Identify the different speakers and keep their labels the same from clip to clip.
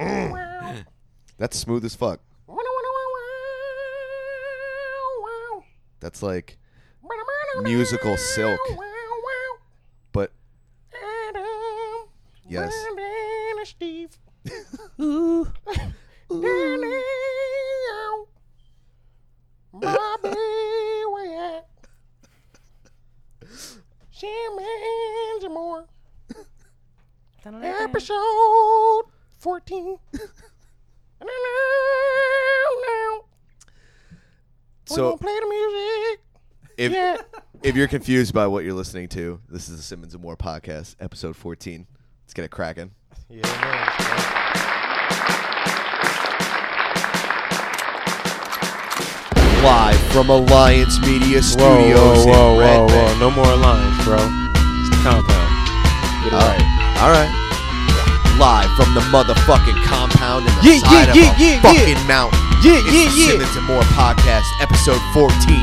Speaker 1: Mm. That's smooth as fuck. That's like musical silk. But yes.
Speaker 2: Steve. Bobby, where at? Shaman's more. Episode 14. now, now.
Speaker 1: So
Speaker 2: We're gonna play the music.
Speaker 1: if
Speaker 2: Yeah.
Speaker 1: if you're confused by what you're listening to, this is the Simmons and Moore podcast, episode 14. Let's get it cracking.
Speaker 2: Yeah,
Speaker 1: Live from Alliance Media
Speaker 2: whoa,
Speaker 1: Studios.
Speaker 2: whoa,
Speaker 1: in
Speaker 2: whoa,
Speaker 1: Red
Speaker 2: whoa,
Speaker 1: Bank.
Speaker 2: whoa. No more lines, bro. It's the compound. Get it
Speaker 1: All
Speaker 2: right.
Speaker 1: right. All right. Live from the motherfucking compound in the
Speaker 2: Yeah,
Speaker 1: side
Speaker 2: yeah,
Speaker 1: of
Speaker 2: yeah,
Speaker 1: a
Speaker 2: yeah,
Speaker 1: fucking mountain.
Speaker 2: Yeah,
Speaker 1: It's the
Speaker 2: yeah, yeah.
Speaker 1: Simmons and Moore podcast, episode 14.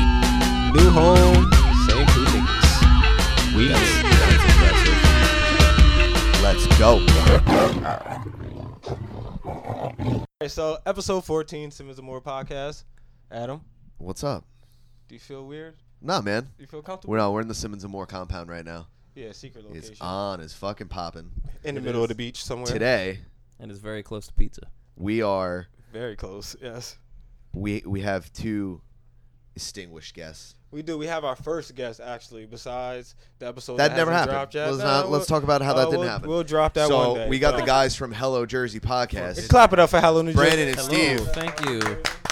Speaker 2: New home, same two niggas. We
Speaker 1: Let's go.
Speaker 3: All right, so episode 14, Simmons and Moore podcast. Adam,
Speaker 1: What's up?
Speaker 3: do you feel weird?
Speaker 1: Nah, man.
Speaker 3: Do you feel comfortable?
Speaker 1: We're not. We're in the Simmons and Moore compound right now.
Speaker 3: yeah, secret
Speaker 1: It's
Speaker 3: location.
Speaker 1: on. It's fucking popping.
Speaker 3: In the
Speaker 2: It
Speaker 3: middle
Speaker 2: is.
Speaker 3: of the beach somewhere.
Speaker 1: Today
Speaker 4: And it's very close to pizza.
Speaker 1: we are.
Speaker 3: Very close, yes.
Speaker 1: We we have two distinguished guests.
Speaker 3: We do. We have our first guest, actually, besides the episode
Speaker 1: That
Speaker 3: that,
Speaker 1: never
Speaker 3: hasn't
Speaker 1: happened.
Speaker 3: dropped yet.
Speaker 1: Let's
Speaker 3: No,
Speaker 1: not-
Speaker 3: no,
Speaker 1: let's
Speaker 3: we'll-
Speaker 1: talk about how that
Speaker 3: uh,
Speaker 1: didn't
Speaker 3: we'll-
Speaker 1: happen.
Speaker 3: We'll drop that
Speaker 1: so
Speaker 3: one day.
Speaker 1: we got the
Speaker 3: Uh,
Speaker 1: guys from Hello Jersey podcast.
Speaker 3: Clap it up for Hello New
Speaker 1: Brandon
Speaker 3: Jersey.
Speaker 1: and Steve.
Speaker 4: Oh, Thank you.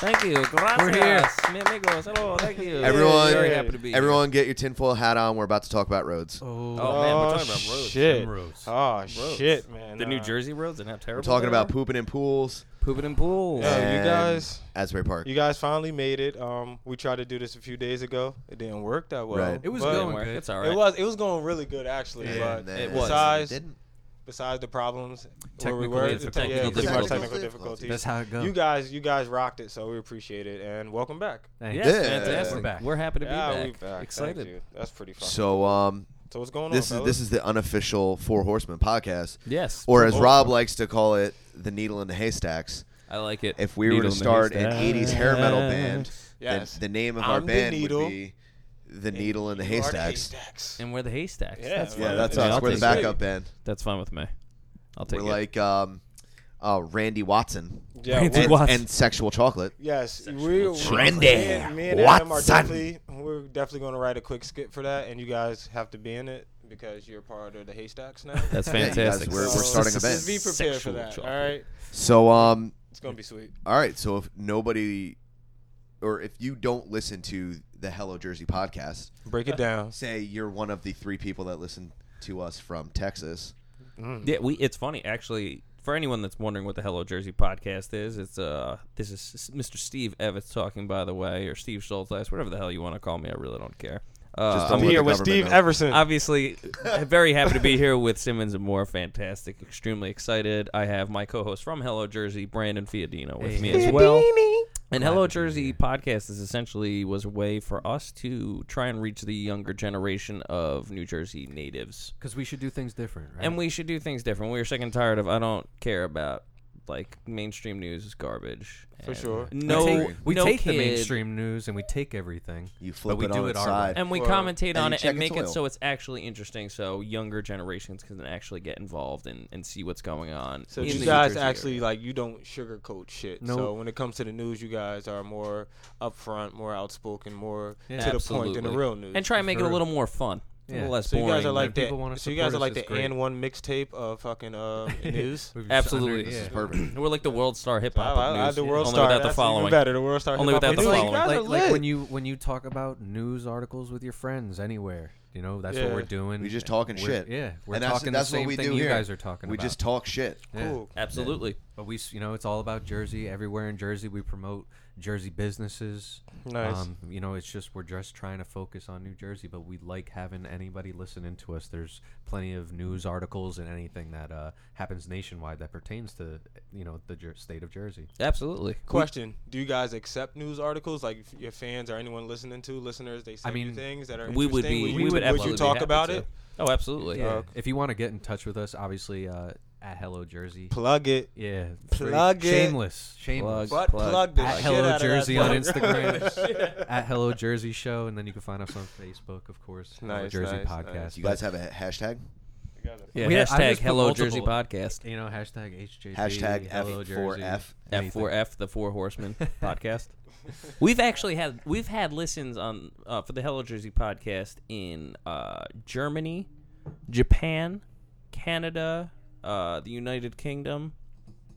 Speaker 4: Thank you. Gracias.
Speaker 2: We're here.
Speaker 4: Mi amigos. Hello. Thank you.
Speaker 1: Everyone-
Speaker 4: very happy to be here.
Speaker 1: Everyone, get your tinfoil hat on. We're about to talk about roads.
Speaker 4: Oh,
Speaker 3: Oh,
Speaker 4: man, we're talking about roads.
Speaker 3: shit.
Speaker 2: roads.
Speaker 3: Oh, shit, man. Uh,
Speaker 4: The New
Speaker 3: Nah.
Speaker 4: Jersey roads and how terrible.
Speaker 1: We're talking
Speaker 4: they are.
Speaker 1: about pooping in pools,
Speaker 4: pooping in pools.
Speaker 3: Yeah, you
Speaker 1: And-
Speaker 3: guys.
Speaker 1: Asbury Park.
Speaker 3: You guys finally made it. Um, we tried to do this a few days ago. It didn't work that well.
Speaker 1: Right.
Speaker 4: It was
Speaker 3: but-
Speaker 4: going good. It's all right.
Speaker 3: It was it was going really good actually,
Speaker 1: And
Speaker 3: but
Speaker 1: then-
Speaker 4: it was.
Speaker 3: Besides,
Speaker 1: Didn't.
Speaker 3: besides the problems where we
Speaker 4: Technical
Speaker 3: were,
Speaker 4: difficulties.
Speaker 3: it's- yeah,
Speaker 4: Technical
Speaker 3: pretty much
Speaker 4: difficulties.
Speaker 3: technical
Speaker 1: Difficulties.
Speaker 3: difficulties.
Speaker 2: That's how it goes.
Speaker 3: you guys, you guys rocked it, so we appreciate it and welcome back.
Speaker 2: Thanks.
Speaker 4: Yes,
Speaker 1: Yeah.
Speaker 4: fantastic.
Speaker 2: We're back.
Speaker 4: happy to be
Speaker 3: yeah,
Speaker 4: back.
Speaker 3: we back. Thank
Speaker 4: Excited.
Speaker 3: you. That's pretty fun. So,
Speaker 1: So um,
Speaker 3: what's going
Speaker 1: this
Speaker 3: on?
Speaker 1: is this is the unofficial Four Horsemen podcast,
Speaker 4: Yes.
Speaker 1: or as
Speaker 3: Oh.
Speaker 1: Rob likes to call it, the needle in the haystacks.
Speaker 4: I like it.
Speaker 1: If we were
Speaker 4: Needle
Speaker 1: to
Speaker 4: in the
Speaker 1: start an
Speaker 4: haystack.
Speaker 1: '80s hair metal band, then
Speaker 3: Yes.
Speaker 1: the name of our
Speaker 3: I'm the
Speaker 1: band would
Speaker 3: needle.
Speaker 1: be the needle in the haystacks.
Speaker 4: and we're the haystacks.
Speaker 3: Yeah,
Speaker 4: That's
Speaker 3: man.
Speaker 1: Yeah,
Speaker 4: fine.
Speaker 1: that's
Speaker 4: with me.
Speaker 1: us.
Speaker 4: I'll
Speaker 1: We're the
Speaker 4: take it.
Speaker 1: backup band.
Speaker 4: That's fine with me. I'll take
Speaker 1: We're
Speaker 4: it.
Speaker 1: like um, uh, Randy Watson
Speaker 3: Yeah,
Speaker 4: Randy
Speaker 3: we-
Speaker 1: and,
Speaker 4: Watson.
Speaker 1: and Sexual Chocolate.
Speaker 3: Yes, we
Speaker 1: Trendy.
Speaker 3: Me and, me and Adam are
Speaker 1: Watson.
Speaker 3: definitely we're definitely going to write a quick skit for that, and you guys have to be in it because you're part of the haystacks now.
Speaker 4: That's
Speaker 1: you guys,
Speaker 4: fantastic.
Speaker 1: we're- we're
Speaker 3: So,
Speaker 1: starting a band.
Speaker 3: Just be prepared for
Speaker 4: Sexual
Speaker 3: that.
Speaker 4: chocolate.
Speaker 3: All right,
Speaker 1: So um,
Speaker 3: it's going to be sweet.
Speaker 1: all right. So if nobody, or if you don't listen to the Hello Jersey podcast,
Speaker 3: Break it down.
Speaker 1: say you're one of the three people that listen to us from Texas.
Speaker 4: Yeah, we. It's funny actually. For anyone that's wondering what the Hello Jersey podcast is, it's uh, this is Mr. Steve Evans talking, by the way, or Steve Schultz, whatever the hell you want to call me. I really don't care. Uh,
Speaker 1: Just
Speaker 4: I'm
Speaker 1: don't let
Speaker 3: here
Speaker 1: the
Speaker 3: with
Speaker 1: government
Speaker 3: Steve
Speaker 1: know.
Speaker 3: Everson.
Speaker 4: obviously very happy to be here with Simmons and Moore. Fantastic, extremely excited. I have my co-host from Hello Jersey, Brandon Fiadino, with me as well. And Hello Jersey podcast is essentially was a way for us to try and reach the younger generation of New Jersey natives.
Speaker 2: Because we should do things different, right?
Speaker 4: And we should do things different. We were sick and tired of I don't care about like mainstream news is garbage.
Speaker 3: For
Speaker 4: And
Speaker 3: sure.
Speaker 4: No,
Speaker 2: we take, we
Speaker 4: no
Speaker 2: take
Speaker 4: kid-
Speaker 2: the mainstream news and we take everything.
Speaker 1: You flip
Speaker 2: we
Speaker 1: it
Speaker 2: do
Speaker 1: on
Speaker 2: it
Speaker 1: its
Speaker 2: our
Speaker 1: side.
Speaker 4: and we
Speaker 3: Well,
Speaker 4: commentate
Speaker 1: and
Speaker 4: on
Speaker 1: you
Speaker 4: it
Speaker 1: check
Speaker 4: and make
Speaker 1: its
Speaker 4: it
Speaker 1: oil.
Speaker 4: so it's actually interesting, so younger generations can actually get involved and, and see what's going on.
Speaker 3: so
Speaker 4: in the
Speaker 3: you
Speaker 4: New
Speaker 3: guys
Speaker 4: Jersey
Speaker 3: actually
Speaker 4: area.
Speaker 3: like you don't sugarcoat shit. So
Speaker 2: Nope.
Speaker 3: when it comes to the news, you guys are more upfront, more outspoken, more
Speaker 2: Yeah.
Speaker 3: to the point than the
Speaker 4: Absolutely.
Speaker 3: real news.
Speaker 4: and try and make it a
Speaker 2: For-
Speaker 4: little more fun, a
Speaker 2: Yeah.
Speaker 4: little less
Speaker 3: so you
Speaker 4: boring.
Speaker 3: guys are like
Speaker 2: and people
Speaker 3: the
Speaker 2: wanna
Speaker 3: so you guys
Speaker 2: support
Speaker 3: are
Speaker 2: us,
Speaker 3: like
Speaker 2: it's
Speaker 3: the
Speaker 2: great.
Speaker 3: and one mixtape of fucking uh, news.
Speaker 2: We've just
Speaker 4: Absolutely.
Speaker 2: under-
Speaker 4: This is
Speaker 2: yeah.
Speaker 1: Perfect.
Speaker 4: we're like the world star hip
Speaker 3: I,
Speaker 4: hop.
Speaker 3: I, I,
Speaker 4: news,
Speaker 3: the world
Speaker 4: only
Speaker 3: star.
Speaker 4: without the
Speaker 3: that's
Speaker 4: following.
Speaker 3: even better. The world star.
Speaker 4: Only
Speaker 3: hip-hop
Speaker 4: without the
Speaker 3: news.
Speaker 4: following.
Speaker 3: You guys are
Speaker 2: Like, like
Speaker 3: lit.
Speaker 2: when you when you talk about news articles with your friends anywhere, you know that's what
Speaker 3: Yeah.
Speaker 2: we're doing.
Speaker 1: We just talking
Speaker 2: We're-
Speaker 1: shit.
Speaker 2: Yeah, we're
Speaker 1: and that's,
Speaker 2: talking
Speaker 1: that's
Speaker 2: the same
Speaker 1: what we
Speaker 2: thing
Speaker 1: do
Speaker 2: you
Speaker 1: here.
Speaker 2: guys are talking
Speaker 1: we
Speaker 2: about.
Speaker 1: just talk shit.
Speaker 2: Yeah.
Speaker 3: cool.
Speaker 4: Absolutely.
Speaker 2: But we, s- you know, it's all about Jersey. Everywhere in Jersey, we promote Jersey businesses. Um,
Speaker 3: Nice.
Speaker 2: you know, it's just we're just trying to focus on New Jersey, but we like having anybody listening to us. There's plenty of news articles and anything that uh, happens nationwide that pertains to you know the Jer- state of Jersey.
Speaker 4: Absolutely.
Speaker 3: Question: Do you guys accept news articles like if your fans or anyone listening to listeners? They send
Speaker 2: mean,
Speaker 3: you things that are
Speaker 4: we would
Speaker 3: interesting?
Speaker 4: be-
Speaker 3: you-
Speaker 4: we would
Speaker 3: you
Speaker 4: absolutely be
Speaker 3: talk
Speaker 4: happy
Speaker 3: about
Speaker 4: to.
Speaker 3: it?
Speaker 4: Oh, absolutely.
Speaker 2: Yeah.
Speaker 3: Uh,
Speaker 2: if you want to get in touch with us, obviously uh, at Hello Jersey.
Speaker 3: Plug it.
Speaker 2: yeah.
Speaker 3: Plug it.
Speaker 2: Shameless. Shameless.
Speaker 4: Plug.
Speaker 3: But plug, the
Speaker 2: At
Speaker 3: shit
Speaker 2: Hello
Speaker 3: out of that
Speaker 2: Jersey on
Speaker 3: plug.
Speaker 2: Instagram. at Hello Jersey Show, and then you can find us on Facebook, of course. Hello
Speaker 3: Nice,
Speaker 2: Jersey
Speaker 3: nice,
Speaker 2: Podcast.
Speaker 3: nice.
Speaker 1: Do you guys have a hashtag?
Speaker 4: Yeah,
Speaker 2: We had- I
Speaker 4: hashtag
Speaker 2: just put
Speaker 4: Hello
Speaker 2: multiple-
Speaker 4: Jersey Podcast.
Speaker 2: You know, hashtag HJB.
Speaker 1: Hashtag
Speaker 2: Hello Jersey,
Speaker 1: F4F.
Speaker 4: F
Speaker 2: anything.
Speaker 4: four F the Four Horsemen podcast. We've actually had we've had listens on uh, for the Hello Jersey podcast in uh, Germany, Japan, Canada, uh, the United Kingdom.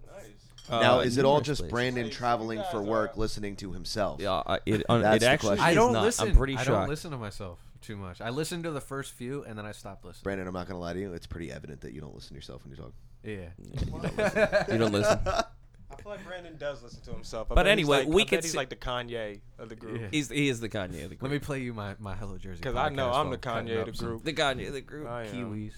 Speaker 2: Uh,
Speaker 4: Nice.
Speaker 1: now, is it all just Brandon traveling for work, listening to himself?
Speaker 4: Yeah, uh, it, un-
Speaker 1: That's
Speaker 4: it
Speaker 1: the
Speaker 4: actually.
Speaker 1: question.
Speaker 4: is
Speaker 2: I don't
Speaker 4: not.
Speaker 2: listen.
Speaker 4: I'm pretty
Speaker 2: I
Speaker 4: sure.
Speaker 2: don't listen to myself too much. I listened to the first few and then I stopped listening.
Speaker 1: Brandon, I'm not gonna lie to you. It's pretty evident that you don't listen to yourself when you talk.
Speaker 2: Yeah.
Speaker 4: You don't listen.
Speaker 3: I feel like Brandon does listen to himself. I
Speaker 4: But
Speaker 3: bet he's
Speaker 4: anyway,
Speaker 3: like,
Speaker 4: we
Speaker 3: I
Speaker 4: could
Speaker 3: bet he's
Speaker 4: see-
Speaker 3: like the Kanye of the group.
Speaker 2: Yeah.
Speaker 4: He's, he is the Kanye of the
Speaker 2: Let
Speaker 4: group.
Speaker 2: me play you my, my Hello Jersey.
Speaker 3: Because I know
Speaker 2: podcast
Speaker 3: I'm the Kanye
Speaker 2: while I'm
Speaker 3: of
Speaker 2: cutting
Speaker 3: the
Speaker 2: up some
Speaker 3: group.
Speaker 4: the Kanye of the group.
Speaker 3: I am.
Speaker 2: Kiwis.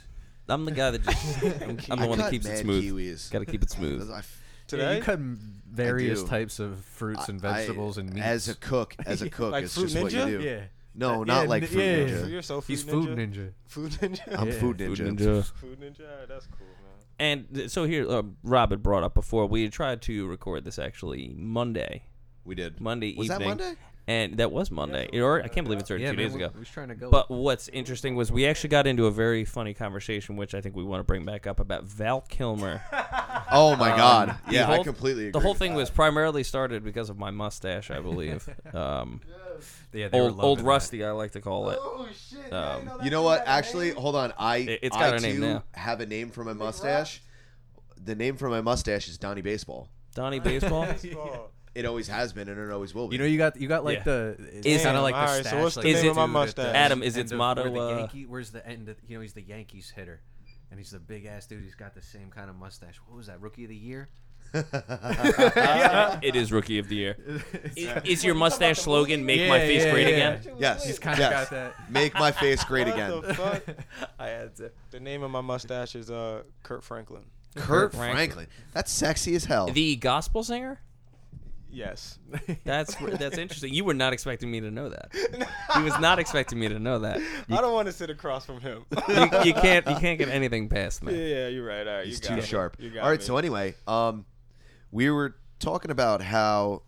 Speaker 4: I'm the guy that just. I'm, I'm the
Speaker 1: I
Speaker 4: one that
Speaker 1: cut
Speaker 4: keeps it
Speaker 1: mad
Speaker 4: smooth.
Speaker 1: Kiwis.
Speaker 4: Got to keep it smooth.
Speaker 1: I f-
Speaker 3: Today,
Speaker 2: you cut various
Speaker 1: do.
Speaker 2: types of fruits and
Speaker 1: I-
Speaker 2: vegetables and meats.
Speaker 1: As a cook, as a cook,
Speaker 3: Like
Speaker 1: it's
Speaker 3: Fruit
Speaker 1: just what you
Speaker 3: Ninja?
Speaker 1: do.
Speaker 2: yeah.
Speaker 1: No,
Speaker 2: Yeah,
Speaker 1: not like
Speaker 2: n-
Speaker 1: Fruit
Speaker 2: yeah.
Speaker 1: Ninja.
Speaker 3: you're so food
Speaker 2: He's
Speaker 3: ninja. Food
Speaker 2: food ninja.
Speaker 3: ninja.
Speaker 1: I'm
Speaker 2: Yeah.
Speaker 1: Food
Speaker 4: Food
Speaker 1: Ninja.
Speaker 4: ninja.
Speaker 3: food ninja. Alright, That's cool, man.
Speaker 4: And th- so here, uh, Rob had brought up before we had tried to record this actually Monday,
Speaker 1: We did.
Speaker 4: Monday
Speaker 1: Was that
Speaker 4: evening.
Speaker 1: Monday?
Speaker 4: And that was Monday. It alre- I can't believe it's already
Speaker 2: Yeah,
Speaker 4: two
Speaker 2: man,
Speaker 4: days
Speaker 2: we-
Speaker 4: ago.
Speaker 2: we was trying to go.
Speaker 4: But what's interesting was we actually got into a very funny conversation, which I think we want to bring back up about Val Kilmer.
Speaker 1: Oh my God!
Speaker 4: Um, the
Speaker 1: Yeah, I
Speaker 4: whole-
Speaker 1: completely agree.
Speaker 4: The whole
Speaker 1: with
Speaker 4: thing
Speaker 1: that.
Speaker 4: was primarily started because of my mustache, I believe. Um,
Speaker 2: yeah, they were
Speaker 4: old old
Speaker 2: loving that.
Speaker 4: Rusty, I like to call it.
Speaker 3: shit!
Speaker 4: Um,
Speaker 1: You know what? Actually, hold on. I
Speaker 4: It- it's
Speaker 1: I
Speaker 4: got a
Speaker 1: too
Speaker 4: name now.
Speaker 1: have a name for my mustache. The name for my mustache is Donnie Baseball.
Speaker 4: Donnie Baseball.
Speaker 1: It always has been, and it always will be.
Speaker 2: You know, you got you got like
Speaker 4: Yeah.
Speaker 2: the it's
Speaker 4: Is-
Speaker 2: kind of like the
Speaker 3: All right, so
Speaker 2: stash.
Speaker 3: what's the
Speaker 2: like
Speaker 4: name
Speaker 2: they
Speaker 4: of my
Speaker 2: do at the
Speaker 3: mustache?
Speaker 4: Adam, is
Speaker 2: end
Speaker 4: its
Speaker 2: of-
Speaker 4: motto,
Speaker 2: where the
Speaker 4: uh,
Speaker 2: Yankee, where's the end? Of, you know, he's the Yankees hitter, and he's the big ass dude. He's got the same kind of mustache. What was that? Rookie of the year?
Speaker 4: it is Rookie of the Year. Is, is your mustache slogan "Make
Speaker 2: Yeah,
Speaker 4: my face
Speaker 2: yeah,
Speaker 4: great
Speaker 2: yeah.
Speaker 4: again"?
Speaker 1: yes,
Speaker 2: He's kind of
Speaker 1: yes.
Speaker 2: got that.
Speaker 1: Make my face great
Speaker 3: What
Speaker 1: again.
Speaker 3: the fuck?
Speaker 2: I had to.
Speaker 3: The name of my mustache is uh Kurt Franklin.
Speaker 1: Kurt
Speaker 4: Franklin.
Speaker 1: Franklin. That's sexy as hell.
Speaker 4: The gospel singer.
Speaker 3: Yes.
Speaker 4: That's that's interesting. You were not expecting me to know that. He was not expecting me to know that.
Speaker 3: I don't want to sit across from him.
Speaker 4: You, you can't you can't get anything past me.
Speaker 3: yeah, you're right. All right,
Speaker 1: He's
Speaker 3: you got
Speaker 1: too
Speaker 3: me.
Speaker 1: sharp.
Speaker 3: You got
Speaker 1: All right.
Speaker 3: me.
Speaker 1: So anyway, um, we were talking about how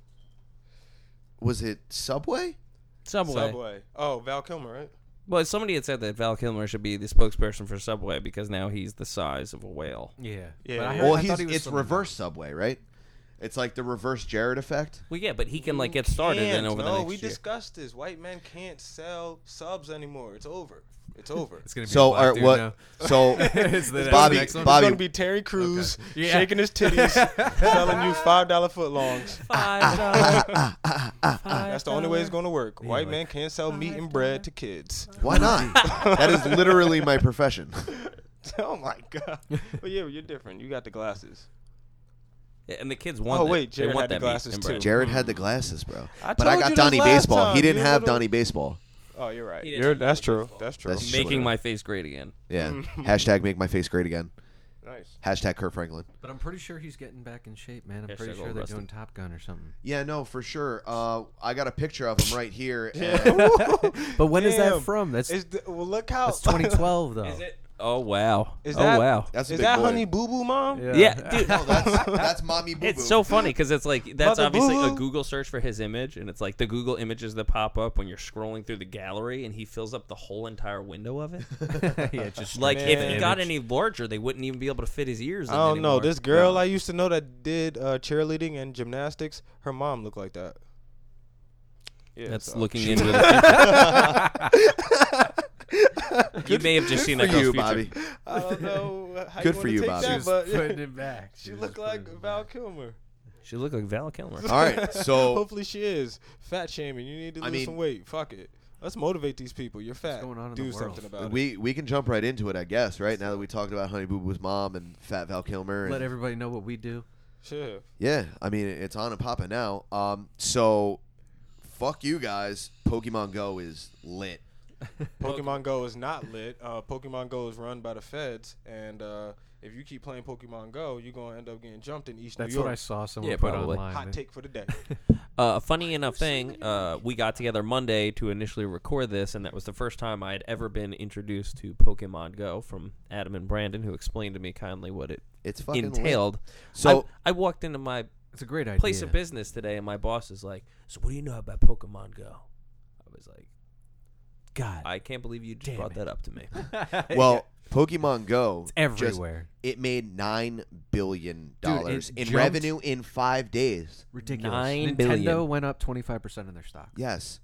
Speaker 1: was it Subway?
Speaker 4: Subway.
Speaker 3: Subway. Oh, Val Kilmer, right?
Speaker 4: Well, somebody had said that Val Kilmer should be the spokesperson for Subway because now he's the size of a whale.
Speaker 2: Yeah.
Speaker 3: Yeah,
Speaker 2: But I
Speaker 3: yeah.
Speaker 2: heard-
Speaker 1: Well,
Speaker 2: I thought
Speaker 1: he's
Speaker 2: he was
Speaker 1: it's
Speaker 2: something-
Speaker 1: reverse Subway, right? It's like the reverse Jared effect.
Speaker 4: Well, yeah, but he can like get started
Speaker 3: Can't.
Speaker 4: and over
Speaker 3: no,
Speaker 4: the next
Speaker 3: we
Speaker 4: year.
Speaker 3: discussed this. White men can't sell subs anymore. It's over. It's over.
Speaker 2: It's gonna be
Speaker 1: So,
Speaker 2: a black
Speaker 1: all right,
Speaker 2: dude
Speaker 1: what?
Speaker 2: now.
Speaker 1: So,
Speaker 2: It's the-
Speaker 1: Bobby-
Speaker 2: next one.
Speaker 1: Bobby-
Speaker 3: it's gonna be Terry Crews
Speaker 2: Yeah.
Speaker 3: shaking his titties, selling you five dollar footlongs.
Speaker 4: Five dollars.
Speaker 1: ah,
Speaker 3: That's the only way it's gonna work. White
Speaker 2: like-
Speaker 3: men can't sell meat and bread to kids.
Speaker 1: why not? that is literally my profession.
Speaker 3: oh my god. But yeah, you're different. You got the glasses.
Speaker 4: Yeah, and the kids want.
Speaker 3: Oh,
Speaker 4: that.
Speaker 3: wait,
Speaker 4: They
Speaker 3: Jared
Speaker 4: want
Speaker 3: had the
Speaker 4: that meat
Speaker 3: glasses,
Speaker 4: and bread.
Speaker 3: too.
Speaker 1: Jared had the glasses, bro.
Speaker 3: I
Speaker 1: but I got
Speaker 3: told you this
Speaker 1: Donnie
Speaker 3: last
Speaker 1: Baseball.
Speaker 3: time,
Speaker 1: he didn't
Speaker 3: you
Speaker 1: have
Speaker 3: little-
Speaker 1: Donnie Baseball.
Speaker 3: Oh, you're right.
Speaker 4: He didn't
Speaker 3: You're,
Speaker 4: have
Speaker 3: that's true. That's true.
Speaker 1: That's
Speaker 4: Making
Speaker 1: Sure.
Speaker 4: my face great again.
Speaker 1: Yeah. Hashtag make my face great again.
Speaker 3: nice.
Speaker 1: Hashtag Kurt Franklin.
Speaker 2: But I'm pretty sure he's getting back in shape, man. I'm
Speaker 4: Hashtag
Speaker 2: pretty
Speaker 4: old
Speaker 2: sure they're
Speaker 4: Rusty.
Speaker 2: doing Top Gun or something.
Speaker 1: Yeah, no, for sure. Uh, I got a picture of him right here. and-
Speaker 2: But when is
Speaker 3: Damn.
Speaker 2: that from? That's
Speaker 3: It's the, well, look how.
Speaker 2: that's 2012 though.
Speaker 4: Oh wow.
Speaker 3: Is
Speaker 4: oh
Speaker 3: that- Oh,
Speaker 4: wow.
Speaker 1: that's a
Speaker 3: Is
Speaker 1: big
Speaker 3: that
Speaker 1: boy.
Speaker 3: Honey Boo Boo Mom?
Speaker 4: Yeah, dude.
Speaker 1: No, that's, that's mommy boo boo.
Speaker 4: It's so funny because it's like that's
Speaker 3: Mother
Speaker 4: obviously a
Speaker 3: boo-hoo.
Speaker 4: Google search for his image, and it's like the Google images that pop up when you're scrolling through the gallery, and he fills up the whole entire window of it.
Speaker 2: yeah, just
Speaker 4: Like if he
Speaker 3: Man.
Speaker 4: got any larger, they wouldn't even be able to fit his ears.
Speaker 3: I
Speaker 4: in
Speaker 3: don't know.
Speaker 4: anymore.
Speaker 3: This girl I used to know that did uh, cheerleading and gymnastics, her mom looked like that. Yeah,
Speaker 4: That's
Speaker 3: so-
Speaker 4: looking into the future. you may have just seen
Speaker 1: for
Speaker 4: that girl's
Speaker 1: you,
Speaker 4: future.
Speaker 1: Bobby.
Speaker 3: I don't know. How
Speaker 1: Good for
Speaker 3: wanna
Speaker 1: you,
Speaker 3: take
Speaker 1: Bobby.
Speaker 3: That,
Speaker 1: She's
Speaker 3: but
Speaker 2: putting it back.
Speaker 3: she looked like Val Kilmer.
Speaker 4: She looked like Val Kilmer.
Speaker 1: All right, so
Speaker 3: Hopefully she is fat shaming. You need to
Speaker 1: I
Speaker 3: lose
Speaker 1: mean-
Speaker 3: some weight. Fuck it. Let's motivate these people. You're fat.
Speaker 2: going on in the
Speaker 3: Do
Speaker 2: world?
Speaker 3: something about it.
Speaker 1: we we can jump right into it, I guess. Right now that we talked about Honey Boo Boo's mom and Fat Val Kilmer. and-
Speaker 2: Let everybody know what we do.
Speaker 3: Sure.
Speaker 1: yeah, I mean it's on and popping now. Um, so fuck you guys. Pokemon Go is lit.
Speaker 3: Pokemon Go is not lit. Uh, Pokemon Go is run by the feds, and uh, if you keep playing Pokemon Go, you're gonna end up getting jumped in East
Speaker 2: That's
Speaker 3: New York.
Speaker 2: what I saw someone
Speaker 4: Yeah,
Speaker 2: put
Speaker 4: probably.
Speaker 2: online.
Speaker 3: Hot take for the day.
Speaker 4: Uh, funny enough thing, uh, we got together Monday to initially record this, and that was the first time I had ever been introduced to Pokemon Go from Adam and Brandon, who explained to me kindly what it
Speaker 1: It's fucking lit.
Speaker 4: entailed.
Speaker 1: So
Speaker 4: I, I walked into my
Speaker 2: It's a great idea.
Speaker 4: place of business today, and my boss is like, "So what do you know about Pokemon Go?" I was like,
Speaker 2: God,
Speaker 4: "I can't believe you just
Speaker 2: Damn
Speaker 4: brought
Speaker 2: it.
Speaker 4: that up to me."
Speaker 1: well, Pokemon Go
Speaker 2: it's
Speaker 1: just-
Speaker 2: everywhere.
Speaker 1: it made nine billion
Speaker 2: Dude,
Speaker 1: dollars
Speaker 2: it
Speaker 1: in
Speaker 2: jumped-
Speaker 1: revenue in five days.
Speaker 2: Ridiculous.
Speaker 4: Nine
Speaker 2: Nintendo
Speaker 4: billion.
Speaker 2: went up twenty five percent in their stock.
Speaker 1: Yes,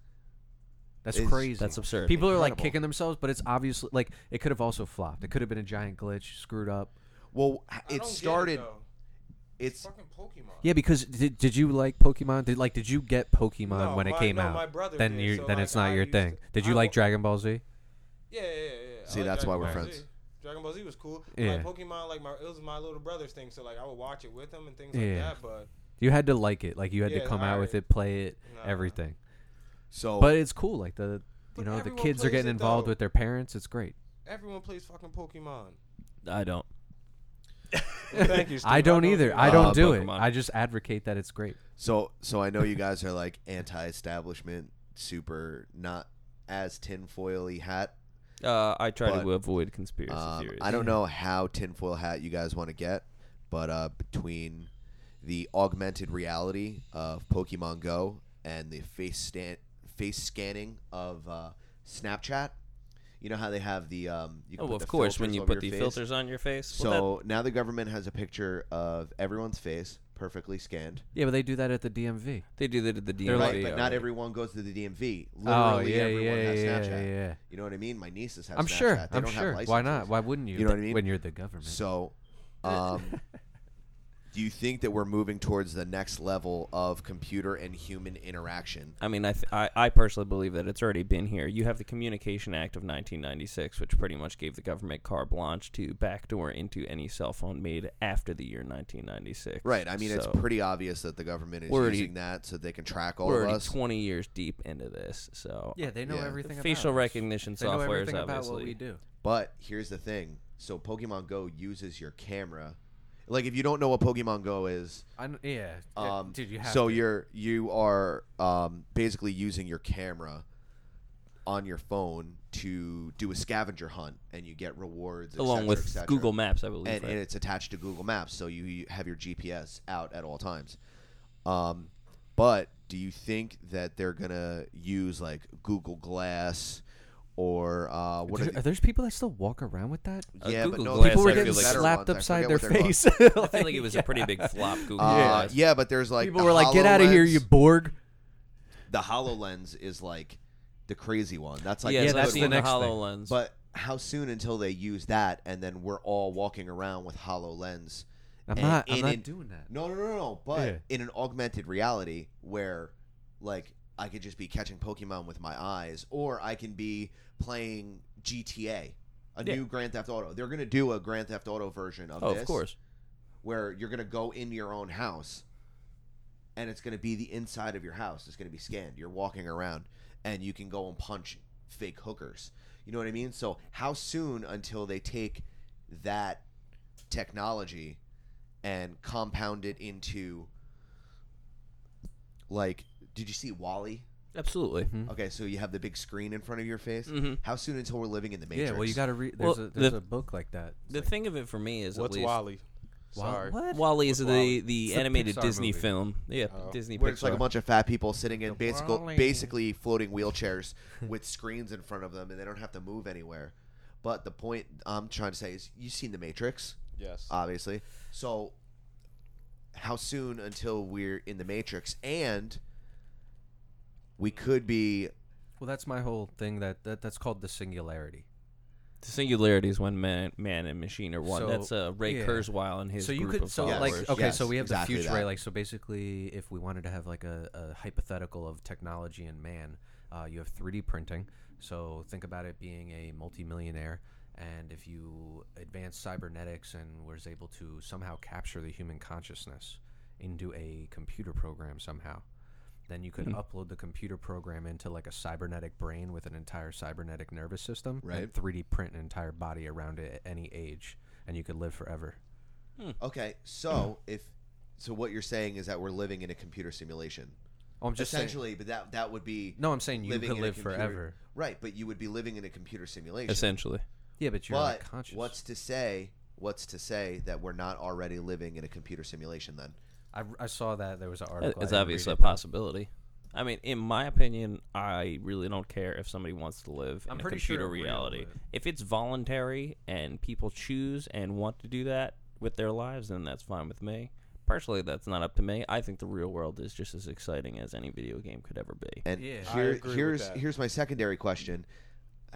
Speaker 2: That's
Speaker 1: It's-
Speaker 2: crazy.
Speaker 4: That's absurd.
Speaker 2: People are like
Speaker 1: Incredible.
Speaker 2: kicking themselves, but it's obviously like it could have also flopped. It could have been a giant glitch, screwed up.
Speaker 1: well,
Speaker 3: I don't
Speaker 1: it
Speaker 3: get
Speaker 1: started.
Speaker 3: though.
Speaker 1: it's
Speaker 3: fucking Pokemon.
Speaker 2: Yeah, because did, did you like Pokemon? Did like did you get Pokemon
Speaker 3: No,
Speaker 2: when it
Speaker 3: my-
Speaker 2: came
Speaker 3: no,
Speaker 2: out?
Speaker 3: my brother
Speaker 2: then
Speaker 3: did,
Speaker 2: you
Speaker 3: so,
Speaker 2: then
Speaker 3: like,
Speaker 2: it's not
Speaker 3: I
Speaker 2: your
Speaker 3: used to-
Speaker 2: thing. did
Speaker 3: I
Speaker 2: you like
Speaker 3: wa-
Speaker 2: Dragon Ball Z?
Speaker 3: Yeah, yeah, yeah. yeah.
Speaker 1: See,
Speaker 3: I like
Speaker 1: that's why
Speaker 3: Dragon
Speaker 1: we're
Speaker 3: Ball
Speaker 1: friends.
Speaker 3: Z. Dragon Ball Z was cool.
Speaker 2: Yeah.
Speaker 3: Like Pokemon, like my it was my little brother's thing, so like I would watch it with him and things
Speaker 2: Yeah.
Speaker 3: like that. But
Speaker 2: You had to like it. Like you had to
Speaker 3: Yeah,
Speaker 2: come out with
Speaker 3: alright.
Speaker 2: it, play it,
Speaker 3: Nah.
Speaker 2: everything.
Speaker 1: so
Speaker 2: But it's cool. Like the you
Speaker 3: But
Speaker 2: know the
Speaker 3: everyone
Speaker 2: kids are
Speaker 3: plays
Speaker 2: getting
Speaker 3: it,
Speaker 2: involved
Speaker 3: though.
Speaker 2: with their parents. It's great.
Speaker 3: everyone plays fucking Pokemon.
Speaker 4: I don't.
Speaker 3: Thank you. Steve.
Speaker 2: I don't either. I don't
Speaker 4: Uh,
Speaker 2: do
Speaker 4: Pokemon.
Speaker 2: it. I just advocate that it's great.
Speaker 1: so so I know you guys are like anti-establishment, super not as tinfoily hat.
Speaker 4: Uh, I try
Speaker 1: But,
Speaker 4: to avoid conspiracy
Speaker 1: Um,
Speaker 4: theories.
Speaker 1: I don't know how tinfoil hat you guys want to get, but uh, between the augmented reality of Pokemon Go and the face stan- face scanning of uh, Snapchat, you know how they have the um, you can
Speaker 4: Oh,
Speaker 1: put
Speaker 4: of
Speaker 1: the
Speaker 4: course, when
Speaker 1: filters
Speaker 4: you
Speaker 1: over
Speaker 4: put
Speaker 1: your
Speaker 4: the
Speaker 1: face.
Speaker 4: filters on your face.
Speaker 1: So
Speaker 4: well, that-
Speaker 1: now the government has a picture of everyone's face, perfectly scanned.
Speaker 2: Yeah, but they do that at the DMV.
Speaker 4: they do that at the DMV.
Speaker 2: They're
Speaker 1: Right,
Speaker 2: like-
Speaker 1: but not
Speaker 4: already.
Speaker 1: everyone goes to the DMV.
Speaker 2: Oh
Speaker 1: Literally,
Speaker 2: yeah,
Speaker 1: everyone
Speaker 2: yeah,
Speaker 1: has
Speaker 2: yeah,
Speaker 1: Snapchat.
Speaker 2: yeah, yeah.
Speaker 1: You know what I mean? My nieces have
Speaker 2: I'm
Speaker 1: Snapchat.
Speaker 2: sure.
Speaker 1: They
Speaker 2: I'm
Speaker 1: don't
Speaker 2: sure.
Speaker 1: Have
Speaker 2: Why
Speaker 1: licenses.
Speaker 2: not? Why wouldn't you?
Speaker 1: You know what I mean?
Speaker 2: When you're the government.
Speaker 1: So, um, do you think that we're moving towards the next level of computer and human interaction?
Speaker 4: I mean, I, th- I I personally believe that it's already been here. You have the Communication Act of 1996, which pretty much gave the government carte blanche to backdoor into any cell phone made after the year 1996.
Speaker 1: Right. I mean, it's
Speaker 4: So,
Speaker 1: pretty obvious that the government is
Speaker 4: We're already-
Speaker 1: using that so they can track all
Speaker 4: we're
Speaker 1: of
Speaker 4: already
Speaker 1: us.
Speaker 4: 20 years deep into this, so
Speaker 2: yeah, they know
Speaker 1: Yeah.
Speaker 2: everything.
Speaker 4: facial
Speaker 2: about us.
Speaker 4: recognition
Speaker 2: They know
Speaker 4: software is
Speaker 2: everything about what
Speaker 4: obviously
Speaker 2: we do.
Speaker 1: But here's the thing: so Pokemon Go uses your camera. Like, if you don't know what Pokemon Go is,
Speaker 2: I kn- yeah, yeah,
Speaker 1: um,
Speaker 2: dude, you have
Speaker 1: so
Speaker 2: to.
Speaker 1: you're you are um, basically using your camera on your phone to do a scavenger hunt, and you get rewards et
Speaker 4: along
Speaker 1: cetera,
Speaker 4: with
Speaker 1: et cetera.
Speaker 4: Google Maps, I believe.
Speaker 1: and,
Speaker 4: right?
Speaker 1: and it's attached to Google Maps, so you, you have your GPS out at all times. Um, but do you think that they're gonna use like Google Glass or uh, what?
Speaker 2: Dude,
Speaker 1: Are
Speaker 2: are
Speaker 1: the,
Speaker 2: there's people that still walk around with that?
Speaker 4: Uh,
Speaker 1: yeah,
Speaker 4: Google
Speaker 1: but no,
Speaker 4: Glass,
Speaker 2: people
Speaker 4: I
Speaker 2: were
Speaker 1: there's
Speaker 4: feel
Speaker 2: getting
Speaker 1: better
Speaker 4: like-
Speaker 2: slapped
Speaker 1: ones. I
Speaker 2: upside
Speaker 1: forget
Speaker 2: their
Speaker 1: what they're called.
Speaker 2: face.
Speaker 4: I feel like it was a pretty big flop. Google
Speaker 1: Uh,
Speaker 4: Glass.
Speaker 1: yeah, but there's like
Speaker 2: people
Speaker 1: the
Speaker 2: were like, "Get out of here, you
Speaker 1: HoloLens."
Speaker 2: Borg!"
Speaker 1: The Hololens is like the crazy one. That's like
Speaker 4: yeah,
Speaker 2: yeah,
Speaker 4: so
Speaker 1: good
Speaker 2: that's
Speaker 4: I've
Speaker 2: the
Speaker 4: seen
Speaker 1: one.
Speaker 2: next thing.
Speaker 4: Hololens.
Speaker 1: But how soon until they use that, and then we're all walking around with Hololens?
Speaker 2: I'm
Speaker 1: And-
Speaker 2: not. I'm
Speaker 1: and
Speaker 2: not
Speaker 1: in-
Speaker 2: doing that.
Speaker 1: No, no, no, no. But
Speaker 2: Yeah.
Speaker 1: in an augmented reality where, like, I could just be catching Pokemon with my eyes, or I can be playing GTA, a
Speaker 4: Yeah.
Speaker 1: new Grand Theft Auto. They're gonna do a Grand Theft Auto version of
Speaker 4: oh,
Speaker 1: this,
Speaker 4: of course.
Speaker 1: where you're gonna go into your own house, and it's gonna be the inside of your house. It's gonna be scanned. You're walking around, and you can go and punch fake hookers. You know what I mean? So how soon until they take that technology and compound it into like did you see Wally?
Speaker 2: Mm-hmm.
Speaker 4: Absolutely.
Speaker 1: Okay, so you have the big screen in front of your face.
Speaker 4: Mhm.
Speaker 1: How soon until we're living in the Matrix?
Speaker 2: Mm-hmm. Yeah, well, you got to read.
Speaker 4: Well,
Speaker 2: There's, a, there's
Speaker 4: the-
Speaker 2: a book like that. It's
Speaker 4: The
Speaker 2: like,
Speaker 4: thing of it for me is
Speaker 3: What's
Speaker 4: at least
Speaker 3: Wally?
Speaker 2: Wa-
Speaker 3: Sorry.
Speaker 2: Uh, What?
Speaker 4: Wally is
Speaker 3: What's
Speaker 4: the
Speaker 3: Wally?
Speaker 4: the
Speaker 2: It's a
Speaker 4: animated
Speaker 2: Pixar
Speaker 4: Disney
Speaker 2: movie.
Speaker 4: film. Yeah,
Speaker 3: Oh.
Speaker 4: Disney
Speaker 1: where it's
Speaker 4: Pixar.
Speaker 1: like a bunch of fat people sitting in basically
Speaker 2: Wally.
Speaker 1: basically floating wheelchairs with screens in front of them, and they don't have to move anywhere. But the point I'm trying to say is, you've seen the Matrix,
Speaker 3: Yes.
Speaker 1: obviously. So how soon until we're in the Matrix, and we could be
Speaker 2: Well, that's my whole thing. That, that that's called the singularity.
Speaker 4: The singularity is when man, man and machine are one.
Speaker 2: So,
Speaker 4: That's uh, Ray
Speaker 2: yeah.
Speaker 4: Kurzweil and his
Speaker 2: so you
Speaker 4: group
Speaker 2: could
Speaker 4: of
Speaker 2: so
Speaker 4: followers.
Speaker 2: like okay, so
Speaker 1: Yes,
Speaker 2: we have
Speaker 1: exactly
Speaker 2: the future
Speaker 1: that.
Speaker 2: right. Like so, basically, if we wanted to have like a, a hypothetical of technology and man, uh, you have 3D printing. So think about it being a multimillionaire, and if you advance cybernetics and was able to somehow capture the human consciousness into a computer program somehow. Then you could
Speaker 1: Hmm.
Speaker 2: upload the computer program into like a cybernetic brain with an entire cybernetic nervous system,
Speaker 1: Right.
Speaker 2: And 3D print an entire body around it at any age, and you could live forever.
Speaker 1: Okay, so if so, what you're saying is that we're living in a computer simulation,
Speaker 2: Oh, I'm just saying.
Speaker 1: essentially. but that that would be
Speaker 2: No, I'm saying you
Speaker 1: living
Speaker 2: could
Speaker 1: in a
Speaker 2: live
Speaker 1: computer-
Speaker 2: forever.
Speaker 1: right? But you would be living in a computer simulation.
Speaker 4: essentially.
Speaker 2: Yeah, but you're
Speaker 1: but
Speaker 2: not conscious.
Speaker 1: what's to say? What's to say that we're not already living in a computer simulation? Then
Speaker 2: I, I saw that there was an article.
Speaker 4: It's
Speaker 2: I didn't read
Speaker 4: obviously a
Speaker 2: it, but
Speaker 4: possibility. I mean, in my opinion, I really don't care if somebody wants to live
Speaker 2: I'm
Speaker 4: in a
Speaker 2: pretty
Speaker 4: computer
Speaker 2: sure we're gonna
Speaker 4: reality.
Speaker 2: live.
Speaker 4: If it's voluntary and people choose and want to do that with their lives, then that's fine with me. Personally, that's not up to me. I think the real world is just as exciting as any video game could ever be.
Speaker 1: and
Speaker 2: Yeah.
Speaker 3: I
Speaker 1: here,
Speaker 3: agree with
Speaker 1: here's
Speaker 3: that.
Speaker 1: here's my secondary question: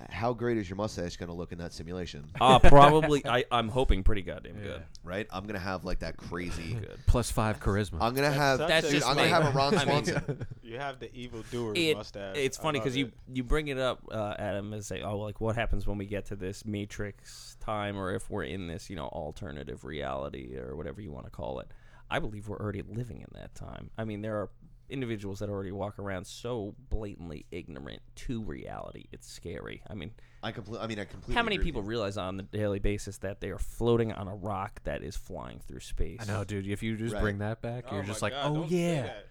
Speaker 1: How great is your mustache going to look in that simulation?
Speaker 4: Ah, probably. I, I'm hoping pretty goddamn good.
Speaker 1: Right? I'm going to have like that crazy.
Speaker 4: Good.
Speaker 2: plus five charisma.
Speaker 1: I'm going to have.
Speaker 3: That's
Speaker 1: dude,
Speaker 3: just
Speaker 1: I'm going
Speaker 3: me.
Speaker 1: to have a Ron
Speaker 4: I mean-
Speaker 1: Swanson.
Speaker 3: You have the evil doer
Speaker 4: It-
Speaker 3: mustache.
Speaker 4: It's
Speaker 3: I
Speaker 4: funny
Speaker 3: love
Speaker 4: because you
Speaker 3: it.
Speaker 4: you bring it up, uh, Adam, and say, "Oh, like what happens when we get to this matrix time, or if we're in this, you know, alternative reality, or whatever you want to call it." I believe we're already living in that time. I mean, there are individuals that already walk around so blatantly ignorant to reality. It's scary. I mean,
Speaker 1: I completely. I mean, I completely.
Speaker 4: how many
Speaker 1: agree with
Speaker 4: people
Speaker 1: you.
Speaker 4: realize on a daily basis that they are floating on a rock that is flying through space?
Speaker 2: I know, dude. If you just
Speaker 1: Right.
Speaker 2: bring that back, you're
Speaker 3: my
Speaker 2: just like,
Speaker 3: God,
Speaker 2: oh
Speaker 3: don't say
Speaker 2: yeah.
Speaker 3: that.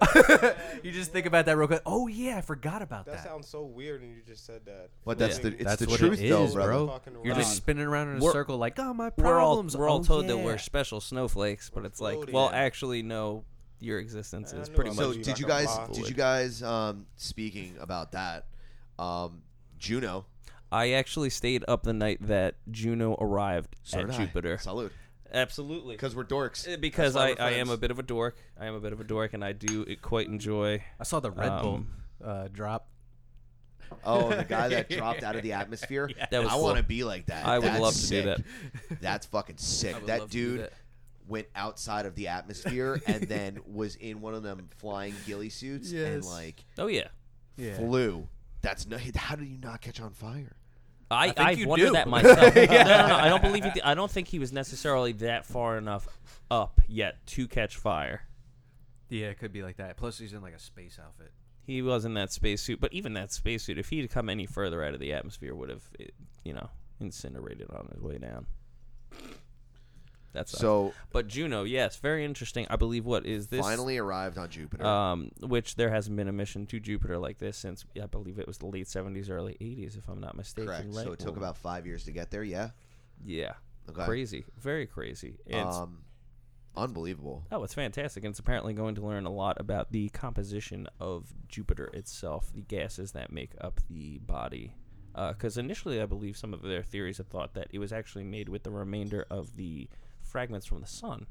Speaker 3: That sounds-
Speaker 2: You just think about that real quick. Oh yeah, I forgot about
Speaker 3: That
Speaker 2: that.
Speaker 3: sounds so weird, and you just said that.
Speaker 1: But that's the
Speaker 3: Living
Speaker 1: it's
Speaker 2: That's
Speaker 1: the
Speaker 2: what it
Speaker 1: truth though,
Speaker 2: is,
Speaker 1: brother.
Speaker 2: bro.
Speaker 3: fucking
Speaker 4: You're
Speaker 2: You're
Speaker 3: rock.
Speaker 2: just
Speaker 4: Um,
Speaker 2: spinning around in a
Speaker 4: we're-
Speaker 2: circle, like, oh my
Speaker 4: we're all
Speaker 2: problems.
Speaker 4: we're all
Speaker 2: oh,
Speaker 4: told that
Speaker 2: yeah."
Speaker 4: we're special snowflakes, but it's like,
Speaker 1: Oh,
Speaker 3: floating.
Speaker 4: well,
Speaker 3: Yeah.
Speaker 4: actually, no. Your existence
Speaker 3: I
Speaker 4: is
Speaker 3: know
Speaker 4: pretty
Speaker 3: I'm
Speaker 4: much
Speaker 1: So
Speaker 3: Much
Speaker 1: did you
Speaker 3: like a
Speaker 1: guys
Speaker 3: lot.
Speaker 1: did you guys um speaking about that um Juno
Speaker 4: I actually stayed up the night that Juno arrived
Speaker 1: so
Speaker 4: at
Speaker 1: did I.
Speaker 4: Jupiter.
Speaker 1: Salute.
Speaker 4: Absolutely.
Speaker 1: Cuz we're dorks.
Speaker 4: Uh, Because I,
Speaker 1: That's why
Speaker 4: I
Speaker 1: we're
Speaker 4: am a
Speaker 1: friends.
Speaker 4: bit of a dork. I am a bit of a dork, and I do uh, quite enjoy.
Speaker 2: I saw the Red Bull
Speaker 4: Um,
Speaker 2: uh, drop.
Speaker 1: Oh, the guy that dropped out of the atmosphere.
Speaker 4: That was
Speaker 1: I
Speaker 4: cool.
Speaker 1: want to be like that.
Speaker 4: I would
Speaker 1: That's
Speaker 4: love to
Speaker 1: sick.
Speaker 4: do that.
Speaker 1: That's fucking sick. That dude went outside of the atmosphere and then was in one of them flying ghillie suits and
Speaker 2: Yes.
Speaker 1: like
Speaker 4: Oh yeah.
Speaker 2: Yeah.
Speaker 1: flew. That's no, how did you not catch on fire?
Speaker 4: I,
Speaker 2: think
Speaker 4: I,
Speaker 2: you
Speaker 4: wondered
Speaker 2: do.
Speaker 4: that myself. no, no, no, I don't believe he. Did. I don't think he was necessarily that far enough up yet to catch fire.
Speaker 2: Yeah, it could be like that. Plus, he's in like a space outfit.
Speaker 4: He was in that spacesuit, but even that spacesuit, if he had come any further out of the atmosphere, would have, eh, you know, incinerated on his way down. That's
Speaker 1: So
Speaker 4: But Juno, yes, very interesting. I believe what is this?
Speaker 1: finally arrived on Jupiter.
Speaker 4: um, which there hasn't been a mission to Jupiter like this since I believe it was the late seventies, early eighties, if I'm not mistaken.
Speaker 1: Correct.
Speaker 4: Right?
Speaker 1: So it took
Speaker 4: Well,
Speaker 1: about 5 years to get there, yeah.
Speaker 4: yeah,
Speaker 1: Okay.
Speaker 4: crazy, very crazy. It's,
Speaker 1: Um unbelievable.
Speaker 4: oh, it's fantastic, and it's apparently going to learn a lot about the composition of Jupiter itself, the gases that make up the body. Because initially, I believe some of their theories had thought that it was actually made with the remainder of the fragments from the sun,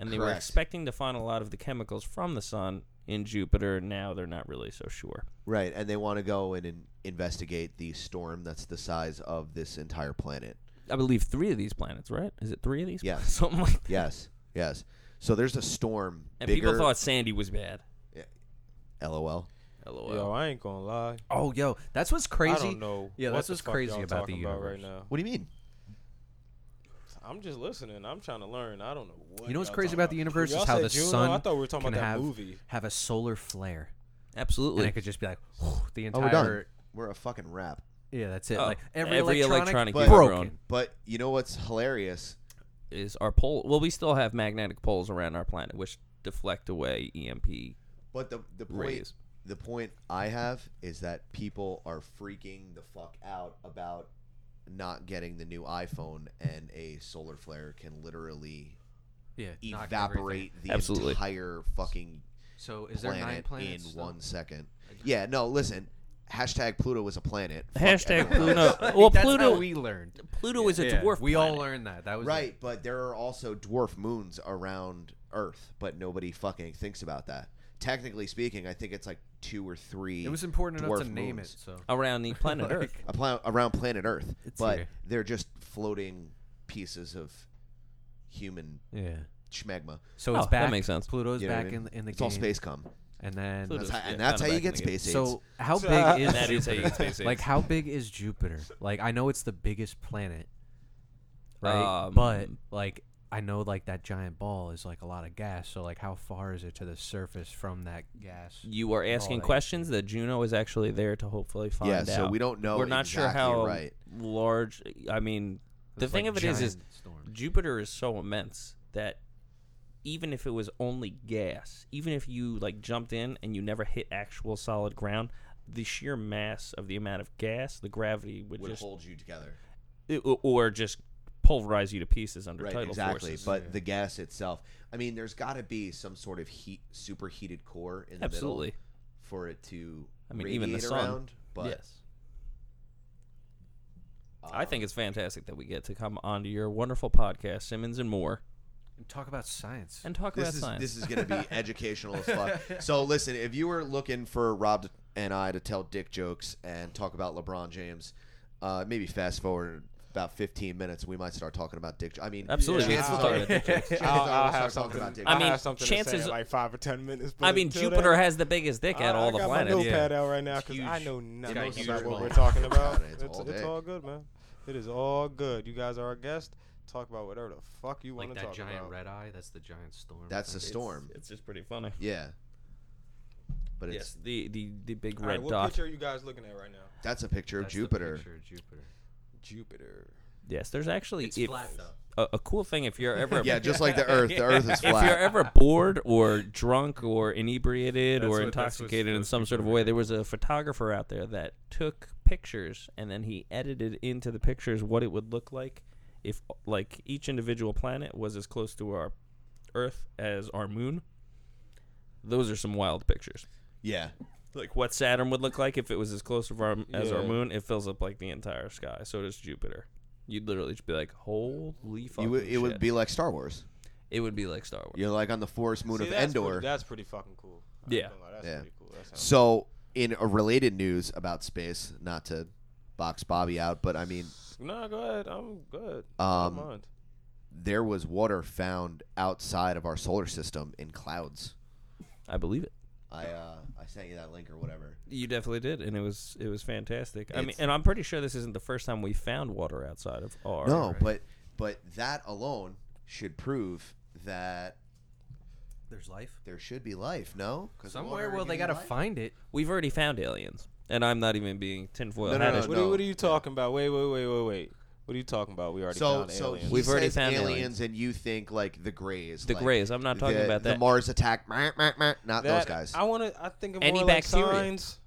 Speaker 4: and they were
Speaker 1: Correct.
Speaker 4: expecting to find a lot of the chemicals from the sun in Jupiter. Now they're not really so sure.
Speaker 1: Right, and they want to go in and investigate the storm that's the size of this entire planet.
Speaker 4: I believe three of these planets, right? Is it three of these?
Speaker 1: Yeah.
Speaker 4: planets? Something like that.
Speaker 1: Yes, yes. So there's a storm
Speaker 4: And
Speaker 1: bigger.
Speaker 4: people thought Sandy was bad.
Speaker 1: LOL.
Speaker 4: LOL.
Speaker 3: Yo, I ain't gonna lie.
Speaker 2: Oh, yo, that's what's crazy.
Speaker 3: I don't know.
Speaker 2: Yeah,
Speaker 3: what
Speaker 2: that's
Speaker 3: the
Speaker 2: what's
Speaker 3: fuck
Speaker 2: crazy
Speaker 3: y'all
Speaker 2: about the
Speaker 3: talking about right
Speaker 2: universe.
Speaker 3: now.
Speaker 1: What do you mean?
Speaker 3: I'm just listening. I'm trying to learn. I don't know what.
Speaker 2: You know what's
Speaker 3: y'all
Speaker 2: crazy
Speaker 3: talking
Speaker 2: about the universe
Speaker 3: Y'all
Speaker 2: is how
Speaker 3: said
Speaker 2: the
Speaker 3: Juno?
Speaker 2: sun
Speaker 3: I thought we were talking
Speaker 2: can
Speaker 3: about that
Speaker 2: have,
Speaker 3: movie.
Speaker 2: have a solar flare,
Speaker 4: Absolutely.
Speaker 2: and it could just be like
Speaker 1: Oh,
Speaker 2: the entire.
Speaker 1: we're done. We're a fucking rap.
Speaker 2: Yeah, that's it.
Speaker 4: Oh,
Speaker 2: like every,
Speaker 4: every electronic
Speaker 2: electronic,
Speaker 1: you've
Speaker 4: ever
Speaker 2: broken.
Speaker 4: owned.
Speaker 1: But you know what's hilarious?
Speaker 4: is our pole. Well, we still have magnetic poles around our planet, which deflect away EMP
Speaker 1: But the the point
Speaker 4: rays.
Speaker 1: the point I have is that people are freaking the fuck out about not getting the new iPhone and a solar flare can literally
Speaker 2: Yeah, knock everything.
Speaker 1: evaporate the
Speaker 4: Absolutely.
Speaker 1: entire fucking
Speaker 2: So is there
Speaker 1: planet
Speaker 2: nine planets
Speaker 1: in
Speaker 2: still?
Speaker 1: one second. Yeah, no, listen. Hashtag Pluto was a planet. Fuck
Speaker 4: Hashtag
Speaker 1: everyone
Speaker 4: Pluto.
Speaker 1: else.
Speaker 4: well,
Speaker 2: That's
Speaker 4: Pluto.
Speaker 2: how we learned.
Speaker 4: Pluto is a
Speaker 2: Yeah,
Speaker 4: dwarf.
Speaker 2: We all
Speaker 4: planet.
Speaker 2: learned that. That was it.
Speaker 1: Right, but there are also dwarf moons around Earth, but nobody fucking thinks about that. Technically speaking, I think it's like two or three.
Speaker 2: It was important enough
Speaker 1: dwarf
Speaker 2: to name it.
Speaker 1: moons
Speaker 2: So
Speaker 4: around the planet Earth.
Speaker 1: a pla- around planet Earth,
Speaker 2: It's
Speaker 1: but
Speaker 2: here.
Speaker 1: they're just floating pieces of human
Speaker 2: yeah.
Speaker 1: schmegma.
Speaker 2: So
Speaker 4: Oh,
Speaker 2: it's
Speaker 4: that
Speaker 2: back.
Speaker 4: makes sense.
Speaker 2: Pluto's
Speaker 1: You know what I
Speaker 2: back
Speaker 1: mean?
Speaker 2: in the- in the
Speaker 1: it's
Speaker 2: game.
Speaker 1: all space cum.
Speaker 2: And then
Speaker 4: Pluto's
Speaker 1: That's how, and
Speaker 4: yeah,
Speaker 1: that's how you
Speaker 4: kinda back
Speaker 1: get
Speaker 4: in the game.
Speaker 1: space
Speaker 2: So how big is
Speaker 4: That is how you
Speaker 2: Jupiter?
Speaker 4: get space
Speaker 2: like
Speaker 4: age.
Speaker 2: how big is Jupiter? Like I know it's the biggest planet, right?
Speaker 4: Um,
Speaker 2: but like I know like that giant ball is like a lot of gas. So like how far is it to the surface from that gas?
Speaker 4: You are asking
Speaker 2: that.
Speaker 4: questions that Juno is actually there to hopefully find
Speaker 1: yeah,
Speaker 4: out.
Speaker 1: so we don't know.
Speaker 4: We're not sure
Speaker 1: exactly
Speaker 4: how
Speaker 1: Right.
Speaker 4: large. I mean, The
Speaker 2: It's
Speaker 4: thing of
Speaker 2: like
Speaker 4: it is, is
Speaker 2: giant storms.
Speaker 4: Jupiter is so immense that even if it was only gas, even if you like jumped in and you never hit actual solid ground, the sheer mass of the amount of gas, the gravity would,
Speaker 1: would
Speaker 4: just
Speaker 1: hold you together.
Speaker 4: it- o- or just pulverize you to pieces under
Speaker 1: Right,
Speaker 4: tidal
Speaker 1: exactly.
Speaker 4: forces.
Speaker 1: But the gas itself, I mean, there's got to be some sort of heat, superheated core in the
Speaker 4: Absolutely.
Speaker 1: middle for it to
Speaker 4: I mean,
Speaker 1: radiate
Speaker 4: even the sun.
Speaker 1: around. But uh,
Speaker 4: yes. I think it's fantastic that we get to come onto your wonderful podcast, Simmons and Moore,
Speaker 2: And talk about science.
Speaker 4: and talk
Speaker 1: this
Speaker 4: about
Speaker 1: is
Speaker 4: science.
Speaker 1: this is going to be educational as fuck. So listen, if you were looking for Rob and I to tell dick jokes and talk about LeBron James, uh, maybe fast forward about 15 minutes, we might start talking about dick. jo- I mean,
Speaker 4: Absolutely,
Speaker 1: chances
Speaker 3: we can
Speaker 1: are-
Speaker 3: start
Speaker 4: talking about dick
Speaker 1: chances
Speaker 3: I'll,
Speaker 1: are
Speaker 3: I'll
Speaker 1: we'll start
Speaker 3: have something.
Speaker 1: talking about dick
Speaker 4: I
Speaker 1: jokes.
Speaker 3: I'll
Speaker 4: mean,
Speaker 3: have something to say
Speaker 4: chances-
Speaker 3: in like five or ten minutes. but
Speaker 4: I mean,
Speaker 3: until
Speaker 4: Jupiter
Speaker 3: then-
Speaker 4: has the biggest dick out of
Speaker 3: I-
Speaker 4: all
Speaker 3: I
Speaker 4: the
Speaker 3: got
Speaker 4: planet.
Speaker 3: My
Speaker 2: Yeah.
Speaker 3: notepad out right now
Speaker 2: It's
Speaker 3: because I know nothing
Speaker 1: huge
Speaker 3: about what
Speaker 1: one.
Speaker 3: we're talking about.
Speaker 1: It's
Speaker 3: it's, it's,
Speaker 1: all
Speaker 3: all
Speaker 1: day.
Speaker 3: good, man. It is all good. You guys are our guest. Talk about whatever the fuck you want
Speaker 2: like
Speaker 3: to
Speaker 2: that
Speaker 3: talk
Speaker 2: giant
Speaker 3: about.
Speaker 2: red eye. That's the giant storm.
Speaker 1: That's the
Speaker 2: thing.
Speaker 1: storm.
Speaker 4: It's just pretty funny.
Speaker 1: Yeah, but it's
Speaker 4: Yes, the the the big
Speaker 3: All
Speaker 4: red
Speaker 3: right, what
Speaker 4: dot.
Speaker 3: picture are you guys looking at right now?
Speaker 1: that's a picture of
Speaker 2: That's the
Speaker 1: Jupiter.
Speaker 2: picture of Jupiter.
Speaker 3: Jupiter.
Speaker 4: Yes, there's actually if-
Speaker 2: though.
Speaker 4: a, a cool thing if you're ever
Speaker 1: Yeah, just like the Earth. The Earth is
Speaker 4: if
Speaker 1: flat.
Speaker 4: you're ever bored or drunk or inebriated
Speaker 5: That's
Speaker 4: or
Speaker 5: what- that's what's
Speaker 4: intoxicated in
Speaker 5: supposed
Speaker 4: some
Speaker 5: to
Speaker 4: sort of
Speaker 5: be
Speaker 4: way,
Speaker 5: weird.
Speaker 4: there was a photographer out there that took pictures and then he edited into the pictures what it would look like if like each individual planet was as close to our Earth as our moon. Those are some wild pictures.
Speaker 1: yeah,
Speaker 4: Like what Saturn would look like if it was as close of our, as our
Speaker 3: Yeah.
Speaker 4: moon, it fills up like the entire sky. So does Jupiter. You'd literally just be like, "Holy fuck!"
Speaker 1: you would, it would be like Star Wars.
Speaker 4: It would be like Star Wars.
Speaker 1: You're like on the forest moon of Endor.
Speaker 3: that's pretty fucking cool.
Speaker 4: I ain't Yeah. gonna
Speaker 3: That's
Speaker 1: Yeah. pretty
Speaker 3: pretty cool.
Speaker 1: So, in a related news about space, not to box Bobby out, but I mean,
Speaker 3: no, go ahead. I'm good.
Speaker 1: Um, there was water found outside of our solar system in clouds.
Speaker 4: I believe it.
Speaker 1: I uh, I sent you that link or whatever.
Speaker 4: You definitely did, and it was it was fantastic. I mean,
Speaker 1: It's-
Speaker 4: and I'm pretty sure this isn't the first time we found water outside of our.
Speaker 1: no, but but that alone should prove that
Speaker 2: There's life.
Speaker 1: there should be life. No, 'Cause
Speaker 2: Somewhere,
Speaker 1: water
Speaker 2: well, they
Speaker 1: gives you
Speaker 2: gotta
Speaker 1: life?
Speaker 2: find it.
Speaker 4: we've already found aliens, and I'm not even being tinfoil
Speaker 1: No, no,
Speaker 4: hattish.
Speaker 1: no,
Speaker 3: What, are, what are you talking about? Wait, wait, wait, wait, wait. What are you talking about? We already
Speaker 1: So,
Speaker 3: found
Speaker 1: so
Speaker 3: aliens.
Speaker 1: he
Speaker 4: We've already
Speaker 1: says
Speaker 4: found
Speaker 1: aliens,
Speaker 4: aliens.
Speaker 1: and you think like the Greys,
Speaker 4: The
Speaker 1: like,
Speaker 4: Greys, I'm not talking
Speaker 1: the-
Speaker 4: about
Speaker 1: The
Speaker 4: that.
Speaker 1: Mars attack, meh, meh, meh, not those
Speaker 3: That-
Speaker 1: guys.
Speaker 3: I want to. I think of
Speaker 4: Any
Speaker 3: more like
Speaker 4: bacteria.
Speaker 3: signs.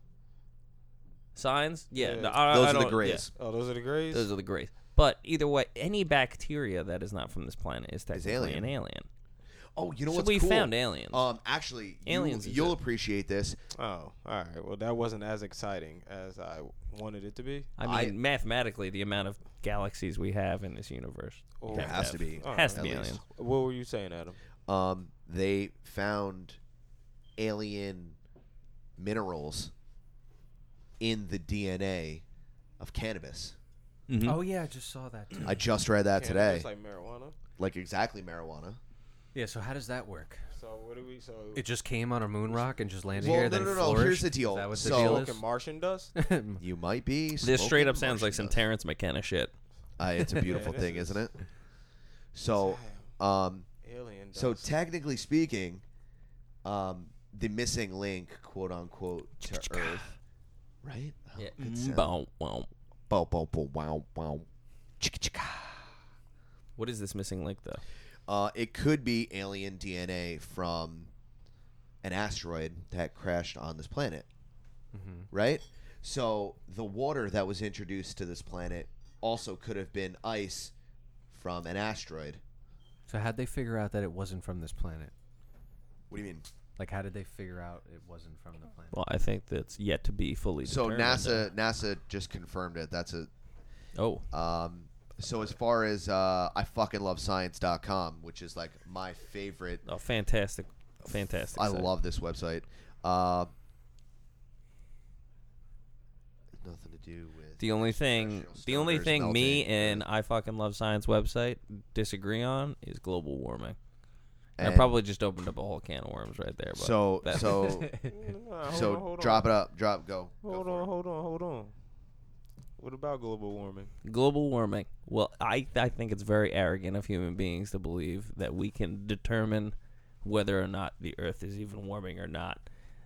Speaker 4: Signs, yeah,
Speaker 3: Yeah.
Speaker 4: no, I-
Speaker 1: those
Speaker 4: I
Speaker 1: are the
Speaker 4: don't-
Speaker 1: Greys.
Speaker 3: Oh, those are the grays.
Speaker 4: yeah, those are the grays. But either way, any bacteria that is not from this planet is technically
Speaker 1: alien.
Speaker 4: an alien.
Speaker 1: Oh, you know
Speaker 4: So
Speaker 1: what's
Speaker 4: we
Speaker 1: cool?
Speaker 4: found aliens.
Speaker 1: Um, actually, aliens.
Speaker 4: Aliens
Speaker 1: You, will
Speaker 4: exist.
Speaker 1: appreciate this.
Speaker 3: oh, all right. Well, that wasn't as exciting as I wanted it to be.
Speaker 4: I mean,
Speaker 1: I-
Speaker 4: mathematically, the amount of galaxies we have in this universe
Speaker 3: Or
Speaker 1: There has to be.
Speaker 3: Oh,
Speaker 4: has to
Speaker 1: at
Speaker 4: be
Speaker 1: least.
Speaker 4: aliens.
Speaker 3: What were you saying, Adam?
Speaker 1: Um, they found alien minerals in the DNA of cannabis.
Speaker 4: Mhm.
Speaker 2: Oh yeah, I just saw that. Too.
Speaker 1: I just read that today.
Speaker 3: It's
Speaker 1: Like,
Speaker 3: like marijuana.
Speaker 1: exactly marijuana.
Speaker 2: Yeah. So how does that work?
Speaker 3: So what do we? So
Speaker 2: It just came on a moon rock and just landed
Speaker 1: Well, no,
Speaker 2: here. then
Speaker 1: no, no,
Speaker 2: Flourished?
Speaker 1: here's the deal.
Speaker 2: Is that what the
Speaker 1: So-
Speaker 3: smoking
Speaker 2: deal
Speaker 3: Martian dust.
Speaker 2: is?
Speaker 1: You might be.
Speaker 4: This straight
Speaker 1: smoking
Speaker 4: up sounds like
Speaker 1: Martian
Speaker 4: some
Speaker 1: dust.
Speaker 4: Terrence McKenna shit.
Speaker 1: Uh, it's a beautiful
Speaker 3: Yeah, this
Speaker 1: thing,
Speaker 3: is-
Speaker 1: isn't it? So, um,
Speaker 3: Alien. Dust.
Speaker 1: so technically speaking, um, the missing link, quote unquote, to Earth, right? Oh, good sound.
Speaker 4: Bow, wow.
Speaker 1: Bow, bow, bow, wow, wow. Chicka, chicka.
Speaker 4: What is this missing link though?
Speaker 1: Uh, it could be alien DNA from an asteroid that crashed on this planet, right? So the water that was introduced to this planet also could have been ice from an asteroid.
Speaker 2: so how'd they figure out that it wasn't from this planet?
Speaker 1: What do you mean?
Speaker 2: Like, how did they figure out it wasn't from the planet?
Speaker 4: Well, I think that's yet to be fully.
Speaker 1: So
Speaker 4: determined.
Speaker 1: NASA, NASA just confirmed it. That's a
Speaker 4: Oh,
Speaker 1: Um, so as far as uh, I fucking love science.com, which is like my favorite.
Speaker 4: oh, fantastic, fantastic!
Speaker 1: I
Speaker 4: site.
Speaker 1: love this website. Uh, nothing to do with
Speaker 4: the only thing.
Speaker 1: Professional
Speaker 4: The only
Speaker 1: stoners
Speaker 4: thing me
Speaker 1: melting,
Speaker 4: and I fucking love science website disagree on is global warming. I
Speaker 1: And
Speaker 4: probably just opened up a whole can of worms right there. But
Speaker 1: so
Speaker 4: that-
Speaker 1: so
Speaker 3: Mm, Nah, hold
Speaker 1: so
Speaker 3: on, hold
Speaker 1: drop
Speaker 3: on.
Speaker 1: it up, drop go. go
Speaker 3: Hold
Speaker 1: for
Speaker 3: on,
Speaker 1: it.
Speaker 3: hold on, hold on. What about global warming?
Speaker 4: global warming. Well, I I think it's very arrogant of human beings to believe that we can determine whether or not the Earth is even warming or not.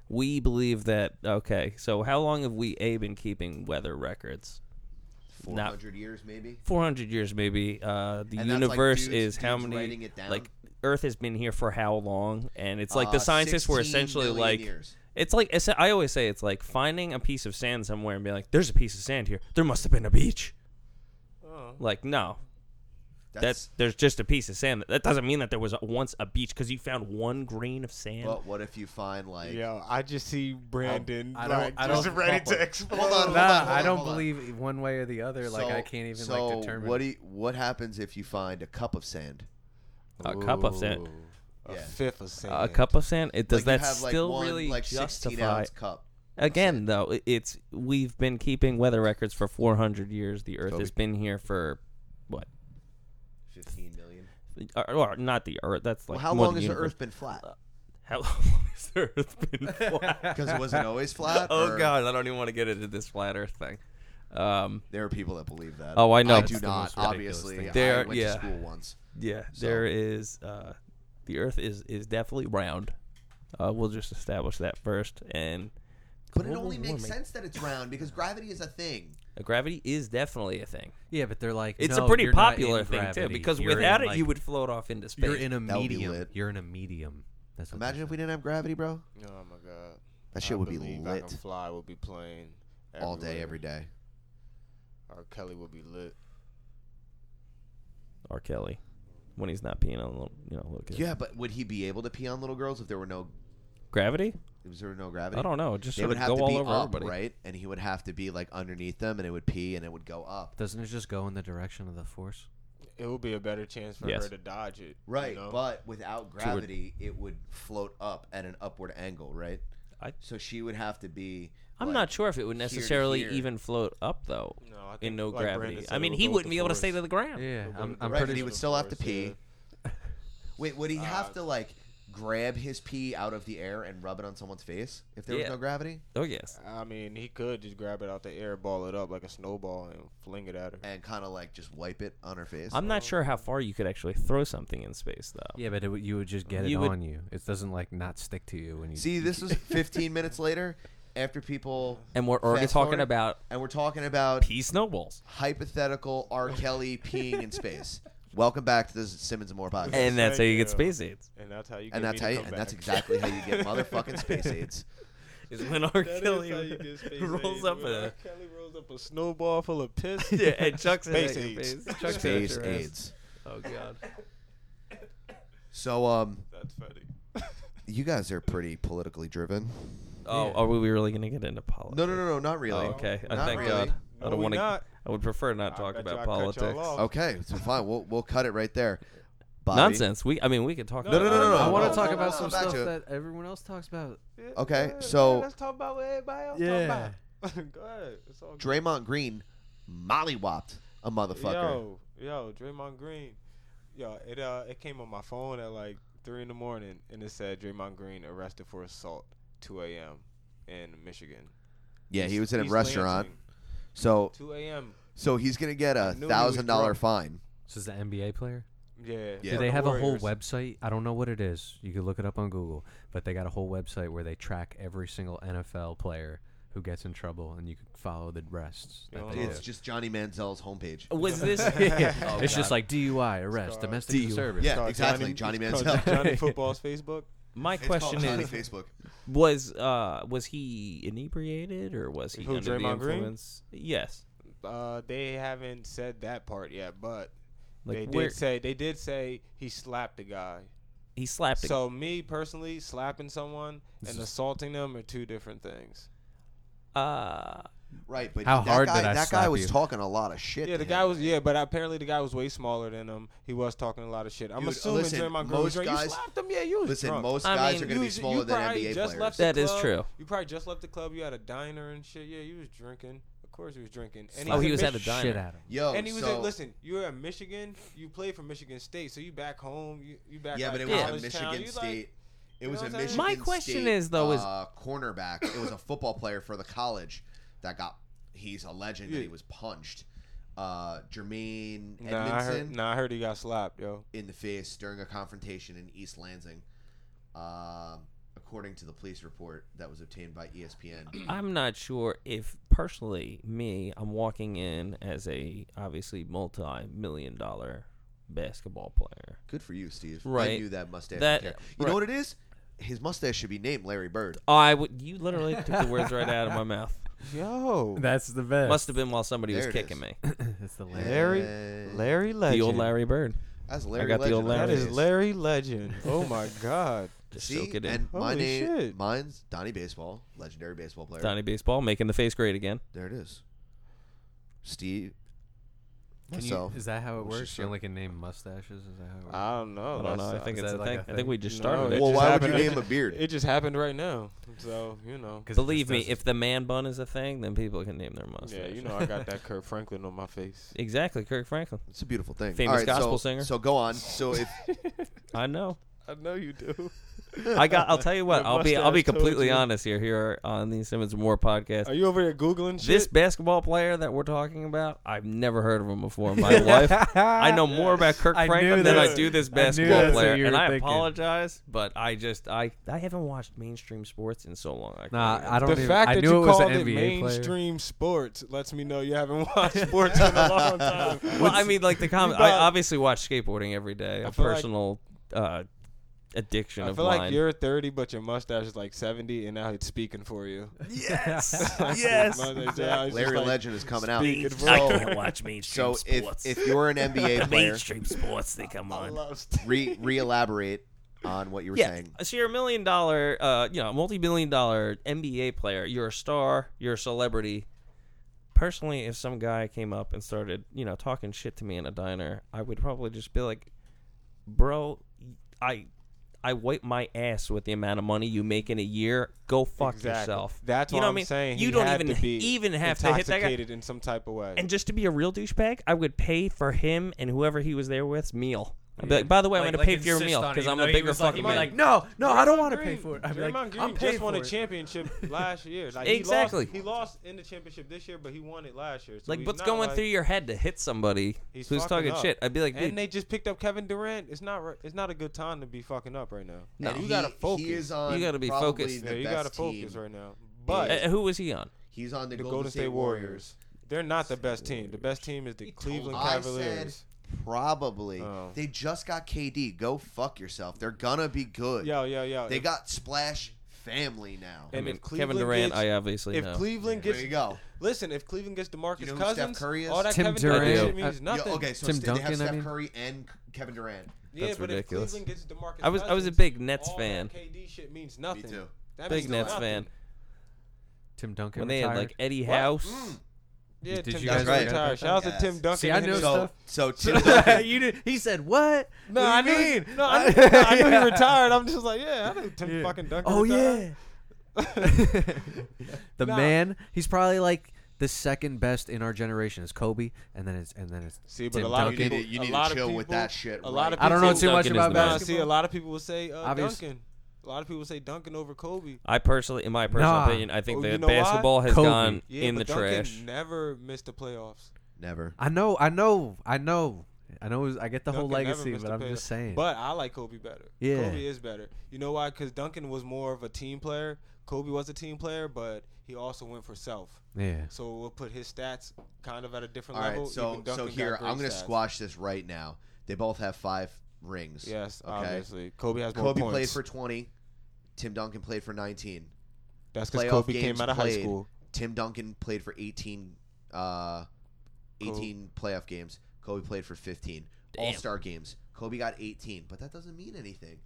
Speaker 4: We believe that. Okay, so how long have we a been keeping weather records?
Speaker 1: four hundred years, maybe.
Speaker 4: 400 years maybe uh the
Speaker 1: And that's, like,
Speaker 4: universe
Speaker 1: dudes-
Speaker 4: is how
Speaker 1: dudes
Speaker 4: many
Speaker 1: writing it down?
Speaker 4: like earth has been here for how long and it's like the
Speaker 1: Uh,
Speaker 4: scientists were
Speaker 1: 16
Speaker 4: essentially
Speaker 1: million
Speaker 4: like
Speaker 1: years.
Speaker 4: it's like it's, i always say it's like finding a piece of sand somewhere and being like there's a piece of sand here there must have been a beach like no
Speaker 1: That's,
Speaker 4: that there's just a piece of sand that doesn't mean that there was once a beach because you found one grain of sand
Speaker 1: But what if you find like?
Speaker 3: Yo, I just see Brandon
Speaker 2: I don't-
Speaker 3: like,
Speaker 2: I
Speaker 3: just
Speaker 2: don't
Speaker 3: ready
Speaker 2: fuck with-
Speaker 3: to explode.
Speaker 1: Hold on,
Speaker 2: Nah,
Speaker 1: hold on, hold
Speaker 2: I
Speaker 1: on,
Speaker 2: don't
Speaker 1: hold on.
Speaker 2: believe one way or the other. Like I
Speaker 1: So-
Speaker 2: can't even
Speaker 1: so
Speaker 2: like determine.
Speaker 1: What do you, what happens if you find a cup of sand?
Speaker 4: a cup of sand
Speaker 3: A
Speaker 1: oh, Yeah.
Speaker 3: fifth of sand.
Speaker 4: a cup of sand it does
Speaker 1: Like, you
Speaker 4: that
Speaker 1: have, like,
Speaker 4: still
Speaker 1: one,
Speaker 4: really
Speaker 1: like 16
Speaker 4: justify
Speaker 1: ounce cup?
Speaker 4: Again, though, i- it's we've been keeping weather records for 400 years. The Earth has been here for what?
Speaker 1: Fifteen million.
Speaker 4: Or, or uh, not the Earth. That's like
Speaker 1: well, how
Speaker 4: more
Speaker 1: long
Speaker 4: the
Speaker 1: has the
Speaker 4: universe.
Speaker 1: Earth been flat?
Speaker 4: How long has the Earth been flat?
Speaker 1: Because it wasn't always flat.
Speaker 4: oh
Speaker 1: or-
Speaker 4: God, I don't even want to get into this flat Earth thing. Um,
Speaker 1: There are people that believe that.
Speaker 4: Oh, I know.
Speaker 1: I
Speaker 4: It's
Speaker 1: do
Speaker 4: the
Speaker 1: not.
Speaker 4: most ridiculous
Speaker 1: Obviously,
Speaker 4: thing.
Speaker 1: I
Speaker 4: There-
Speaker 1: went to
Speaker 4: yeah.
Speaker 1: school once.
Speaker 4: yeah,
Speaker 1: So-
Speaker 4: there is uh, the Earth is is definitely round. Uh, we'll just establish that first, and
Speaker 1: But it
Speaker 4: global
Speaker 1: only makes
Speaker 4: warming-
Speaker 1: sense that it's round because gravity is a thing.
Speaker 4: uh, Gravity is definitely a thing.
Speaker 2: yeah, but they're like
Speaker 4: It's
Speaker 2: "No,
Speaker 4: a pretty
Speaker 2: you're not
Speaker 4: popular
Speaker 2: in
Speaker 4: thing too,
Speaker 2: gravity.
Speaker 4: because
Speaker 2: You're
Speaker 4: without
Speaker 2: in,
Speaker 4: it, you
Speaker 2: like-
Speaker 4: would float off into space.
Speaker 2: You're in a
Speaker 1: That would be
Speaker 2: medium.
Speaker 1: lit.
Speaker 2: You're in a medium. That's what they
Speaker 1: Imagine if
Speaker 2: say.
Speaker 1: we didn't have gravity, bro.
Speaker 3: Oh my god.
Speaker 1: That shit
Speaker 3: I
Speaker 1: would be
Speaker 3: believe I can
Speaker 1: lit
Speaker 3: fly would be playing
Speaker 1: all day, every day.
Speaker 3: Or Kelly would be lit.
Speaker 4: R. Kelly when he's not peeing on little, you know, little kids.
Speaker 1: Yeah, but would he be able to pee on little girls if there were no?
Speaker 4: Gravity?
Speaker 1: If there were no gravity?
Speaker 4: I don't know. It Just
Speaker 1: They
Speaker 4: sort
Speaker 1: would
Speaker 4: of
Speaker 1: have
Speaker 4: go
Speaker 1: to
Speaker 4: all
Speaker 1: be
Speaker 4: over
Speaker 1: up,
Speaker 4: everybody.
Speaker 1: right? And he would have to be like underneath them, and it would pee, and it would go up.
Speaker 2: Doesn't it just go in the direction of the force?
Speaker 3: It would be a better chance for
Speaker 4: Yes.
Speaker 3: her to dodge it.
Speaker 1: Right,
Speaker 3: You know?
Speaker 1: but without gravity, it would float up at an upward angle, right?
Speaker 4: I-
Speaker 1: so she would have to be.
Speaker 4: I'm
Speaker 1: like-
Speaker 4: not sure if it would
Speaker 1: here to
Speaker 4: necessarily
Speaker 1: here.
Speaker 4: even float up though
Speaker 3: no, I think,
Speaker 4: in no
Speaker 3: like Brandon
Speaker 4: gravity.
Speaker 3: said,
Speaker 4: I
Speaker 3: it
Speaker 4: mean,
Speaker 3: would
Speaker 4: he
Speaker 3: go with the
Speaker 4: wouldn't be able to
Speaker 3: force.
Speaker 4: stay to the ground.
Speaker 2: Yeah, I'm, I'm
Speaker 1: Right, but
Speaker 2: pretty.
Speaker 1: he
Speaker 2: sure
Speaker 1: would still have to
Speaker 3: Force, yeah.
Speaker 1: pee. Wait, would he have
Speaker 3: Uh,
Speaker 1: to like grab his pee out of the air and rub it on someone's face if there was
Speaker 4: Yeah.
Speaker 1: no gravity?
Speaker 4: Oh yes.
Speaker 3: I mean, he could just grab it out the air, ball it up like a snowball, and fling it at her.
Speaker 1: And kind of like just wipe it on her face.
Speaker 4: I'm not sure how far you could actually throw something in space though.
Speaker 2: Yeah, but it, would- you would just get
Speaker 4: You
Speaker 2: it
Speaker 4: would-
Speaker 2: on you. It doesn't like not stick to you when you
Speaker 1: See,
Speaker 2: you
Speaker 1: this
Speaker 2: keep-
Speaker 1: was 15 minutes later after people.
Speaker 4: And we're already
Speaker 1: Fast
Speaker 4: talking
Speaker 1: forward.
Speaker 4: about
Speaker 1: And we're talking about
Speaker 4: pea snowballs.
Speaker 1: hypothetical R. Kelly peeing in space. Welcome back to the Simmons and More podcast.
Speaker 4: And that's how you get
Speaker 3: Yeah.
Speaker 4: space aids.
Speaker 3: And that's how you. Get
Speaker 1: And that's how you, and that's exactly how you get motherfucking space aids.
Speaker 4: Is when R. Kelly rolls up a
Speaker 3: Kelly rolls up a snowball full of piss.
Speaker 4: yeah, and chucks it
Speaker 3: Space
Speaker 4: at your
Speaker 3: aids.
Speaker 4: face. Chucks it at
Speaker 1: Space
Speaker 4: your ass.
Speaker 1: aids.
Speaker 4: Oh god.
Speaker 1: So um
Speaker 3: That's funny.
Speaker 1: you guys are pretty politically driven.
Speaker 4: Oh,
Speaker 2: Yeah.
Speaker 4: are we really gonna get into politics?
Speaker 1: No no no no not
Speaker 4: Oh,
Speaker 1: really.
Speaker 4: okay. Uh,
Speaker 1: Not
Speaker 4: thank
Speaker 1: really.
Speaker 4: God.
Speaker 3: No,
Speaker 4: I don't
Speaker 3: we
Speaker 4: want to.
Speaker 3: not.
Speaker 4: I would prefer not
Speaker 3: I
Speaker 4: talk
Speaker 3: bet
Speaker 4: about
Speaker 3: y'all cut y'all
Speaker 4: politics.
Speaker 3: off.
Speaker 1: Okay, so fine. We'll we'll cut it right there. Bobby.
Speaker 4: Nonsense. We. I mean, we could talk.
Speaker 3: No,
Speaker 4: about
Speaker 1: no, no, no, no.
Speaker 2: I want
Speaker 1: no,
Speaker 2: to talk
Speaker 1: no,
Speaker 2: about
Speaker 1: no,
Speaker 2: some
Speaker 1: back
Speaker 2: stuff
Speaker 1: to it.
Speaker 2: that everyone else talks about.
Speaker 3: Yeah,
Speaker 1: Okay,
Speaker 3: go ahead,
Speaker 1: so-
Speaker 3: let's talk about what everybody else
Speaker 2: Yeah.
Speaker 3: talking about. go ahead. It's all good.
Speaker 1: Draymond Green mollywopped a motherfucker.
Speaker 3: Yo, yo, Draymond Green. Yo, it uh, it came on my phone at like three in the morning, and it said Draymond Green arrested for assault, 2 a.m. in Michigan.
Speaker 1: yeah, he was in a
Speaker 3: East
Speaker 1: restaurant.
Speaker 3: Lansing,
Speaker 1: So
Speaker 3: 2 a.m.
Speaker 1: so he's gonna get a
Speaker 3: I knew he was
Speaker 1: thousand dollar
Speaker 3: drunk.
Speaker 1: fine.
Speaker 2: This is the NBA player.
Speaker 3: Yeah.
Speaker 1: Yeah.
Speaker 2: Do
Speaker 3: for
Speaker 2: they
Speaker 3: the
Speaker 2: have
Speaker 3: Warriors.
Speaker 2: a whole website? I don't know what it is. You could look it up on Google, but they got a whole website where they track every single NFL player who gets in trouble, and you could follow the arrests. that
Speaker 3: Yeah.
Speaker 2: they
Speaker 1: It's
Speaker 2: do.
Speaker 1: just Johnny Manziel's homepage.
Speaker 4: Oh.
Speaker 2: Oh,
Speaker 4: Was this? Oh,
Speaker 3: Yeah.
Speaker 2: it's just like DUI, arrest,
Speaker 3: called
Speaker 2: domestic
Speaker 4: DUI.
Speaker 2: disturbance.
Speaker 1: Yeah,
Speaker 3: Called
Speaker 1: exactly. Johnny,
Speaker 3: it's
Speaker 1: Manziel.
Speaker 3: called Johnny Football's Facebook.
Speaker 4: my
Speaker 1: It's called
Speaker 4: question
Speaker 1: Johnny
Speaker 4: is:
Speaker 1: Facebook.
Speaker 4: Was uh was he inebriated or was he
Speaker 3: Who,
Speaker 4: under the
Speaker 3: Draymond Green?
Speaker 4: influence? Yes.
Speaker 3: Uh, they haven't said that part yet, but
Speaker 4: Like
Speaker 3: they
Speaker 4: where
Speaker 3: did say they did say he slapped a guy.
Speaker 4: he slapped. a-
Speaker 3: So me personally, slapping someone and assaulting them are two different things.
Speaker 4: uh,
Speaker 1: Right, but
Speaker 2: How
Speaker 1: that
Speaker 2: hard
Speaker 1: guy,
Speaker 2: did I
Speaker 1: that guy
Speaker 2: slap
Speaker 1: was
Speaker 2: you?
Speaker 1: talking a lot of shit.
Speaker 3: Yeah,
Speaker 1: to
Speaker 3: the
Speaker 1: him.
Speaker 3: guy was yeah, but apparently the guy was way smaller than him. He was talking a lot of shit. I'm
Speaker 1: Dude,
Speaker 3: assuming
Speaker 1: listen,
Speaker 3: Draymond Green
Speaker 1: most
Speaker 3: was drunk. You
Speaker 1: guys-
Speaker 3: slapped him, yeah. You was
Speaker 1: Listen,
Speaker 3: drunk.
Speaker 1: most
Speaker 4: I
Speaker 1: guys
Speaker 4: mean,
Speaker 1: are going to
Speaker 3: You
Speaker 1: be
Speaker 3: was-
Speaker 1: smaller
Speaker 3: you
Speaker 1: than
Speaker 3: probably
Speaker 1: NBA
Speaker 3: just
Speaker 1: players.
Speaker 3: Left the
Speaker 4: That is
Speaker 3: club.
Speaker 4: true.
Speaker 3: You probably just left the club. You had a diner and shit. Yeah, you was drinking. Of course, he was drinking. And
Speaker 4: Oh, he was
Speaker 3: a
Speaker 4: at the
Speaker 3: Mich-
Speaker 4: diner.
Speaker 2: Shit at him.
Speaker 1: Yo,
Speaker 3: And he was
Speaker 1: Oh, so,
Speaker 3: in, listen. You were at Michigan. You played for Michigan State, so you back home. You, you back.
Speaker 1: Yeah,
Speaker 3: like,
Speaker 1: but it was a
Speaker 3: college town.
Speaker 1: Michigan
Speaker 3: You, like,
Speaker 1: State. It
Speaker 3: you
Speaker 1: was
Speaker 3: know
Speaker 1: a
Speaker 3: what I'm
Speaker 1: Michigan
Speaker 3: saying?
Speaker 4: My question
Speaker 1: State,
Speaker 4: is, though, is-
Speaker 1: uh, cornerback. It was a football player for the college that got. He's a legend that he
Speaker 3: Yeah.
Speaker 1: was punched. Uh, Jermaine
Speaker 3: Nah I,
Speaker 1: Edmondson
Speaker 3: heard, nah, I heard he got slapped, yo.
Speaker 1: in the face during a confrontation in East Lansing. Um, according to the police report that was obtained by E ESPN.
Speaker 4: I'm not sure if personally me, I'm walking in as a obviously multi-million dollar basketball player.
Speaker 1: Good for you, Steve. I
Speaker 4: Right.
Speaker 1: knew that mustache.
Speaker 4: That-
Speaker 1: would care. you know what it is? His mustache should be named Larry Bird.
Speaker 4: Oh, I would you literally took the words right out of my mouth.
Speaker 3: Yo,
Speaker 5: That's the best.
Speaker 4: Must have been while somebody
Speaker 1: There
Speaker 4: was
Speaker 1: it is.
Speaker 4: kicking me.
Speaker 2: it's the land.
Speaker 3: Larry,
Speaker 1: Hey.
Speaker 3: Larry Legend.
Speaker 4: The old Larry Bird.
Speaker 1: That's Larry.
Speaker 4: got
Speaker 1: Legend
Speaker 4: the old
Speaker 1: on my
Speaker 3: That is
Speaker 1: face.
Speaker 3: Larry Legend. Oh my God.
Speaker 4: Just
Speaker 1: See,
Speaker 4: soak it in.
Speaker 1: and my
Speaker 3: Holy
Speaker 1: name,
Speaker 3: shit.
Speaker 1: mine's Donnie Baseball, legendary baseball player.
Speaker 4: Donnie Baseball making the face great again.
Speaker 1: There it is. Steve.
Speaker 2: Can you-
Speaker 1: myself.
Speaker 2: is that how it
Speaker 1: What's your
Speaker 2: works? You only can name mustaches. Is that how it works?
Speaker 3: I don't know.
Speaker 4: I don't know.
Speaker 3: Oh, That's-
Speaker 4: I think
Speaker 2: is
Speaker 4: it's
Speaker 2: that
Speaker 4: a
Speaker 2: like
Speaker 4: thing.
Speaker 2: a
Speaker 4: I think
Speaker 2: thing?
Speaker 4: we Oh, just
Speaker 3: No,
Speaker 4: started.
Speaker 3: it
Speaker 4: it.
Speaker 1: well,
Speaker 3: just
Speaker 1: why would you
Speaker 3: happened.
Speaker 1: name a beard?
Speaker 3: It just happened right now. So you know.
Speaker 2: 'Cause it
Speaker 4: Believe
Speaker 2: just
Speaker 4: me,
Speaker 2: doesn't-
Speaker 4: if the man bun is a thing, then people can name their mustache.
Speaker 3: Yeah, you know I got that Kirk Franklin on my face.
Speaker 4: exactly, Kirk Franklin.
Speaker 1: It's a beautiful thing.
Speaker 4: Famous
Speaker 1: All right,
Speaker 4: gospel
Speaker 1: so,
Speaker 4: singer.
Speaker 1: So go on. So if
Speaker 4: I know.
Speaker 3: I know you do.
Speaker 4: I got. I'll tell you what.
Speaker 3: Your
Speaker 4: I'll be. I'll be
Speaker 3: mustache told
Speaker 4: completely
Speaker 3: you.
Speaker 4: honest here. Here on the Simmons and Moore podcast.
Speaker 3: Are you over here googling shit?
Speaker 4: This basketball player that we're talking about, I've never heard of him before in my life. I know more about Kirk
Speaker 5: I knew
Speaker 4: Franklin than I
Speaker 5: that-
Speaker 4: do this
Speaker 5: I knew
Speaker 4: basketball
Speaker 5: that's what
Speaker 4: player,
Speaker 5: you
Speaker 4: and
Speaker 5: were
Speaker 4: I
Speaker 5: thinking.
Speaker 4: apologize, but I just I I haven't watched mainstream sports in so long. I
Speaker 2: Nah,
Speaker 4: can't-
Speaker 2: I don't.
Speaker 3: the
Speaker 2: even,
Speaker 3: fact
Speaker 2: I
Speaker 3: that
Speaker 2: knew
Speaker 3: you
Speaker 2: it was
Speaker 3: called
Speaker 2: an
Speaker 3: it
Speaker 2: NBA player.
Speaker 3: mainstream sports lets me know you haven't watched sports in a long time.
Speaker 4: well, I mean, like the comment. I
Speaker 3: got-
Speaker 4: obviously watch skateboarding every day. A
Speaker 3: feel like-
Speaker 4: personal uh, addiction
Speaker 3: I
Speaker 4: of
Speaker 3: feel
Speaker 4: mine.
Speaker 3: like you're 30, but your mustache is like 70, and now it's speaking for you.
Speaker 4: yes,
Speaker 3: "Oh,
Speaker 1: Larry Legend is coming out.
Speaker 3: Speaking for
Speaker 1: I
Speaker 3: all.
Speaker 1: can't
Speaker 4: watch mainstream
Speaker 1: So if if you're an NBA player,
Speaker 4: sports, they come
Speaker 3: I love
Speaker 1: re re elaborate on what you were
Speaker 4: Yeah, uh,
Speaker 1: saying.
Speaker 4: so you're a million dollar, uh, you know, multi-billion dollar NBA player. You're a star. You're a celebrity. Personally, if some guy came up and started, you know, talking shit to me in a diner, I would probably just be like, "Bro, I, I wipe my ass with the amount of money you make in a year. Go fuck
Speaker 3: Exactly.
Speaker 4: yourself."
Speaker 3: That's
Speaker 4: you
Speaker 3: what I'm
Speaker 4: know what I mean?
Speaker 3: saying.
Speaker 4: You
Speaker 3: He
Speaker 4: don't
Speaker 3: had
Speaker 4: even
Speaker 3: to be
Speaker 4: even have to hit that guy.
Speaker 3: intoxicated in some type of way.
Speaker 4: And just to be a real douchebag, I would pay for him and whoever he was there with's meal. I'd be like, by the way, I'm gonna pay for your meal because I'm a bigger fucking man.
Speaker 2: Like, no, no, I don't want to pay
Speaker 3: Green-
Speaker 2: for it. I'd be
Speaker 3: Draymond
Speaker 2: like,
Speaker 3: Green
Speaker 2: I'm paying
Speaker 3: just
Speaker 2: for
Speaker 3: won a
Speaker 2: it.
Speaker 3: championship last year. Like,
Speaker 4: Exactly.
Speaker 3: He lost, he lost in the championship this year, but he won it last year. So
Speaker 4: Like,
Speaker 3: he's
Speaker 4: what's
Speaker 3: not
Speaker 4: going
Speaker 3: like-
Speaker 4: through your head to hit somebody
Speaker 3: He's
Speaker 4: who's
Speaker 3: fucking
Speaker 4: talking
Speaker 3: up.
Speaker 4: shit? I'd be like, dude,
Speaker 3: And they just picked up Kevin Durant. It's not. ri- It's not a good time to be fucking up right now.
Speaker 4: No.
Speaker 1: And
Speaker 3: you
Speaker 1: he-
Speaker 3: gotta focus.
Speaker 1: He is on
Speaker 4: You gotta be
Speaker 1: probably
Speaker 4: focused.
Speaker 1: the
Speaker 3: yeah, you
Speaker 1: best
Speaker 3: gotta focus
Speaker 1: team.
Speaker 3: right now. But
Speaker 4: uh, who was he on?
Speaker 1: He's on the,
Speaker 3: the Golden State Warriors, they're not the best team. The best team is the Cleveland
Speaker 1: I said
Speaker 3: Cavaliers.
Speaker 1: probably.
Speaker 3: Oh.
Speaker 1: They just got KD. Go fuck yourself. They're gonna be good.
Speaker 3: Yo, yo, yo.
Speaker 1: They
Speaker 3: if-
Speaker 1: got Splash Family now.
Speaker 3: And
Speaker 4: I mean,
Speaker 3: if
Speaker 4: Kevin
Speaker 3: Cleveland
Speaker 4: Durant,
Speaker 3: gets-
Speaker 4: I obviously
Speaker 3: if
Speaker 4: know.
Speaker 3: Cleveland
Speaker 1: There
Speaker 3: gets
Speaker 1: you go.
Speaker 3: listen, if Cleveland gets DeMarcus
Speaker 1: You know who Steph
Speaker 3: Cousins,
Speaker 1: Curry is?
Speaker 3: all that
Speaker 2: Tim
Speaker 3: Kevin Durant,
Speaker 2: Durant.
Speaker 3: shit means
Speaker 2: Uh,
Speaker 1: Yo,
Speaker 3: nothing.
Speaker 1: okay, so
Speaker 2: Tim
Speaker 1: St- they
Speaker 2: Duncan,
Speaker 1: have
Speaker 2: I
Speaker 1: Steph
Speaker 2: mean?
Speaker 1: Curry and K- Kevin Durant.
Speaker 3: Yeah,
Speaker 4: That's
Speaker 3: but
Speaker 4: ridiculous.
Speaker 3: if Cleveland gets DeMarcus
Speaker 4: I was- I was a
Speaker 3: Cousins,
Speaker 4: big Nets
Speaker 3: all
Speaker 4: fan.
Speaker 3: That KD shit means nothing.
Speaker 1: too.
Speaker 3: That
Speaker 4: Big
Speaker 3: means
Speaker 4: Nets
Speaker 3: nothing.
Speaker 4: fan.
Speaker 2: Tim Duncan
Speaker 4: When they had
Speaker 2: retired.
Speaker 4: like Eddie
Speaker 3: What? Mm.
Speaker 4: House,
Speaker 3: Yeah,
Speaker 2: Did
Speaker 3: Tim
Speaker 2: you
Speaker 1: guys
Speaker 3: Duncan
Speaker 1: forget
Speaker 3: retired.
Speaker 2: about
Speaker 3: Shout out
Speaker 1: that?
Speaker 3: to Tim
Speaker 1: Yes.
Speaker 3: Duncan.
Speaker 2: See, I
Speaker 3: and
Speaker 2: knew
Speaker 3: his-
Speaker 1: So,
Speaker 2: stuff.
Speaker 1: so Tim Duncan.
Speaker 2: you did, he said what?
Speaker 3: No, I
Speaker 2: What do
Speaker 3: knew.
Speaker 2: you
Speaker 3: No, I, knew- no, I knew he retired. I'm just like, yeah, I knew Tim
Speaker 2: Yeah.
Speaker 3: fucking Duncan.
Speaker 2: Oh yeah.
Speaker 3: retired.
Speaker 2: the
Speaker 3: Nah.
Speaker 2: man, he's probably like the second best in our generation is Kobe, and then it's and then it's
Speaker 3: See, but
Speaker 2: Tim
Speaker 3: a lot
Speaker 2: Duncan.
Speaker 3: of people,
Speaker 1: You need to- you need
Speaker 3: a
Speaker 1: to
Speaker 3: lot of
Speaker 1: chill
Speaker 3: people,
Speaker 1: with that shit
Speaker 3: A lot of
Speaker 2: I
Speaker 3: people,
Speaker 2: don't know too
Speaker 4: Tim
Speaker 2: much
Speaker 4: Duncan
Speaker 2: about
Speaker 4: is the man.
Speaker 3: Nah,
Speaker 2: basketball.
Speaker 3: see, a lot of people will say uh,
Speaker 2: Obvious-
Speaker 3: Duncan. A lot of people say Duncan over Kobe.
Speaker 4: I personally, in my personal
Speaker 2: Nah.
Speaker 4: opinion, I think
Speaker 3: Oh,
Speaker 4: that
Speaker 3: you know
Speaker 4: basketball has
Speaker 2: Kobe.
Speaker 4: gone
Speaker 3: Yeah,
Speaker 4: in the
Speaker 3: but Duncan
Speaker 4: trash.
Speaker 3: Never missed the playoffs.
Speaker 1: Never.
Speaker 2: I know, I know, I know, I know. it was- I get the whole
Speaker 3: Duncan never
Speaker 2: legacy,
Speaker 3: missed
Speaker 2: but
Speaker 3: a
Speaker 2: I'm
Speaker 3: playoff.
Speaker 2: just saying.
Speaker 3: But I like Kobe better.
Speaker 2: Yeah.
Speaker 3: Kobe is better. You know why? Because Duncan was more of a team player. Kobe was a team player, but he also went for self.
Speaker 2: yeah,
Speaker 3: So we'll put his stats kind of at a different
Speaker 1: All right,
Speaker 3: level.
Speaker 1: so
Speaker 3: even
Speaker 1: so
Speaker 3: Duncan got
Speaker 1: here
Speaker 3: great
Speaker 1: I'm gonna
Speaker 3: stats.
Speaker 1: squash this right now. They both have five rings.
Speaker 3: Yes,
Speaker 1: Okay.
Speaker 3: obviously. Kobe has more
Speaker 1: Kobe
Speaker 3: points.
Speaker 1: played for 20. Tim Duncan played for 19.
Speaker 3: That's because
Speaker 1: playoff
Speaker 3: Kobe
Speaker 1: games
Speaker 3: came out of high
Speaker 1: played.
Speaker 3: school.
Speaker 1: Tim Duncan played for 18, uh, 18 playoff games. Kobe played for 15 All Star games. Kobe got 18, but that doesn't mean anything.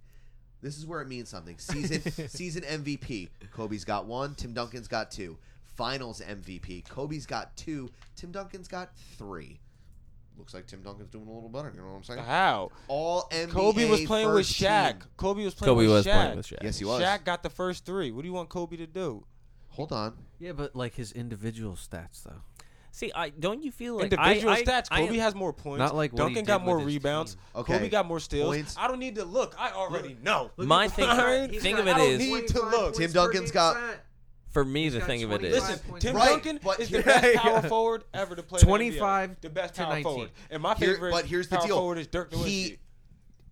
Speaker 1: This is where it means something. Season season MVP. Kobe's got one. Tim Duncan's got two. Finals MVP. Kobe's got two. Tim Duncan's got three. Looks like Tim Duncan's doing a little better. You know what I'm saying?
Speaker 3: How?
Speaker 1: All NBA.
Speaker 3: Uh, Kobe was playing with
Speaker 1: first
Speaker 3: Shaq.
Speaker 1: team.
Speaker 3: Kobe was playing
Speaker 4: Kobe
Speaker 3: with
Speaker 4: was
Speaker 3: Shaq.
Speaker 4: playing with Shaq.
Speaker 1: Yes, he was.
Speaker 3: Shaq got the first three. What do you want Kobe to do?
Speaker 1: Hold on.
Speaker 2: yeah, but like his individual stats though.
Speaker 4: See, I don't you feel like I-
Speaker 3: Individual
Speaker 4: I-
Speaker 3: stats.
Speaker 4: I am-
Speaker 3: Kobe has more points.
Speaker 2: Not like what he
Speaker 3: Duncan
Speaker 2: did
Speaker 3: got
Speaker 2: with
Speaker 3: more
Speaker 2: his
Speaker 3: rebounds.
Speaker 2: team.
Speaker 1: Okay.
Speaker 3: Kobe got more steals.
Speaker 1: Points.
Speaker 3: I don't need to look. I already know.
Speaker 4: My thing, think of it
Speaker 3: I don't
Speaker 4: is,
Speaker 3: need to look.
Speaker 1: Tim Duncan's got
Speaker 4: for me, the thing of it is,
Speaker 3: Listen, Tim
Speaker 1: Right,
Speaker 3: Duncan
Speaker 1: but-
Speaker 3: is the best
Speaker 2: Right.
Speaker 3: power forward ever to play. in the NBA.
Speaker 2: 25
Speaker 3: the best
Speaker 2: to
Speaker 3: power
Speaker 2: 19.
Speaker 3: forward. And my
Speaker 1: Here-
Speaker 3: favorite
Speaker 1: but here's the
Speaker 3: power
Speaker 1: deal.
Speaker 3: forward is Dirk Nowitzki.
Speaker 1: He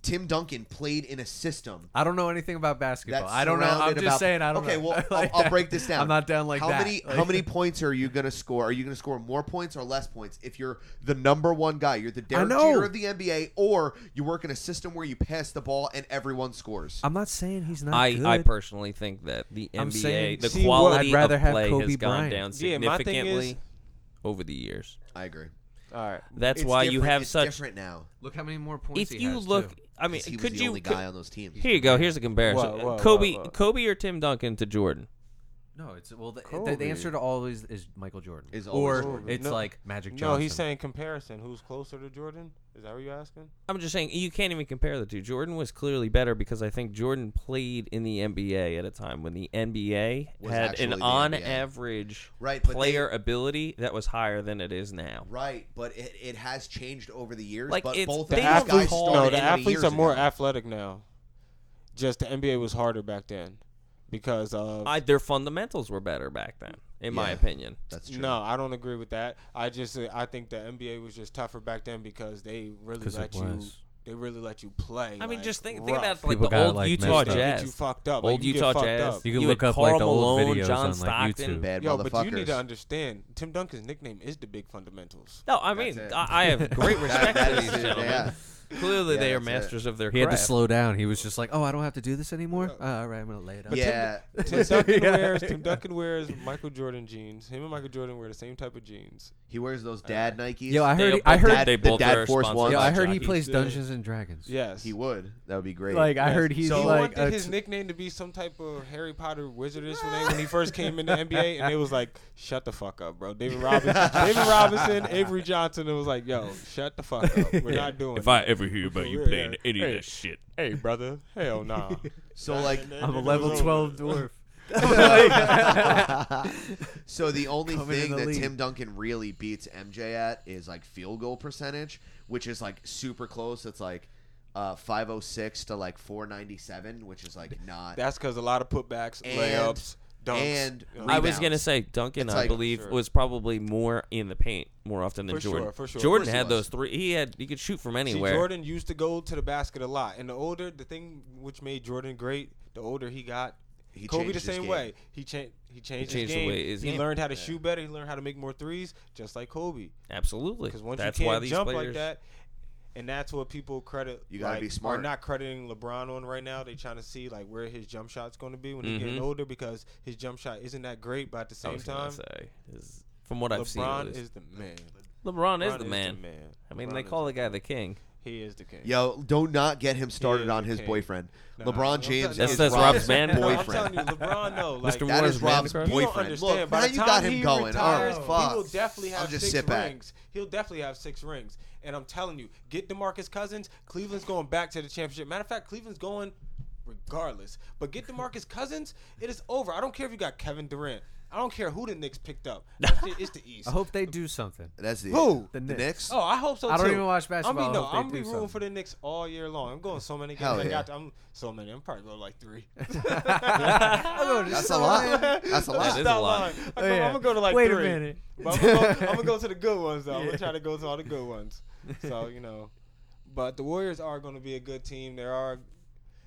Speaker 1: Tim Duncan played in a system.
Speaker 2: I don't know anything about basketball.
Speaker 1: That's
Speaker 2: I don't know. I'm
Speaker 1: surrounded
Speaker 2: just
Speaker 1: about-
Speaker 2: saying I don't
Speaker 1: okay,
Speaker 2: know.
Speaker 1: well,
Speaker 2: Like
Speaker 1: I'll, I'll
Speaker 2: that.
Speaker 1: break this down.
Speaker 2: I'm not down like
Speaker 1: how
Speaker 2: that.
Speaker 1: Many, how
Speaker 2: Like-
Speaker 1: many points are you gonna score? Are you gonna score more points or less points if you're the number one guy? You're the Derek
Speaker 2: know.
Speaker 1: Jeter of the NBA, or you work in a system where you pass the ball and everyone scores.
Speaker 2: I'm not saying he's not
Speaker 4: I,
Speaker 2: good.
Speaker 4: I personally think that the
Speaker 2: I'm
Speaker 4: NBA,
Speaker 2: saying-
Speaker 4: the
Speaker 3: See, what-
Speaker 4: quality
Speaker 2: I'd rather
Speaker 4: of
Speaker 2: have
Speaker 4: play
Speaker 2: Kobe
Speaker 4: has gone
Speaker 2: Bryant.
Speaker 4: down
Speaker 3: Yeah, my thing
Speaker 4: significantly
Speaker 3: is-
Speaker 4: over the years.
Speaker 1: I agree.
Speaker 3: All right.
Speaker 4: That's
Speaker 1: It's
Speaker 4: why you
Speaker 1: different-
Speaker 4: have
Speaker 1: it's
Speaker 4: such.
Speaker 1: different now.
Speaker 2: look how many more points.
Speaker 4: If you look, I mean,
Speaker 1: 'cause he was
Speaker 4: could
Speaker 1: the
Speaker 4: you?
Speaker 1: only
Speaker 4: could-
Speaker 1: guy on those teams?
Speaker 4: here you go. Here's a comparison:
Speaker 3: Whoa, whoa,
Speaker 4: Kobe,
Speaker 3: whoa, whoa.
Speaker 4: Kobe, or Tim Duncan to Jordan.
Speaker 2: no, it's well. The, the,
Speaker 3: Kobe.
Speaker 2: the answer to always is Michael Jordan.
Speaker 1: Is
Speaker 2: or
Speaker 1: always Jordan.
Speaker 2: it's
Speaker 3: No.
Speaker 2: like Magic Johnson.
Speaker 3: No, he's saying comparison. Who's closer to Jordan? Is that what you're asking?
Speaker 4: I'm just saying you can't even compare the two. Jordan was clearly better because I think Jordan played in the NBA at a time when the NBA
Speaker 1: Was
Speaker 4: had
Speaker 1: actually
Speaker 4: an
Speaker 1: the
Speaker 4: on
Speaker 1: NBA.
Speaker 4: average
Speaker 1: Right, but they-
Speaker 4: player ability that was higher than it is now.
Speaker 1: Right, but it, it has changed over the years.
Speaker 4: Like,
Speaker 1: but
Speaker 4: it's-
Speaker 1: both of
Speaker 4: The They
Speaker 1: these
Speaker 4: don't
Speaker 1: guys
Speaker 4: call
Speaker 1: started
Speaker 3: no,
Speaker 4: it
Speaker 3: the
Speaker 1: 80
Speaker 3: athletes
Speaker 1: years
Speaker 3: are more
Speaker 1: ago.
Speaker 3: athletic now. Just the NBA was harder back then because of
Speaker 4: I, their fundamentals were better back then, in my
Speaker 1: Yeah.
Speaker 4: opinion.
Speaker 1: That's true.
Speaker 3: No, I don't agree with that. I just uh, I think the NBA was just tougher back then because they really
Speaker 2: 'Cause it
Speaker 3: let you
Speaker 2: was.
Speaker 3: they really let you play.
Speaker 4: I mean,
Speaker 3: like,
Speaker 4: just think,
Speaker 3: rough.
Speaker 4: think about like
Speaker 2: People
Speaker 4: the
Speaker 2: got,
Speaker 4: old
Speaker 2: like,
Speaker 4: Utah
Speaker 2: messed up.
Speaker 3: Get you
Speaker 4: Jazz.
Speaker 3: fucked up.
Speaker 4: Old
Speaker 3: like, you
Speaker 4: Utah
Speaker 3: get
Speaker 4: Jazz.
Speaker 3: Fucked
Speaker 2: you
Speaker 3: up.
Speaker 2: can
Speaker 4: you
Speaker 2: look
Speaker 4: had
Speaker 2: up like
Speaker 4: Karl
Speaker 2: the old
Speaker 4: Malone,
Speaker 2: videos
Speaker 4: John
Speaker 2: on like
Speaker 4: Stockton.
Speaker 2: YouTube.
Speaker 1: Bad
Speaker 3: Yo,
Speaker 1: motherfuckers.
Speaker 3: but you need to understand. Tim Duncan's nickname is the Big Fundamentals.
Speaker 4: No, I
Speaker 1: That's
Speaker 4: mean,
Speaker 1: it.
Speaker 4: I, I have great respect
Speaker 1: That-
Speaker 4: for
Speaker 1: that
Speaker 4: these
Speaker 1: is it,
Speaker 4: gentlemen.
Speaker 1: yeah.
Speaker 4: Clearly,
Speaker 1: Yeah,
Speaker 4: they are
Speaker 1: that's it.
Speaker 4: masters of their
Speaker 2: He
Speaker 4: craft.
Speaker 2: had to slow down. He was just like, "Oh, I don't have to do this anymore. Uh, all right, I'm gonna lay down."
Speaker 1: Yeah,
Speaker 3: Tim Duncan wears Tim Duncan wears Michael Jordan jeans. Him and Michael Jordan wear the same type of jeans.
Speaker 1: he wears those dad Nikes.
Speaker 2: Yo, I
Speaker 4: They
Speaker 2: heard.
Speaker 4: both
Speaker 2: I
Speaker 4: had-
Speaker 2: heard.
Speaker 4: they
Speaker 1: the
Speaker 4: both
Speaker 1: Dad
Speaker 4: were
Speaker 1: Force
Speaker 4: sponsored
Speaker 1: One.
Speaker 2: Yo,
Speaker 4: by
Speaker 2: I heard he
Speaker 4: Jockey.
Speaker 2: plays
Speaker 3: Yeah.
Speaker 2: Dungeons and Dragons.
Speaker 3: Yes,
Speaker 1: he would. That would be great.
Speaker 2: Like I
Speaker 3: Yes.
Speaker 2: heard he's
Speaker 1: So-
Speaker 3: he
Speaker 2: like
Speaker 3: wanted
Speaker 2: a
Speaker 3: his
Speaker 2: t-
Speaker 3: nickname to be some type of Harry Potter wizard or something when he first came in the NBA, and it was like, "Shut the fuck up, bro." David Robinson, David Robinson, Avery Johnson. It was like, "Yo, shut the fuck up. We're not doing."
Speaker 5: If
Speaker 3: that."
Speaker 5: I ever hear about you
Speaker 3: real.
Speaker 5: playing any
Speaker 3: Hey.
Speaker 5: of that shit,
Speaker 3: hey, brother, hell nah.
Speaker 1: so like
Speaker 2: I'm a level twelve dwarf.
Speaker 1: so the only
Speaker 2: Coming in
Speaker 1: thing
Speaker 2: the
Speaker 1: that
Speaker 2: league.
Speaker 1: Tim Duncan really beats MJ at is like field goal percentage, which is like super close. It's like uh, 506 to like 497, which is like not.
Speaker 3: That's because a lot of putbacks,
Speaker 1: And-
Speaker 3: layups, dunks.
Speaker 1: and
Speaker 3: you know,
Speaker 4: I was
Speaker 1: rebounds.
Speaker 4: gonna say Duncan.
Speaker 1: It's
Speaker 4: I
Speaker 1: like-
Speaker 4: believe
Speaker 3: Sure.
Speaker 4: was probably more in the paint more often than
Speaker 3: For
Speaker 4: Jordan.
Speaker 3: sure, for sure. Of
Speaker 4: Jordan
Speaker 1: course he
Speaker 4: had
Speaker 1: was.
Speaker 4: those three. He had he could shoot from
Speaker 3: See,
Speaker 4: anywhere.
Speaker 3: Jordan used to go to the basket a lot, and the older the thing which made Jordan great, the older he got.
Speaker 1: He
Speaker 3: Kobe
Speaker 1: changed
Speaker 3: the
Speaker 1: his
Speaker 3: same
Speaker 1: game.
Speaker 3: way. He changed. He changed,
Speaker 4: changed
Speaker 3: his
Speaker 4: the
Speaker 3: game.
Speaker 4: way his
Speaker 3: he
Speaker 4: game-
Speaker 3: learned how to shoot better. He learned how to make more threes, just like Kobe.
Speaker 4: Absolutely.
Speaker 3: Because once
Speaker 4: that's
Speaker 3: you
Speaker 4: why
Speaker 3: can't
Speaker 4: these
Speaker 3: jump
Speaker 4: players.
Speaker 3: like that, and that's what people credit.
Speaker 1: You gotta
Speaker 3: like,
Speaker 1: be smart.
Speaker 3: Are not crediting LeBron on right now. They trying to see like where his jump shot's going to be when he's getting
Speaker 4: Mhm.
Speaker 3: older because his jump shot isn't that great. But at the
Speaker 4: I
Speaker 3: same
Speaker 4: was gonna
Speaker 3: time,
Speaker 4: say, is- from what I've seen, at
Speaker 3: LeBron
Speaker 4: least.
Speaker 3: is the man.
Speaker 4: LeBron,
Speaker 3: LeBron
Speaker 4: is the man. I mean, they
Speaker 3: LeBron is
Speaker 4: call
Speaker 3: the
Speaker 4: the guy
Speaker 3: man.
Speaker 4: the king.
Speaker 3: He is the king.
Speaker 1: Yo, do not get him started
Speaker 3: Yeah,
Speaker 1: on his
Speaker 3: okay.
Speaker 1: boyfriend.
Speaker 3: Nah,
Speaker 1: LeBron
Speaker 3: I'm
Speaker 1: James
Speaker 3: telling-
Speaker 1: is
Speaker 4: That's- that's
Speaker 1: Rob's
Speaker 4: Rob's man
Speaker 1: man
Speaker 4: crush.
Speaker 3: No, I'm
Speaker 1: boyfriend.
Speaker 3: telling you, LeBron though, like
Speaker 4: Mr.
Speaker 1: That
Speaker 4: Warren's
Speaker 1: is
Speaker 4: man
Speaker 1: Rob's
Speaker 4: crush?
Speaker 3: You don't
Speaker 1: boyfriend.
Speaker 3: understand.
Speaker 1: Look,
Speaker 3: By
Speaker 1: now
Speaker 3: the
Speaker 1: you
Speaker 3: time
Speaker 1: got him
Speaker 3: he
Speaker 1: going.
Speaker 3: Retires,
Speaker 1: All right, fuck.
Speaker 3: He will definitely have
Speaker 1: I'll just
Speaker 3: six
Speaker 1: sit back.
Speaker 3: rings. He'll definitely have six rings. And I'm telling you, get DeMarcus Cousins. Cleveland's going back to the championship. Matter of fact, Cleveland's going regardless. But get DeMarcus Cousins. It is over. I don't care if you got Kevin Durant. I don't care who the Knicks picked up. That shit is the East.
Speaker 2: I hope they do something.
Speaker 1: That's the
Speaker 3: Who?
Speaker 1: the
Speaker 2: The
Speaker 1: Knicks.
Speaker 2: Knicks.
Speaker 3: Oh, I hope so
Speaker 2: I don't
Speaker 3: too.
Speaker 2: even watch basketball.
Speaker 3: I'm
Speaker 2: I
Speaker 3: be, no,
Speaker 2: hope they
Speaker 3: I'm
Speaker 2: do
Speaker 3: be rooting
Speaker 2: something.
Speaker 3: for the Knicks all year long. I'm going so many games.
Speaker 1: Hell
Speaker 3: I
Speaker 1: yeah.
Speaker 3: got I'm so many. I'm probably going like three.
Speaker 1: That's a lot. That's a
Speaker 4: That
Speaker 1: lot.
Speaker 4: is
Speaker 3: Stop
Speaker 4: a lot.
Speaker 3: lying. I'm, gonna- I'm gonna go to like
Speaker 2: Oh, Wait
Speaker 3: three.
Speaker 2: a minute.
Speaker 3: But I'm gonna, go, I'm gonna go to the good ones though. I'm gonna try to go to all the good ones. So you know, but the Warriors are gonna be a good team. There are,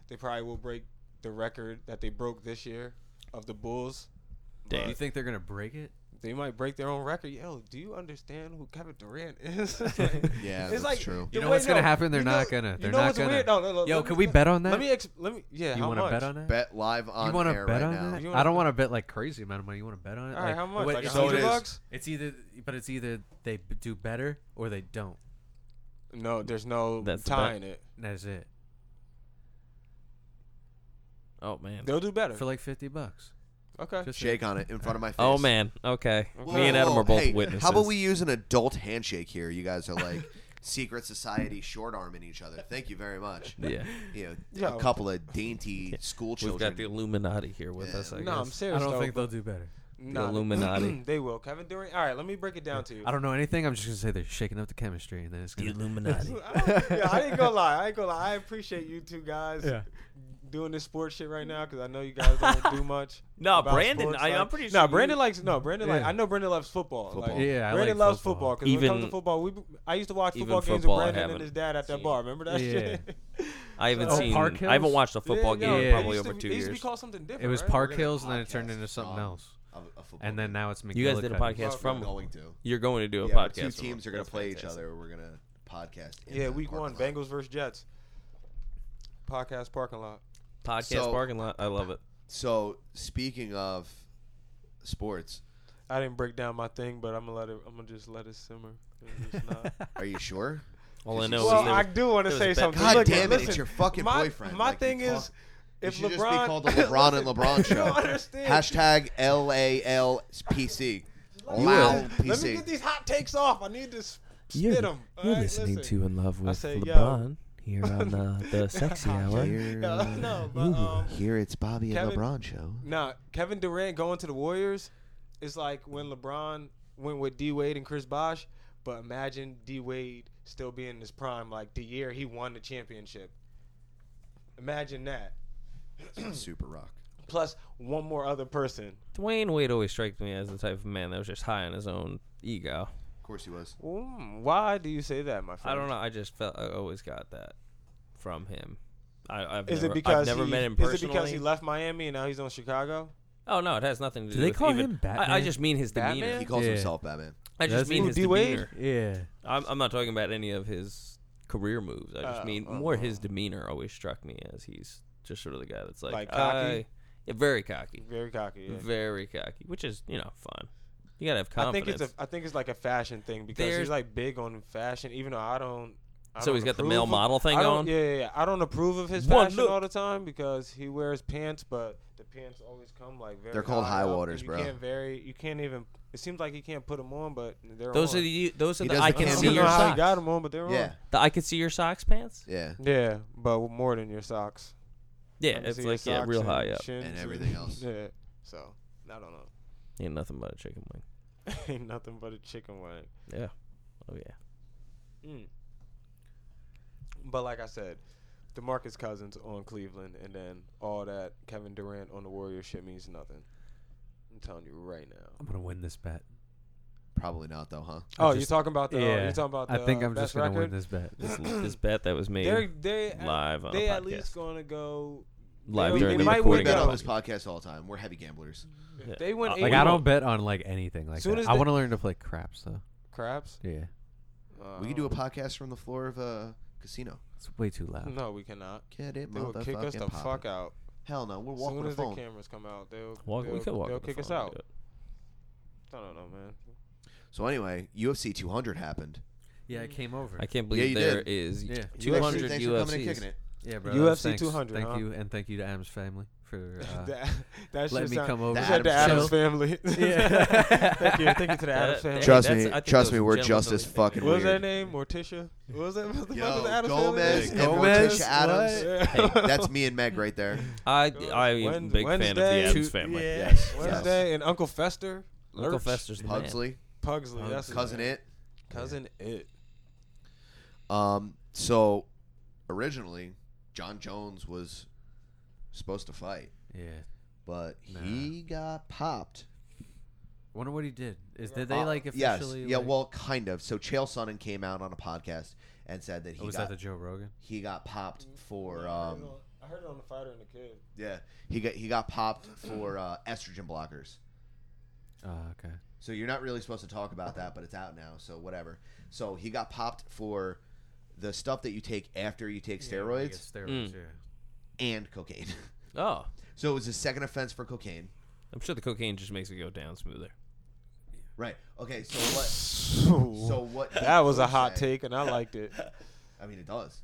Speaker 3: they probably will break the record that they broke this year of the Bulls.
Speaker 4: Damn.
Speaker 2: You think they're gonna break it?
Speaker 3: They might break their own record. Yo, do you understand who Kevin Durant is?
Speaker 1: Yeah,
Speaker 3: it's
Speaker 1: that's
Speaker 3: like
Speaker 1: true.
Speaker 3: the
Speaker 2: You know
Speaker 3: way-
Speaker 2: what's gonna
Speaker 3: no,
Speaker 2: happen? They're
Speaker 3: you know-
Speaker 2: not gonna.
Speaker 3: you
Speaker 2: They're
Speaker 3: know
Speaker 2: not
Speaker 3: what's
Speaker 2: gonna.
Speaker 3: weird? No, no, no,
Speaker 2: Yo,
Speaker 3: let
Speaker 2: can
Speaker 3: me-
Speaker 2: we bet on that?
Speaker 3: Let me. Ex- let me. Yeah.
Speaker 2: you
Speaker 3: how
Speaker 2: want to
Speaker 3: much?
Speaker 2: bet on that?
Speaker 1: Bet live on
Speaker 2: you want to
Speaker 1: air
Speaker 2: bet
Speaker 1: right
Speaker 2: on
Speaker 1: now.
Speaker 2: that?
Speaker 3: You wanna
Speaker 2: I don't
Speaker 3: bet-
Speaker 2: want to bet like crazy amount of money. You want to bet on it?
Speaker 3: All right,
Speaker 2: Like,
Speaker 3: how much?
Speaker 2: what-
Speaker 3: Like
Speaker 2: it's,
Speaker 1: So it
Speaker 2: either,
Speaker 1: is.
Speaker 3: bucks?
Speaker 2: it's either, but it's either they b- do better or they don't.
Speaker 3: No, there's no
Speaker 4: That's the bet.
Speaker 3: tying it.
Speaker 2: And that's it.
Speaker 4: Oh man.
Speaker 3: They'll do better.
Speaker 2: For like fifty bucks.
Speaker 3: Okay.
Speaker 2: Just
Speaker 1: Shake on it in front of my face.
Speaker 4: Oh man. Okay.
Speaker 3: Whoa,
Speaker 4: Me and Adam
Speaker 1: whoa,
Speaker 4: are both
Speaker 1: hey,
Speaker 4: witnesses.
Speaker 1: How about we use an adult handshake here? You guys are like secret society short arming each other. Thank you very much.
Speaker 4: Yeah.
Speaker 1: You know,
Speaker 3: Yeah.
Speaker 1: a couple of dainty school
Speaker 4: We've got
Speaker 1: children.
Speaker 4: the Illuminati here with
Speaker 1: Yeah.
Speaker 4: us. I
Speaker 3: no, I'm
Speaker 4: guess.
Speaker 2: I
Speaker 3: serious.
Speaker 2: don't
Speaker 3: though,
Speaker 2: think
Speaker 3: but-
Speaker 2: they'll do better.
Speaker 3: Nah,
Speaker 4: Illuminati.
Speaker 3: they will. Kevin Durant. All right, let me break it down to you.
Speaker 2: I don't know anything. I'm just gonna say they're shaking up the chemistry, and then it's gonna.
Speaker 4: Illuminati.
Speaker 3: yeah, I ain't gonna lie. I ain't gonna lie. I appreciate you two guys
Speaker 2: Yeah.
Speaker 3: doing this sports shit right now because I know you guys don't do much.
Speaker 4: No,
Speaker 3: about
Speaker 4: Brandon,
Speaker 3: sports,
Speaker 4: I-
Speaker 3: like-
Speaker 4: I'm pretty
Speaker 3: No,
Speaker 4: sure
Speaker 3: Brandon
Speaker 4: you-
Speaker 3: likes. No, Brandon like.
Speaker 2: Yeah.
Speaker 3: I know Brandon loves football.
Speaker 1: Football.
Speaker 3: Like,
Speaker 2: Yeah, I
Speaker 3: Brandon
Speaker 2: like
Speaker 3: loves football
Speaker 2: football.
Speaker 3: because when it comes
Speaker 4: Even-
Speaker 3: to football, we I used to watch
Speaker 4: even
Speaker 3: football games
Speaker 4: football I
Speaker 3: with Brandon and
Speaker 4: haven't
Speaker 3: his dad at that
Speaker 4: seen.
Speaker 3: bar. Remember that
Speaker 2: Yeah.
Speaker 3: shit?
Speaker 4: I haven't
Speaker 2: Oh,
Speaker 4: seen.
Speaker 2: Park
Speaker 4: I haven't
Speaker 2: Hills?
Speaker 4: watched a football
Speaker 3: Yeah, no,
Speaker 4: game
Speaker 2: yeah,
Speaker 3: it
Speaker 4: probably
Speaker 3: used to-
Speaker 4: over two
Speaker 3: it used to
Speaker 4: years.
Speaker 3: be called something different.
Speaker 2: It was
Speaker 3: right?
Speaker 2: Park
Speaker 1: We're gonna
Speaker 2: Hills, and then it
Speaker 1: podcast
Speaker 2: turned into something
Speaker 1: from-
Speaker 3: Oh.
Speaker 2: else,
Speaker 1: Of a football
Speaker 2: and then
Speaker 1: game.
Speaker 2: now it's McGillicuddy.
Speaker 4: You guys did a podcast
Speaker 1: We're
Speaker 4: from.
Speaker 1: going to.
Speaker 4: You're going to do a
Speaker 1: Yeah,
Speaker 4: podcast.
Speaker 1: two
Speaker 4: from
Speaker 1: teams
Speaker 4: it.
Speaker 1: are going
Speaker 4: That's
Speaker 1: to play each
Speaker 4: fantastic.
Speaker 1: other. We're going to podcast. in
Speaker 3: Yeah,
Speaker 1: the
Speaker 3: week one,
Speaker 1: parking lot.
Speaker 3: Bengals versus Jets. Podcast parking lot.
Speaker 4: Podcast
Speaker 1: So-
Speaker 4: parking lot. I love it.
Speaker 1: So speaking of sports,
Speaker 3: I didn't break down my thing, but I'm gonna let it. I'm gonna just let it simmer. It's just not-
Speaker 1: are you sure?
Speaker 4: All I
Speaker 1: Well,
Speaker 4: know
Speaker 3: well,
Speaker 4: is there
Speaker 3: I
Speaker 4: was-
Speaker 3: do want to
Speaker 4: there was
Speaker 3: say
Speaker 4: a bet-
Speaker 3: something.
Speaker 1: God
Speaker 3: Look,
Speaker 1: damn it!
Speaker 3: listen,
Speaker 1: it's your fucking
Speaker 3: my,
Speaker 1: boyfriend.
Speaker 3: My
Speaker 1: Like, you
Speaker 3: thing is,
Speaker 1: talk-
Speaker 3: if
Speaker 1: you should
Speaker 3: LeBron,
Speaker 1: just be called the LeBron and LeBron
Speaker 3: You don't
Speaker 1: show.
Speaker 3: understand.
Speaker 1: Hashtag L A L P C.
Speaker 4: will.
Speaker 1: Loud
Speaker 3: Let me get
Speaker 1: PC.
Speaker 3: these hot takes off. I need to s- spit
Speaker 4: You're-
Speaker 3: them.
Speaker 4: You're listening to In Love with
Speaker 3: say, yo.
Speaker 4: LeBron here on uh, the Sexy Hour.
Speaker 1: Here,
Speaker 3: No,
Speaker 1: uh,
Speaker 3: no, but um,
Speaker 1: Here it's Bobby and
Speaker 3: Kevin-
Speaker 1: LeBron show.
Speaker 3: Nah, Kevin Durant going to the Warriors is like when LeBron went with D Wade and Chris Bosh, but imagine D Wade still being in his prime, like the year he won the championship. Imagine that.
Speaker 1: Super Rock.
Speaker 3: Plus one more other person.
Speaker 4: Dwayne Wade always strikes me as the type of man that was just high on his own ego.
Speaker 1: Of course he was.
Speaker 3: Mm, why do you say that, my friend?
Speaker 4: I don't know. I just felt I always got that from him. I, I've
Speaker 3: Is
Speaker 4: never,
Speaker 3: it because
Speaker 4: I've never
Speaker 3: he,
Speaker 4: met him
Speaker 3: Is
Speaker 4: personally.
Speaker 3: it because he left Miami and now he's on Chicago?
Speaker 4: oh no, it has nothing to do.
Speaker 2: Do they
Speaker 4: with
Speaker 2: call
Speaker 4: even,
Speaker 2: him
Speaker 4: I, I
Speaker 2: Batman?
Speaker 4: just mean his demeanor.
Speaker 3: Batman?
Speaker 1: He calls
Speaker 2: Yeah.
Speaker 1: himself Batman.
Speaker 4: I just
Speaker 2: Does he?
Speaker 4: mean
Speaker 2: Who,
Speaker 4: his
Speaker 3: D. Wade?
Speaker 4: demeanor.
Speaker 2: Yeah,
Speaker 4: I'm, I'm not talking about any of his career moves. I just
Speaker 3: Oh,
Speaker 4: mean
Speaker 3: oh,
Speaker 4: more
Speaker 3: oh.
Speaker 4: his demeanor always struck me as he's just sort of the guy that's like,
Speaker 3: Like cocky?
Speaker 4: I- yeah, very cocky,
Speaker 3: Very cocky. Yeah.
Speaker 4: very cocky, which is you know fun. You gotta have
Speaker 3: I
Speaker 4: confidence.
Speaker 3: think it's a. I think it's like a fashion thing because
Speaker 4: There's-
Speaker 3: he's like big on fashion, even though I don't. I
Speaker 4: so
Speaker 3: don't
Speaker 4: he's got the
Speaker 3: approve
Speaker 4: male
Speaker 3: of-
Speaker 4: model thing
Speaker 3: I don't,
Speaker 4: on.
Speaker 3: Yeah, yeah, yeah. I don't approve of his
Speaker 4: One
Speaker 3: fashion
Speaker 4: look.
Speaker 3: all the time because he wears pants, but the pants always come like very.
Speaker 1: They're called high
Speaker 3: up, and
Speaker 1: waters,
Speaker 3: you
Speaker 1: bro.
Speaker 3: Can't vary. You can't even. It seems like he can't put them on, but they're
Speaker 4: Those
Speaker 3: on.
Speaker 4: are the those are
Speaker 1: He
Speaker 4: the
Speaker 1: doesn't
Speaker 4: I
Speaker 3: I
Speaker 4: can
Speaker 1: care.
Speaker 3: don't
Speaker 4: see
Speaker 3: know
Speaker 4: your
Speaker 3: how he got
Speaker 4: socks.
Speaker 3: them on, but they're
Speaker 1: Yeah,
Speaker 4: The I can see your socks pants.
Speaker 1: yeah,
Speaker 3: on. Yeah, but with more than your socks. I
Speaker 4: Yeah,
Speaker 3: can
Speaker 4: it's
Speaker 3: see your
Speaker 4: like yeah,
Speaker 3: socks
Speaker 4: real
Speaker 3: and
Speaker 4: high up.
Speaker 3: shins
Speaker 1: and everything else.
Speaker 3: Yeah, so I don't know.
Speaker 4: Ain't nothing but a chicken wing.
Speaker 3: Ain't nothing but a chicken wing.
Speaker 4: Yeah. Oh yeah.
Speaker 3: Mm. But like I said, DeMarcus Cousins on Cleveland, and then all that Kevin Durant on the Warriors shit means nothing. I'm telling you right now.
Speaker 2: I'm gonna win this bet.
Speaker 1: Probably not though, huh?
Speaker 2: I
Speaker 3: Oh,
Speaker 2: just-
Speaker 3: you're talking about the. oh,
Speaker 2: yeah,
Speaker 3: you're talking about
Speaker 2: I
Speaker 3: the,
Speaker 2: think
Speaker 3: uh,
Speaker 2: I'm just
Speaker 3: best
Speaker 2: gonna
Speaker 3: record?
Speaker 2: win this bet.
Speaker 4: This, this bet that was made
Speaker 3: They're they at-
Speaker 4: live on a
Speaker 3: they at
Speaker 4: podcast.
Speaker 3: least gonna go.
Speaker 4: live
Speaker 3: they-
Speaker 4: during
Speaker 3: they
Speaker 4: the
Speaker 3: might
Speaker 4: recording.
Speaker 1: We
Speaker 3: win
Speaker 1: bet
Speaker 4: of
Speaker 1: on
Speaker 3: out.
Speaker 4: the
Speaker 1: this podcast all the time. We're heavy gamblers.
Speaker 3: if
Speaker 4: Yeah.
Speaker 3: They win.
Speaker 4: Uh,
Speaker 3: eight
Speaker 2: Like I
Speaker 3: more
Speaker 2: don't bet on like anything like
Speaker 3: Soon
Speaker 2: that.
Speaker 3: as
Speaker 2: I
Speaker 3: the-
Speaker 2: want to learn to play craps though.
Speaker 3: craps.
Speaker 2: Yeah,
Speaker 3: Uh,
Speaker 1: We can do a podcast from the floor of a casino.
Speaker 2: it's way too loud.
Speaker 3: No, we cannot.
Speaker 1: Get it,
Speaker 3: They will kick us
Speaker 1: motherfucking
Speaker 3: the
Speaker 1: pop
Speaker 3: fuck
Speaker 1: it.
Speaker 3: out.
Speaker 1: Hell no, we're
Speaker 3: As
Speaker 1: walking
Speaker 3: soon
Speaker 1: the
Speaker 3: as the
Speaker 1: phone.
Speaker 3: cameras come out, they'll
Speaker 4: Walk,
Speaker 3: they'll,
Speaker 4: we could walk.
Speaker 3: they'll
Speaker 4: with the
Speaker 3: kick us
Speaker 4: phone and
Speaker 3: out.
Speaker 4: do it.
Speaker 3: I don't know, man.
Speaker 1: So anyway, UFC 200 happened.
Speaker 2: Yeah, I came over.
Speaker 4: I can't believe
Speaker 1: you
Speaker 4: there
Speaker 1: did.
Speaker 4: is
Speaker 2: Yeah.
Speaker 4: two
Speaker 1: UFC,
Speaker 4: hundred
Speaker 1: thanks for coming and
Speaker 4: UFCs.
Speaker 1: kicking it.
Speaker 2: yeah, bro.
Speaker 3: UFC
Speaker 2: thanks.
Speaker 3: 200,
Speaker 2: Thank
Speaker 3: huh?
Speaker 2: you, and thank you to Adam's family for uh,
Speaker 3: that that shit
Speaker 2: letting me
Speaker 3: sound-
Speaker 2: come over.
Speaker 1: The
Speaker 3: He said the Adams
Speaker 1: Adams
Speaker 3: family.
Speaker 2: Yeah.
Speaker 3: thank you, thank you to the
Speaker 4: That-
Speaker 3: Adams family.
Speaker 4: that-
Speaker 1: Trust
Speaker 4: that's-
Speaker 1: me,
Speaker 4: I think
Speaker 1: trust
Speaker 4: those
Speaker 1: me, we're
Speaker 4: gentlemen
Speaker 1: just
Speaker 4: don't
Speaker 1: as
Speaker 4: think
Speaker 1: fucking
Speaker 4: that.
Speaker 3: What was
Speaker 1: weird.
Speaker 3: that name? Morticia. What was that? What the
Speaker 1: Yo,
Speaker 3: fuck was the Adams family?
Speaker 1: Gomez
Speaker 3: Yeah,
Speaker 1: and
Speaker 2: Gomez,
Speaker 1: Morticia Adams.
Speaker 2: what?
Speaker 4: Hey,
Speaker 1: That's me and Meg right there.
Speaker 4: I
Speaker 3: Go-
Speaker 4: I am a
Speaker 3: Wen-
Speaker 4: big fan of the
Speaker 3: Wednesday.
Speaker 4: Adams
Speaker 3: Two-
Speaker 4: family.
Speaker 2: yeah.
Speaker 1: Yes.
Speaker 3: Wednesday and Uncle Fester.
Speaker 4: Uncle
Speaker 3: Lurch.
Speaker 4: Fester's the man.
Speaker 1: Pugsley,
Speaker 3: Pugsley. That's his
Speaker 1: cousin
Speaker 3: name.
Speaker 1: it.
Speaker 3: Cousin it.
Speaker 1: Um, so originally, John Jones was supposed to fight,
Speaker 2: yeah.
Speaker 1: but
Speaker 2: Nah.
Speaker 1: he got popped.
Speaker 2: Wonder what he did. Is did they
Speaker 1: Uh,
Speaker 2: like
Speaker 1: yes.
Speaker 2: officially?
Speaker 1: yeah,
Speaker 2: like-
Speaker 1: well, kind of. So Chael Sonnen came out on a podcast and said that
Speaker 2: Oh,
Speaker 1: he
Speaker 2: was
Speaker 1: got
Speaker 2: that the Joe Rogan?
Speaker 1: he got popped for
Speaker 3: I heard it
Speaker 1: um
Speaker 3: on- I heard it on the fighter and the kid.
Speaker 1: yeah he got he got popped for uh, estrogen blockers.
Speaker 2: Oh, okay.
Speaker 1: So you're not really supposed to talk about that, but it's out now, so whatever. So he got popped for the stuff that you take after you take steroids
Speaker 2: Steroids.
Speaker 4: Mm.
Speaker 2: Yeah.
Speaker 1: and cocaine.
Speaker 4: Oh,
Speaker 1: so it was his second offense for cocaine.
Speaker 4: I'm sure the cocaine just makes it go down smoother.
Speaker 1: Right. Okay. So what? So what?
Speaker 3: that was a hot
Speaker 1: said-
Speaker 3: take, and I liked it.
Speaker 1: I mean, it does.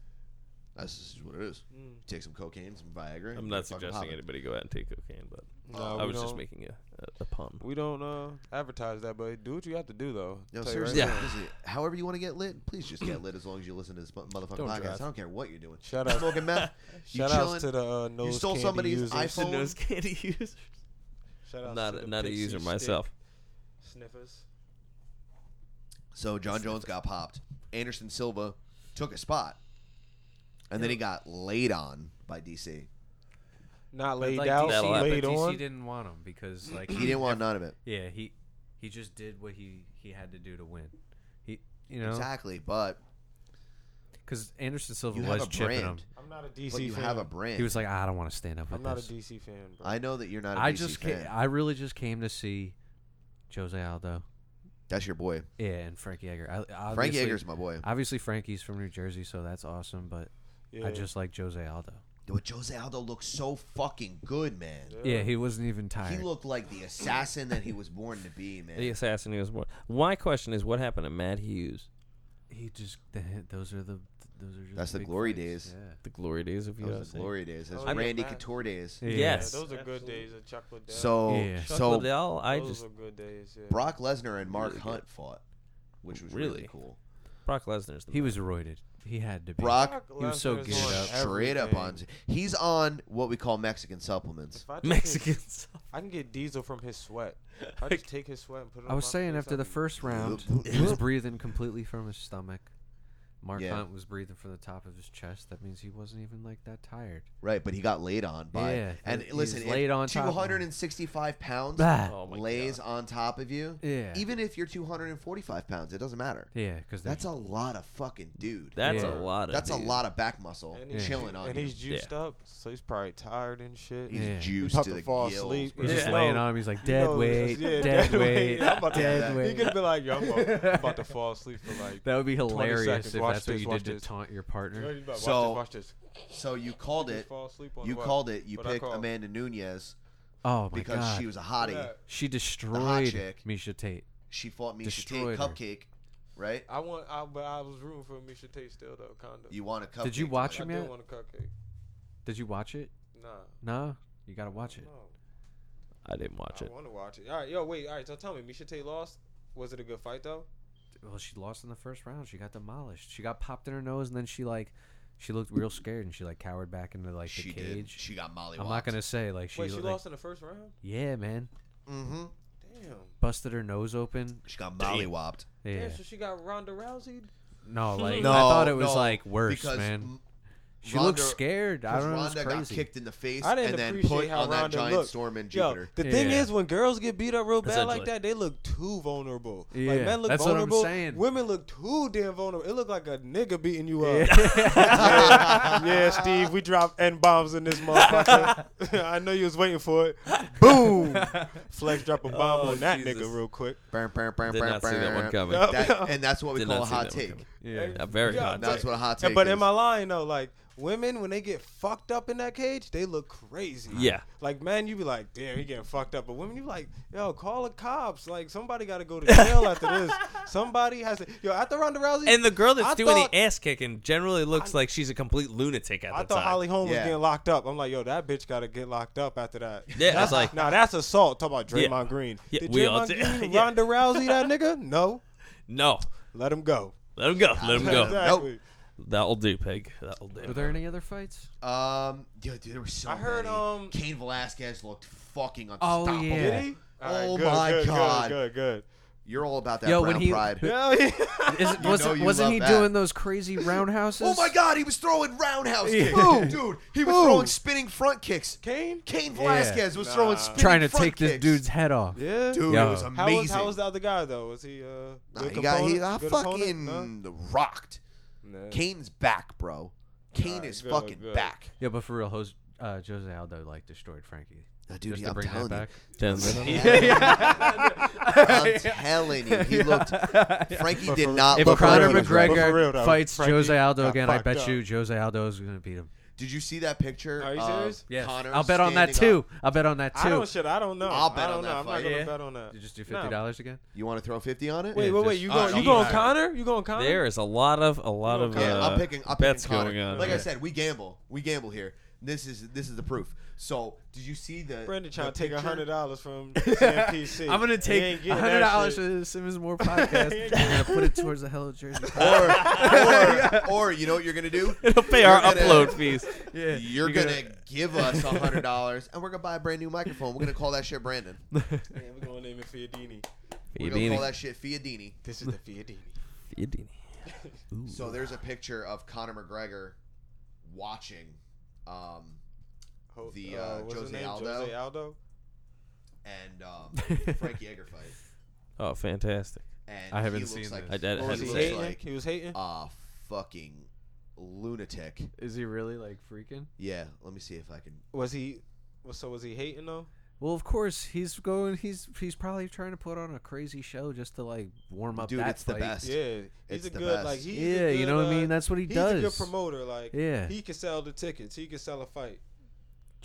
Speaker 1: That's just what it is.
Speaker 3: Mm.
Speaker 1: Take some cocaine, some Viagra.
Speaker 4: I'm
Speaker 1: and fucking
Speaker 4: not suggesting
Speaker 1: pop it.
Speaker 4: anybody go out and take cocaine, but
Speaker 3: No,
Speaker 1: I
Speaker 4: I
Speaker 3: we
Speaker 4: was just
Speaker 3: don't-
Speaker 4: making a, a, a pun.
Speaker 3: We don't uh, advertise that, but do what you have to do, though.
Speaker 1: No,
Speaker 3: Tell you
Speaker 1: seriously.
Speaker 3: right
Speaker 4: Yeah.
Speaker 3: now.
Speaker 1: seriously, However you want to get lit, please just get lit as long as you listen to this mu- motherfucking
Speaker 4: Don't
Speaker 1: podcast.
Speaker 4: drive.
Speaker 1: I don't care what you're doing.
Speaker 3: Shout
Speaker 1: You
Speaker 3: out.
Speaker 1: Smoking meth. you
Speaker 3: Shout outs
Speaker 1: chilling.
Speaker 3: to the uh, nose
Speaker 1: stole
Speaker 3: candy
Speaker 1: somebody's
Speaker 3: users.
Speaker 1: iPhone.
Speaker 4: The nose candy users.
Speaker 3: Shout outs to
Speaker 4: Not
Speaker 3: the
Speaker 4: a, not a
Speaker 3: Pixie
Speaker 4: user
Speaker 3: stick
Speaker 4: myself.
Speaker 3: Sniffers.
Speaker 1: So John Jones got popped. Anderson Silva took a spot, and then he got laid on by DC.
Speaker 3: Not laid
Speaker 2: like,
Speaker 3: out,
Speaker 2: DC,
Speaker 4: That'll
Speaker 2: but
Speaker 4: happen.
Speaker 3: laid on.
Speaker 2: DC didn't want him because like
Speaker 1: He didn't want none of it.
Speaker 2: Yeah, he he just did what he he had to do to win. He you know
Speaker 1: Exactly, but
Speaker 2: because Anderson Silva
Speaker 1: You have
Speaker 2: was
Speaker 1: a
Speaker 2: chipping him.
Speaker 1: brand,
Speaker 3: I'm not a DC
Speaker 1: but you
Speaker 3: fan.
Speaker 1: have a brand.
Speaker 2: He was like, "Ah, I don't want to stand up.
Speaker 3: I'm
Speaker 2: With
Speaker 3: not a
Speaker 2: this.
Speaker 3: DC fan, bro.
Speaker 1: I know that you're not. I
Speaker 2: I just,
Speaker 1: fan.
Speaker 2: ca- I really just came to see Jose Aldo,
Speaker 1: That's your boy.
Speaker 2: yeah, and Frank Yeager. I,
Speaker 1: Frank
Speaker 2: obviously-
Speaker 1: Yeager's my boy.
Speaker 2: Obviously, Frankie's from New Jersey, so that's awesome. But
Speaker 3: yeah.
Speaker 2: I just like Jose Aldo.
Speaker 1: But Jose Aldo looked so fucking good, man.
Speaker 2: Yeah, he wasn't even
Speaker 1: He
Speaker 2: tired.
Speaker 1: looked like the assassin that he was born to be, man.
Speaker 4: The assassin he was born. My question is, what happened to Matt Hughes?
Speaker 2: He just th- those are the those are just
Speaker 1: That's the
Speaker 2: big
Speaker 1: glory
Speaker 2: fights,
Speaker 1: days.
Speaker 2: yeah.
Speaker 4: The glory days of
Speaker 1: Those are the
Speaker 4: UFC.
Speaker 1: glory days. That's
Speaker 3: Oh, yeah,
Speaker 1: Randy
Speaker 3: Matt.
Speaker 1: Couture days.
Speaker 2: Yeah.
Speaker 4: Yes.
Speaker 3: those are good
Speaker 4: Absolutely.
Speaker 3: days of Chuck Liddell.
Speaker 1: So,
Speaker 2: Yeah.
Speaker 4: Chuck
Speaker 1: so
Speaker 4: Liddell, I
Speaker 3: those
Speaker 4: just
Speaker 3: were good days. Yeah.
Speaker 1: Brock Lesnar and Mark
Speaker 4: Really good.
Speaker 1: Hunt fought, which was really,
Speaker 4: Really?
Speaker 1: cool.
Speaker 4: Brock Lesnar's the
Speaker 2: He
Speaker 4: man.
Speaker 2: was roided. He had to be.
Speaker 1: Brock
Speaker 2: He was so
Speaker 3: Lesnar's
Speaker 2: geared
Speaker 3: on
Speaker 2: up.
Speaker 1: straight up on.
Speaker 3: everything.
Speaker 1: He's on what we call Mexican supplements.
Speaker 3: If I just get-
Speaker 4: Mexicans.
Speaker 3: I can get diesel from his sweat. If I just take his sweat and put it.
Speaker 2: I
Speaker 3: on
Speaker 2: was
Speaker 3: my
Speaker 2: saying
Speaker 3: face,
Speaker 2: after
Speaker 3: I'd
Speaker 2: the
Speaker 3: be-
Speaker 2: first round, he was breathing completely from his stomach. Mark
Speaker 1: Yeah.
Speaker 2: Hunt was breathing from the top of his chest. That means he wasn't even like that tired.
Speaker 1: Right, but he got laid on by
Speaker 2: Yeah,
Speaker 1: and
Speaker 2: he- he
Speaker 1: listen,
Speaker 2: was laid on top of him.
Speaker 1: 265 pounds
Speaker 2: Ah.
Speaker 4: Oh my
Speaker 1: lays
Speaker 4: God.
Speaker 1: on top of you.
Speaker 2: Yeah.
Speaker 1: Even if you're 245 pounds, it doesn't matter.
Speaker 2: Yeah, because
Speaker 1: That's a lot of fucking dude.
Speaker 4: That's
Speaker 2: Yeah.
Speaker 4: a lot of.
Speaker 1: That's a
Speaker 4: dudes.
Speaker 1: lot of back muscle
Speaker 3: And
Speaker 2: Yeah.
Speaker 3: he's,
Speaker 1: chilling on
Speaker 3: and
Speaker 1: you.
Speaker 3: he's juiced up, so he's probably tired and shit.
Speaker 1: He's
Speaker 2: Yeah. He's
Speaker 1: juiced
Speaker 3: about
Speaker 1: to
Speaker 3: to
Speaker 1: the
Speaker 3: fall
Speaker 1: gills,
Speaker 3: asleep.
Speaker 1: bro.
Speaker 2: He's just
Speaker 4: Yeah.
Speaker 2: laying on him. He's like,
Speaker 3: You
Speaker 2: dead
Speaker 3: know,
Speaker 2: weight,
Speaker 3: yeah,
Speaker 2: dead weight,
Speaker 3: I'm about to-
Speaker 2: dead
Speaker 3: He could
Speaker 2: weight.
Speaker 3: have been like, "Yo, I'm about, I'm about to fall asleep for like."
Speaker 2: That would be
Speaker 3: 20
Speaker 2: hilarious
Speaker 3: seconds.
Speaker 2: if
Speaker 3: Watch
Speaker 2: that's what
Speaker 3: this,
Speaker 2: you
Speaker 3: watch
Speaker 2: did to
Speaker 3: this.
Speaker 2: taunt your partner.
Speaker 1: So-
Speaker 3: watch this.
Speaker 1: So you called it.
Speaker 3: Fall asleep on
Speaker 1: You
Speaker 3: what?
Speaker 1: called it. You
Speaker 3: What I
Speaker 1: picked
Speaker 3: call it?
Speaker 1: Amanda Nunez
Speaker 2: Oh my
Speaker 1: because
Speaker 2: god,
Speaker 1: she was a hottie.
Speaker 3: Yeah.
Speaker 2: she destroyed
Speaker 1: chick.
Speaker 2: Misha Tate.
Speaker 1: She fought Misha Tate
Speaker 2: Destroyed her.
Speaker 1: Cupcake, right?
Speaker 3: I want, I, but I was rooting for Misha Tate still though, kinda.
Speaker 1: You want a cupcake?
Speaker 2: Did you
Speaker 1: to
Speaker 2: watch
Speaker 3: I
Speaker 2: him
Speaker 3: did
Speaker 2: yet?
Speaker 3: want a cupcake.
Speaker 2: Did you watch it?
Speaker 3: Nah,
Speaker 2: No, you gotta watch
Speaker 3: no,
Speaker 2: it.
Speaker 4: I didn't watch
Speaker 3: I
Speaker 4: it.
Speaker 3: want to watch it. All right, yo, wait, all right. So tell me, Misha Tate lost. Was it a good fight though?
Speaker 2: Well, she lost in the first round. She got demolished. She got popped in her nose, and then she like, she looked real scared, and she like cowered back into like the
Speaker 1: She did.
Speaker 2: cage.
Speaker 1: She got Molly.
Speaker 2: I'm not gonna say like she,
Speaker 3: wait, she
Speaker 2: like,
Speaker 3: lost in the first round.
Speaker 2: yeah, man,
Speaker 1: Mm-hmm.
Speaker 3: Damn.
Speaker 2: busted her nose open.
Speaker 1: She got mollywopped.
Speaker 2: Yeah,
Speaker 3: Damn. So she got Ronda Rousey.
Speaker 2: no, like
Speaker 1: No,
Speaker 2: I thought it was
Speaker 1: no,
Speaker 2: like worse,
Speaker 1: because
Speaker 2: man.
Speaker 1: m-
Speaker 2: She looked
Speaker 1: Ronda-
Speaker 2: scared. I
Speaker 1: Because
Speaker 2: don't know,
Speaker 1: Ronda
Speaker 2: it was
Speaker 1: got
Speaker 2: crazy.
Speaker 1: kicked in the face
Speaker 3: I didn't
Speaker 1: and then
Speaker 3: appreciate
Speaker 1: put
Speaker 3: how
Speaker 1: on that
Speaker 3: Ronda
Speaker 1: giant
Speaker 3: looked.
Speaker 1: storm in
Speaker 3: Yo,
Speaker 1: Jupiter.
Speaker 3: the thing
Speaker 2: Yeah.
Speaker 3: is, when girls get beat up real bad like
Speaker 4: Essentially.
Speaker 3: that, they look too vulnerable.
Speaker 2: Yeah,
Speaker 3: like men look
Speaker 2: that's what I'm
Speaker 3: vulnerable.
Speaker 2: saying.
Speaker 3: Women look too damn vulnerable. It looked like a nigga beating you up.
Speaker 2: Yeah.
Speaker 3: yeah, Steve, we dropped N bombs in this motherfucker. I know you was waiting for it. Boom! Flex drop a bomb
Speaker 4: Oh,
Speaker 3: on that
Speaker 4: Jesus.
Speaker 3: nigga real quick.
Speaker 1: Burn, burn, burn,
Speaker 4: Did
Speaker 1: burn,
Speaker 4: not see that one
Speaker 1: burn.
Speaker 4: coming.
Speaker 3: Yup.
Speaker 1: That- and that's what we
Speaker 4: Did
Speaker 1: call
Speaker 4: not
Speaker 1: a
Speaker 4: see
Speaker 1: hot
Speaker 4: that one
Speaker 1: take.
Speaker 4: coming.
Speaker 2: yeah.
Speaker 4: A very
Speaker 3: Yeah,
Speaker 4: hot
Speaker 3: that-
Speaker 1: That's
Speaker 4: take.
Speaker 1: what a hot
Speaker 3: And-
Speaker 1: take
Speaker 3: but
Speaker 1: is.
Speaker 3: in my line though, like women when they get fucked up in that cage, they look crazy.
Speaker 4: Yeah.
Speaker 3: Like man, you be like, damn, he getting fucked up. But women, you be like, yo, call the cops. Like somebody got to go to jail after this. Somebody has to. Yo, after Ronda Rousey,
Speaker 4: And the girl that's
Speaker 3: I
Speaker 4: doing
Speaker 3: thought-
Speaker 4: the ass kicking generally looks like she's a complete lunatic at
Speaker 3: I
Speaker 4: the
Speaker 3: thought
Speaker 4: time.
Speaker 3: Holly Holm was
Speaker 1: Yeah.
Speaker 3: getting locked up. I'm like, yo, that bitch got to get locked up after that.
Speaker 4: Yeah,
Speaker 3: that's
Speaker 4: it's like-
Speaker 3: now that's assault. Talk about
Speaker 4: Yeah.
Speaker 3: Draymond Green.
Speaker 4: Yeah,
Speaker 3: Did
Speaker 4: we all
Speaker 3: Draymond
Speaker 4: did.
Speaker 3: Green
Speaker 4: Yeah.
Speaker 3: Ronda Rousey that nigga? No,
Speaker 4: no,
Speaker 3: let him go.
Speaker 4: let him go. Let him go.
Speaker 3: Exactly.
Speaker 4: That'll do, Peg. That'll
Speaker 2: Were
Speaker 4: do.
Speaker 2: there any other fights?
Speaker 1: Um, yo, dude, there were so
Speaker 3: I heard,
Speaker 1: many.
Speaker 3: um,
Speaker 1: Kane Velasquez looked fucking
Speaker 2: Oh,
Speaker 1: unstoppable.
Speaker 2: yeah.
Speaker 3: Did he? All right,
Speaker 1: Oh
Speaker 3: good,
Speaker 1: my
Speaker 3: good, good,
Speaker 1: God.
Speaker 3: Good, good.
Speaker 1: You're all about that
Speaker 2: Yo,
Speaker 1: brown
Speaker 2: when he-
Speaker 1: pride.
Speaker 3: Hell yeah.
Speaker 2: Is,
Speaker 1: You know
Speaker 2: wasn't
Speaker 1: you
Speaker 2: wasn't
Speaker 1: love
Speaker 2: he
Speaker 1: that.
Speaker 2: doing those crazy roundhouses?
Speaker 1: Oh my God, he was throwing roundhouse
Speaker 2: Yeah.
Speaker 1: kicks,
Speaker 2: Who?
Speaker 1: dude. He was
Speaker 2: Who?
Speaker 1: throwing spinning front kicks.
Speaker 3: Kane?
Speaker 1: Kane
Speaker 2: Yeah.
Speaker 1: Velasquez was
Speaker 3: Nah.
Speaker 1: throwing spinning
Speaker 2: Trying to
Speaker 1: front
Speaker 2: take
Speaker 1: kicks.
Speaker 2: this dude's head off.
Speaker 3: Yeah.
Speaker 1: Dude,
Speaker 2: Yo.
Speaker 1: it was amazing.
Speaker 3: How was, how was the other guy though? Was he uh
Speaker 1: Nah,
Speaker 3: good
Speaker 1: he got he
Speaker 3: opponent?
Speaker 1: got
Speaker 3: Good
Speaker 1: fucking
Speaker 3: opponent?
Speaker 1: rocked.
Speaker 3: No?
Speaker 1: Kane's back, bro. Kane
Speaker 3: Alright,
Speaker 1: is
Speaker 3: good,
Speaker 1: fucking
Speaker 3: good.
Speaker 1: back.
Speaker 2: Yeah, but for real, Jose, uh, Jose Aldo like destroyed Frankie.
Speaker 1: Nah, dude,
Speaker 2: Just
Speaker 1: yeah,
Speaker 2: to
Speaker 1: I'm
Speaker 2: bring that
Speaker 1: telling you.
Speaker 2: back.
Speaker 1: I'm telling you, he looked. Frankie did not
Speaker 2: If
Speaker 1: look.
Speaker 2: Conor
Speaker 1: like he was ready.
Speaker 3: But for real,
Speaker 2: McGregor
Speaker 3: though,
Speaker 2: fights
Speaker 3: Frankie
Speaker 2: Jose Aldo
Speaker 3: got
Speaker 2: again, I
Speaker 3: fucked
Speaker 2: bet
Speaker 3: up.
Speaker 2: you Jose Aldo is gonna beat him.
Speaker 1: Did you see that picture?
Speaker 3: Are you
Speaker 1: of
Speaker 3: serious?
Speaker 2: Yeah,
Speaker 1: Conor
Speaker 2: I'll bet on that
Speaker 1: standing
Speaker 2: too.
Speaker 1: up?
Speaker 2: I'll bet on that too.
Speaker 3: I don't shit. I don't know.
Speaker 1: I'll bet
Speaker 3: I don't
Speaker 1: on
Speaker 3: know.
Speaker 1: that
Speaker 3: I'm
Speaker 1: fight.
Speaker 3: not gonna
Speaker 2: Yeah.
Speaker 3: bet on that.
Speaker 2: you just do
Speaker 3: Nah.
Speaker 2: fifty dollars again?
Speaker 1: You want to throw fifty on it?
Speaker 3: Wait, wait, wait.
Speaker 2: just- uh,
Speaker 3: You
Speaker 1: Alright,
Speaker 3: going? You
Speaker 1: I'll
Speaker 3: going
Speaker 1: bet.
Speaker 3: Connor? You going Connor?
Speaker 4: There is a lot of a lot of.
Speaker 1: Yeah,
Speaker 4: uh,
Speaker 1: I'm picking. I'm
Speaker 4: bets
Speaker 1: picking Conor.
Speaker 4: going on.
Speaker 1: Like I
Speaker 4: Yeah.
Speaker 1: said, we gamble. We gamble here. This is this is the proof. So, did you see the
Speaker 3: Brandon
Speaker 1: the
Speaker 3: trying to take
Speaker 1: picture?
Speaker 3: hundred dollars from CMPC.
Speaker 2: I'm gonna
Speaker 3: He
Speaker 2: take
Speaker 3: ain't getting
Speaker 2: hundred dollars for
Speaker 3: that shit.
Speaker 2: the Simmons Moore podcast. I'm gonna put it towards the Hello Jersey.
Speaker 1: Or, or, or you know what you're gonna do?
Speaker 4: It'll pay our
Speaker 1: You're gonna-
Speaker 4: upload fees.
Speaker 2: yeah,
Speaker 1: You're gonna give us hundred dollars, and we're gonna buy a brand new microphone. We're gonna call that shit Brandon.
Speaker 3: Yeah, we're gonna name it Fiadini.
Speaker 1: We're gonna call that shit Fiadini.
Speaker 3: This is the Fiadini.
Speaker 4: Fiadini.
Speaker 1: So there's a picture of Conor McGregor watching, um,
Speaker 3: Ho-
Speaker 1: The, uh,
Speaker 3: what's his
Speaker 1: Jose
Speaker 3: name?
Speaker 1: Aldo?
Speaker 3: Jose Aldo.
Speaker 1: and um, Frank Yeager fight.
Speaker 4: Oh, fantastic!
Speaker 1: And
Speaker 2: I haven't
Speaker 1: he looks
Speaker 2: seen
Speaker 1: like
Speaker 2: this.
Speaker 4: I- I
Speaker 1: he
Speaker 4: haven't
Speaker 3: Was
Speaker 4: seen
Speaker 1: looks
Speaker 3: he
Speaker 4: this.
Speaker 3: hating?
Speaker 1: like
Speaker 3: He was hating.
Speaker 1: a fucking lunatic.
Speaker 2: uh, Is he really like freaking?
Speaker 1: Yeah, let me see if I can.
Speaker 3: Was he? well, So was he hating though?
Speaker 2: Well, of course he's going. He's he's probably trying to put on a crazy show just to like warm up.
Speaker 1: Dude,
Speaker 2: that
Speaker 1: it's the
Speaker 2: fight.
Speaker 1: best.
Speaker 3: Yeah, he's
Speaker 1: It's
Speaker 3: a
Speaker 1: the
Speaker 3: good like
Speaker 1: best.
Speaker 3: he's a
Speaker 2: Yeah, you
Speaker 3: good,
Speaker 2: know what I
Speaker 3: uh,
Speaker 2: mean? That's what he
Speaker 3: he's a good
Speaker 2: does.
Speaker 3: promoter. Like
Speaker 2: Yeah.
Speaker 3: he can sell the tickets. He can sell a fight.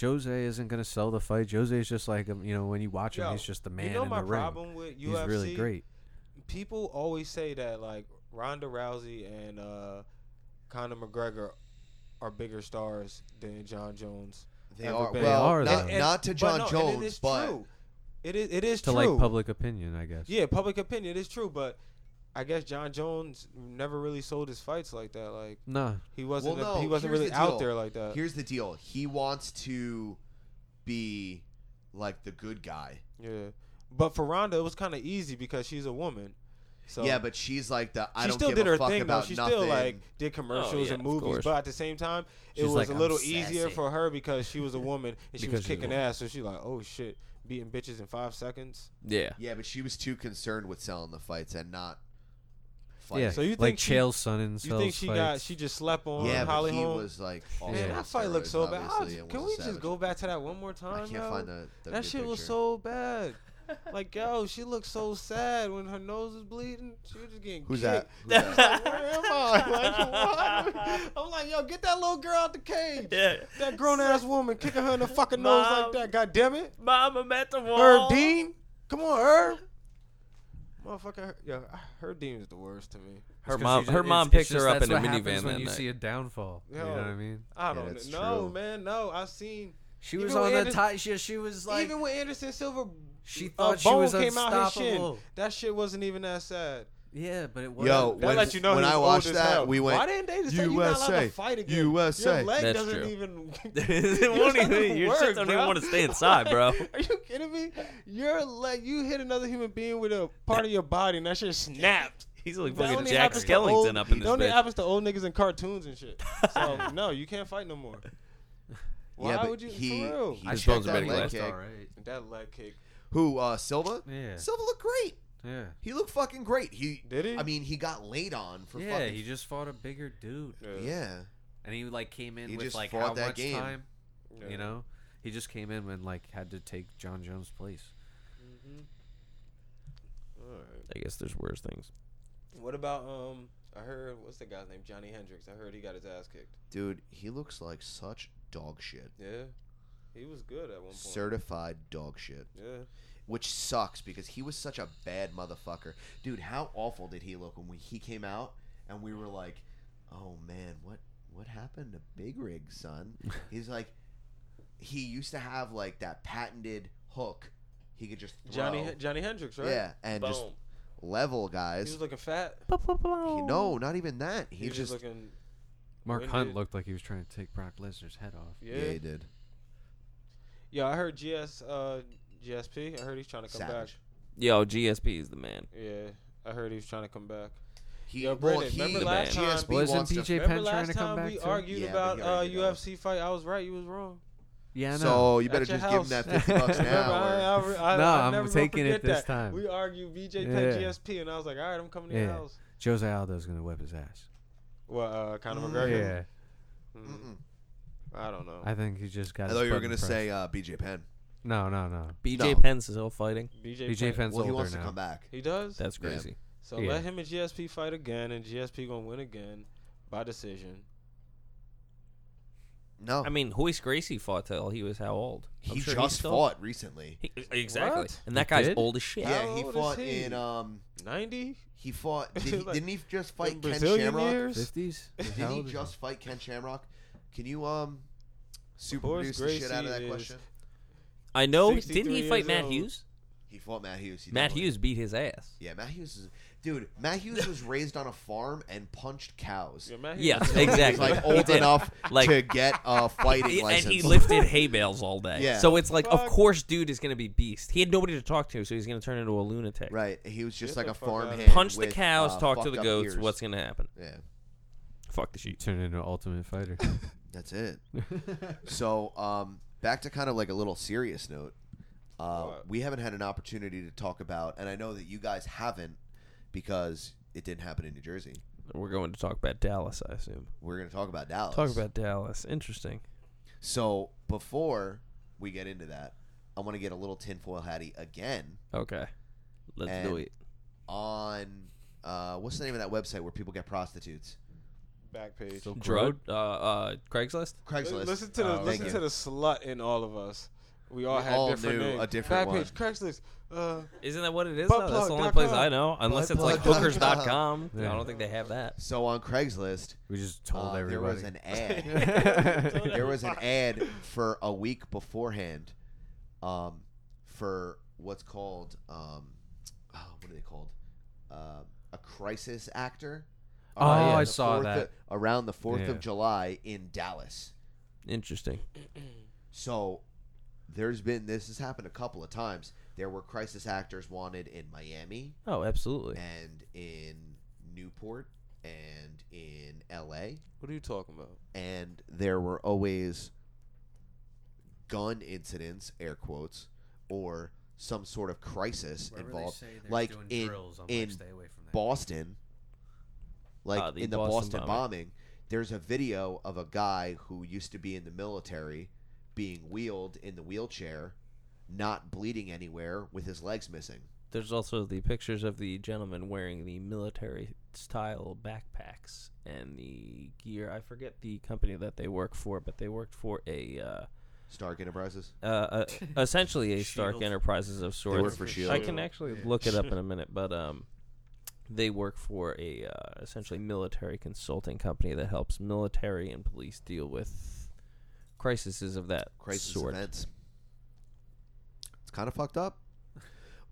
Speaker 2: Jose isn't gonna sell the fight. Jose's just like um, you know when you watch him,
Speaker 3: Yo,
Speaker 2: he's just the man
Speaker 3: you know
Speaker 2: in
Speaker 3: my
Speaker 2: the ring.
Speaker 3: problem with
Speaker 2: he's
Speaker 3: UFC.
Speaker 2: really great.
Speaker 3: People always say that like Ronda Rousey and uh, Conor McGregor are bigger stars than John Jones.
Speaker 1: They
Speaker 3: Ever
Speaker 1: are
Speaker 3: been.
Speaker 1: well,
Speaker 2: They are,
Speaker 1: not,
Speaker 2: though.
Speaker 1: not to John
Speaker 3: but no, and
Speaker 1: Jones,
Speaker 3: it is
Speaker 1: but
Speaker 3: true. it is it is
Speaker 2: To
Speaker 3: true.
Speaker 2: like public opinion, I guess.
Speaker 3: Yeah, public opinion is true, but I guess John Jones never really sold his fights like that. Like
Speaker 2: Nah.
Speaker 3: he wasn't
Speaker 1: Well,
Speaker 3: a- he
Speaker 1: no,
Speaker 3: wasn't
Speaker 1: here's
Speaker 3: really
Speaker 1: the
Speaker 3: out
Speaker 1: deal.
Speaker 3: there like that.
Speaker 1: here's the deal: he wants to be like the good guy.
Speaker 3: Yeah, but for Ronda, it was kind of easy because she's a woman. So
Speaker 1: yeah, but she's like the I
Speaker 3: she
Speaker 1: don't
Speaker 3: still
Speaker 1: give
Speaker 3: did
Speaker 1: a
Speaker 3: her
Speaker 1: fuck
Speaker 3: thing though.
Speaker 1: about
Speaker 3: She
Speaker 1: nothing.
Speaker 3: still like did commercials
Speaker 4: Oh, yeah,
Speaker 3: and
Speaker 4: of
Speaker 3: movies,
Speaker 4: course.
Speaker 3: but at the same time, it
Speaker 4: She's
Speaker 3: was
Speaker 4: like,
Speaker 3: a
Speaker 4: "I'm
Speaker 3: little easier
Speaker 4: sassy."
Speaker 3: for her because she was a woman and she was
Speaker 4: Because she's a
Speaker 3: kicking
Speaker 4: woman.
Speaker 3: ass. So she's like, oh shit, beating bitches in five seconds.
Speaker 4: Yeah.
Speaker 1: yeah, but she was too concerned with selling the fights and not fighting.
Speaker 2: yeah.
Speaker 3: So you
Speaker 2: like
Speaker 3: think she-
Speaker 2: Chael Sonnen
Speaker 3: You
Speaker 2: sells
Speaker 3: think she
Speaker 2: fights.
Speaker 3: got she just slept on
Speaker 1: yeah, but
Speaker 3: Holly
Speaker 1: he
Speaker 3: Holm?
Speaker 1: was like, also
Speaker 3: Man,
Speaker 1: on
Speaker 3: that fight looked
Speaker 1: steroids,
Speaker 3: so bad. Ah,
Speaker 1: obviously, and
Speaker 3: Can
Speaker 1: was a
Speaker 3: we just
Speaker 1: savage.
Speaker 3: go back to that one more time?
Speaker 1: I can't
Speaker 3: yo?
Speaker 1: find the, the
Speaker 3: that
Speaker 1: good
Speaker 3: shit was
Speaker 1: picture.
Speaker 3: so bad. Like yo, she looked so sad when her nose was bleeding. She was just getting
Speaker 1: Who's
Speaker 3: kicked.
Speaker 1: that? Who's that?
Speaker 3: Like, where am I? Like, what? I'm like, yo, get that little girl out the cage.
Speaker 4: Yeah.
Speaker 3: That grown ass woman kicking her in the fucking nose
Speaker 4: Mom.
Speaker 3: like that. God damn it.
Speaker 4: Mom, I'm at the wall.
Speaker 3: Herb Dean? Come on, Herb. Motherfucker, Her- yo, Herb Dean is the worst to me.
Speaker 4: Her mom, her mom picked her up in a minivan
Speaker 2: when
Speaker 4: that
Speaker 2: you
Speaker 4: night.
Speaker 2: see a downfall.
Speaker 3: you
Speaker 2: You
Speaker 3: know
Speaker 2: know
Speaker 3: Yo.
Speaker 2: what
Speaker 3: what I
Speaker 2: I mean?
Speaker 3: I
Speaker 1: Yeah,
Speaker 3: don't
Speaker 1: that's
Speaker 3: know,
Speaker 1: true.
Speaker 3: man. No, I've seen
Speaker 2: She
Speaker 3: Even when Anderson-
Speaker 2: tight. She, she was
Speaker 3: even when Anderson Silva,
Speaker 2: She
Speaker 3: a
Speaker 2: thought she
Speaker 3: bone
Speaker 2: was
Speaker 3: came out his shin.
Speaker 2: unstoppable.
Speaker 3: That shit wasn't even that sad.
Speaker 2: yeah, but it was.
Speaker 1: Yo,
Speaker 3: That
Speaker 1: when,
Speaker 3: lets you know
Speaker 1: when
Speaker 3: he's
Speaker 1: I
Speaker 3: old
Speaker 1: watched
Speaker 3: as
Speaker 1: that,
Speaker 3: hell.
Speaker 1: we went.
Speaker 3: Why didn't they just say you're not allowed
Speaker 1: USA,
Speaker 3: to fight again?
Speaker 1: USA.
Speaker 3: Your leg
Speaker 4: That's
Speaker 3: doesn't
Speaker 4: true.
Speaker 3: even.
Speaker 4: it
Speaker 3: Your
Speaker 4: won't
Speaker 3: shit
Speaker 4: even,
Speaker 3: doesn't
Speaker 4: your
Speaker 3: work,
Speaker 4: shit don't even
Speaker 3: bro.
Speaker 4: want to stay inside, bro.
Speaker 3: Are you kidding me? Your leg, you hit another human being with a part of your body, and that shit snapped.
Speaker 4: He's like
Speaker 3: That
Speaker 4: fucking
Speaker 3: only
Speaker 4: Jack
Speaker 3: happens to
Speaker 4: Skellington
Speaker 3: old-
Speaker 4: up in this
Speaker 3: That only
Speaker 4: bitch.
Speaker 3: happens to old niggas in cartoons and shit. So no, you can't fight no more. Why
Speaker 1: yeah, but
Speaker 3: would you?
Speaker 1: He,
Speaker 3: for real.
Speaker 1: he
Speaker 4: I
Speaker 1: checked
Speaker 4: suppose
Speaker 1: that
Speaker 4: Betty
Speaker 1: leg
Speaker 4: Last
Speaker 1: kick.
Speaker 2: right.
Speaker 3: that leg kick.
Speaker 1: Who? Uh, Silva.
Speaker 2: Yeah.
Speaker 1: Silva looked great.
Speaker 2: Yeah.
Speaker 1: He looked fucking great. He
Speaker 3: Did he?
Speaker 1: I mean, he got laid on for
Speaker 2: Yeah,
Speaker 1: fucking.
Speaker 2: he just fought a bigger dude,
Speaker 3: uh,
Speaker 1: yeah.
Speaker 2: and he like came in
Speaker 1: He
Speaker 2: with
Speaker 1: just
Speaker 2: like
Speaker 1: fought
Speaker 2: how
Speaker 1: that
Speaker 2: much
Speaker 1: game.
Speaker 2: time?
Speaker 3: Yeah.
Speaker 2: You know, he just came in and like had to take John Jones' place.
Speaker 3: Alright.
Speaker 4: I guess there's worse things.
Speaker 3: What about um? I heard what's the guy's name? Johnny Hendricks. I heard he got his ass kicked.
Speaker 1: Dude, he looks like such dog shit.
Speaker 3: Yeah, he was good at one point.
Speaker 1: Certified dog shit.
Speaker 3: Yeah.
Speaker 1: Which sucks because he was such a bad motherfucker. Dude, how awful did he look when we, he came out and we were like, "Oh man, what what happened to Big Rig, son?" He's like he used to have like that patented hook. He could just throw.
Speaker 3: Johnny Johnny Hendricks, right?
Speaker 1: Yeah, and
Speaker 3: Boom.
Speaker 1: just level
Speaker 3: he
Speaker 1: guys.
Speaker 3: was looking fat.
Speaker 1: He- no, not even that. He,
Speaker 3: He was
Speaker 1: just
Speaker 3: just looking.
Speaker 2: Mark
Speaker 3: When
Speaker 2: Hunt
Speaker 3: did-
Speaker 2: looked like he was trying to take Brock Lesnar's head off.
Speaker 3: Yeah.
Speaker 1: yeah, he did.
Speaker 3: Yeah, I heard GS uh GSP. I heard he's trying to come
Speaker 1: Savage.
Speaker 4: Yo, GSP is the man.
Speaker 3: back. Yeah, I heard he was trying to come back.
Speaker 1: He,
Speaker 3: Yo,
Speaker 1: well,
Speaker 3: Brendan,
Speaker 1: he,
Speaker 3: remember
Speaker 4: last
Speaker 1: GSP
Speaker 3: time-
Speaker 2: Wasn't
Speaker 1: wants to-
Speaker 2: PJ Penn
Speaker 3: Remember
Speaker 2: trying
Speaker 3: last
Speaker 2: to come
Speaker 3: time
Speaker 2: back
Speaker 3: we
Speaker 2: too?
Speaker 3: argued
Speaker 1: Yeah, but
Speaker 3: about
Speaker 1: he
Speaker 3: uh,
Speaker 1: already did that.
Speaker 3: UFC fight? I was right. You was wrong.
Speaker 2: Yeah, I know.
Speaker 1: So you better
Speaker 3: At your
Speaker 1: just give him
Speaker 3: house.
Speaker 1: that fifty bucks
Speaker 3: Remember,
Speaker 1: now. or-
Speaker 3: I, I, I,
Speaker 2: No,
Speaker 3: I
Speaker 2: I'm
Speaker 3: never gonna
Speaker 2: taking it
Speaker 3: forget
Speaker 2: this
Speaker 3: that.
Speaker 2: time.
Speaker 3: We argued BJ
Speaker 2: Yeah.
Speaker 3: Penn GSP, and I was like, all right, I'm coming to your
Speaker 2: Yeah.
Speaker 3: house.
Speaker 2: Jose Aldo's gonna whip his ass.
Speaker 3: Well, uh, Conor
Speaker 1: Mm.
Speaker 3: McGregor.
Speaker 2: Yeah,
Speaker 3: Mm,
Speaker 1: Mm-mm.
Speaker 3: I don't know.
Speaker 2: I think he just got.
Speaker 1: I
Speaker 2: his
Speaker 1: thought you were
Speaker 2: button
Speaker 1: gonna
Speaker 2: pressed.
Speaker 1: say uh, BJ Penn.
Speaker 2: No, no, no.
Speaker 4: BJ
Speaker 1: No.
Speaker 4: Penn's still fighting.
Speaker 3: BJ,
Speaker 2: BJ
Speaker 3: Penn-
Speaker 2: Penn's
Speaker 1: Well, he
Speaker 2: older
Speaker 1: wants to
Speaker 2: now.
Speaker 1: come back.
Speaker 3: He does.
Speaker 4: That's
Speaker 1: Yeah.
Speaker 4: crazy.
Speaker 3: So
Speaker 2: Yeah.
Speaker 3: let him and GSP fight again, and GSP gonna win again by decision.
Speaker 1: No,
Speaker 4: I mean, Hoist Gracie fought till he was how old? I'm
Speaker 1: Oh. he
Speaker 4: sure he's
Speaker 1: just
Speaker 4: still-
Speaker 1: fought recently.
Speaker 4: He- exactly.
Speaker 3: What?
Speaker 4: And that
Speaker 2: He
Speaker 4: guy's
Speaker 2: did?
Speaker 4: old as shit.
Speaker 1: Yeah,
Speaker 3: How
Speaker 1: he
Speaker 3: old is
Speaker 1: fought
Speaker 3: he?
Speaker 1: in um.
Speaker 3: Ninety.
Speaker 1: He fought. Did he,
Speaker 3: Like,
Speaker 1: didn't he just fight
Speaker 3: in
Speaker 1: Ken
Speaker 3: Brazilian
Speaker 1: Shamrock?
Speaker 3: years?
Speaker 2: Fifties.
Speaker 1: Did he just fight Ken Shamrock? Can you um, super
Speaker 3: Horace
Speaker 1: produce the shit
Speaker 3: Gracie
Speaker 1: out of that
Speaker 3: is-
Speaker 1: question?
Speaker 4: I know.
Speaker 3: 63
Speaker 4: Didn't he
Speaker 3: years
Speaker 4: fight Matt
Speaker 3: old.
Speaker 4: Hughes?
Speaker 1: He fought Matt Hughes. He
Speaker 4: Matt
Speaker 1: definitely-
Speaker 4: Hughes beat his ass.
Speaker 1: Yeah, Matt Hughes is dude. Matt Hughes was raised on a farm and punched cows.
Speaker 3: Yeah, Matt Hughes
Speaker 4: Yeah,
Speaker 3: is still-
Speaker 1: He's
Speaker 4: exactly.
Speaker 1: like
Speaker 4: He
Speaker 1: old
Speaker 4: did.
Speaker 1: enough
Speaker 4: Like-
Speaker 1: to get a fighting
Speaker 4: He-
Speaker 1: license.
Speaker 4: and he lifted hay bales all day.
Speaker 1: Yeah.
Speaker 4: So it's like, of
Speaker 3: Fuck.
Speaker 4: course, dude is gonna be beast. He had nobody to talk to, so he's gonna turn into a lunatic.
Speaker 1: Right, he was just like
Speaker 3: Get the
Speaker 1: a
Speaker 3: fuck out.
Speaker 1: farmhand.
Speaker 4: Punch the
Speaker 1: with,
Speaker 4: cows,
Speaker 1: uh,
Speaker 4: talk to
Speaker 1: fucked
Speaker 4: the
Speaker 1: up
Speaker 4: goats.
Speaker 1: ears.
Speaker 4: What's gonna happen?
Speaker 1: yeah?
Speaker 4: Fuck the sheep.
Speaker 2: turned into Ultimate Fighter.
Speaker 1: That's it. so, um, back to kind of like a little serious note. Uh,
Speaker 3: What?
Speaker 1: we haven't had an opportunity to talk about, and I know that you guys haven't because it didn't happen in New Jersey.
Speaker 4: We're going to talk about Dallas, I assume.
Speaker 1: We're going to talk about Dallas.
Speaker 4: Talk about Dallas. Interesting.
Speaker 1: So before we get into that, I want to get a little tinfoil hatty again
Speaker 4: Okay. Let's do
Speaker 1: And-
Speaker 4: it.
Speaker 1: on uh, what's the name of that website where people get prostitutes?
Speaker 3: Back page. Uh,
Speaker 2: So
Speaker 4: Drode, uh, uh, Craigslist?
Speaker 1: Craigslist. Uh,
Speaker 3: Listen to the
Speaker 1: Thank
Speaker 3: listen
Speaker 1: you.
Speaker 3: to the slut in all of us. We all
Speaker 1: We
Speaker 3: had
Speaker 1: all
Speaker 3: different
Speaker 1: knew
Speaker 3: names.
Speaker 1: a different
Speaker 3: Back
Speaker 1: one.
Speaker 3: page, Craigslist. Uh,
Speaker 4: Isn't that what it is?
Speaker 3: Buttplug
Speaker 4: Though? That's the only
Speaker 3: dot
Speaker 4: place
Speaker 3: com.
Speaker 4: I know, unless it's like
Speaker 1: Buttplug dot
Speaker 4: hookers.com. I
Speaker 2: Yeah.
Speaker 4: don't think they have that.
Speaker 1: So on Craigslist,
Speaker 2: We just
Speaker 1: uh,
Speaker 2: told
Speaker 1: there
Speaker 2: everybody.
Speaker 1: was an ad. there was an ad for a week beforehand, um, for what's called um, oh, what are they called? Um a crisis actor.
Speaker 2: Oh,
Speaker 1: Around
Speaker 2: I
Speaker 1: the
Speaker 2: saw
Speaker 1: 4th
Speaker 2: that.
Speaker 1: of- around the Fourth
Speaker 2: Yeah.
Speaker 1: of July in Dallas.
Speaker 4: Interesting.
Speaker 1: So there's been this has happened a couple of times. There were crisis actors wanted in Miami
Speaker 4: Oh, absolutely.
Speaker 1: and in Newport and in L.A.
Speaker 3: What are you talking about?
Speaker 1: and there were always gun incidents, air quotes, or some sort of crisis involved. Like in in
Speaker 2: away from
Speaker 1: Boston, like
Speaker 4: Ah, the
Speaker 1: in the
Speaker 4: Boston
Speaker 1: Boston bombing.
Speaker 4: bombing.
Speaker 1: there's a video of a guy who used to be in the military being wheeled in the wheelchair, not bleeding anywhere, with his legs missing.
Speaker 4: There's also the pictures of the gentleman wearing the military style backpacks and the gear. I forget the company that they work for, but they worked for a uh,
Speaker 1: Stark Enterprises.
Speaker 4: uh, a essentially a Stark
Speaker 2: Shield.
Speaker 4: Enterprises of
Speaker 1: They work
Speaker 4: sorts.
Speaker 1: for
Speaker 4: I
Speaker 1: Shield.
Speaker 4: can actually look it up in a minute, but um, they work for a uh, essentially military consulting company that helps military and police deal with crises of that
Speaker 1: crisis
Speaker 4: sort.
Speaker 1: events. It's kind of fucked up.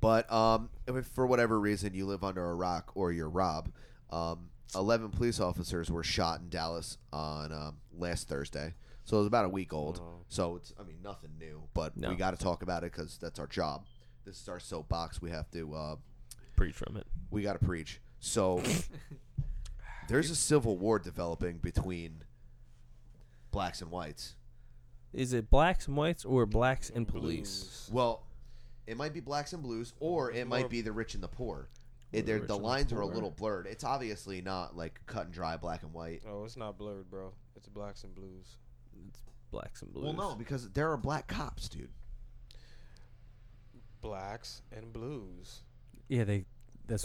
Speaker 1: But um, if for whatever reason you live under a rock or you're Rob, um, 11 police officers were shot in Dallas on um, last Thursday. So it was about a week old. So it's, I mean, nothing new, but
Speaker 4: Oh. No.
Speaker 1: we got to talk about it because that's our job. This is our soapbox. We have to, uh,
Speaker 4: Preach from it.
Speaker 1: we got to preach. So there's a civil war developing between blacks and whites.
Speaker 4: Is it blacks and whites or blacks and police?
Speaker 1: Well, it might be blacks and blues, or it might be the rich and the poor. It,
Speaker 4: the
Speaker 1: they're-
Speaker 4: rich
Speaker 1: the
Speaker 4: and the
Speaker 1: lines are a
Speaker 4: poor.
Speaker 1: little blurred. It's obviously not like cut and dry black and white.
Speaker 3: Oh, it's not blurred, bro. It's blacks and blues.
Speaker 4: Blacks and blues.
Speaker 1: Well, no, because there are black cops, dude.
Speaker 3: Blacks and blues.
Speaker 2: Yeah, they. That's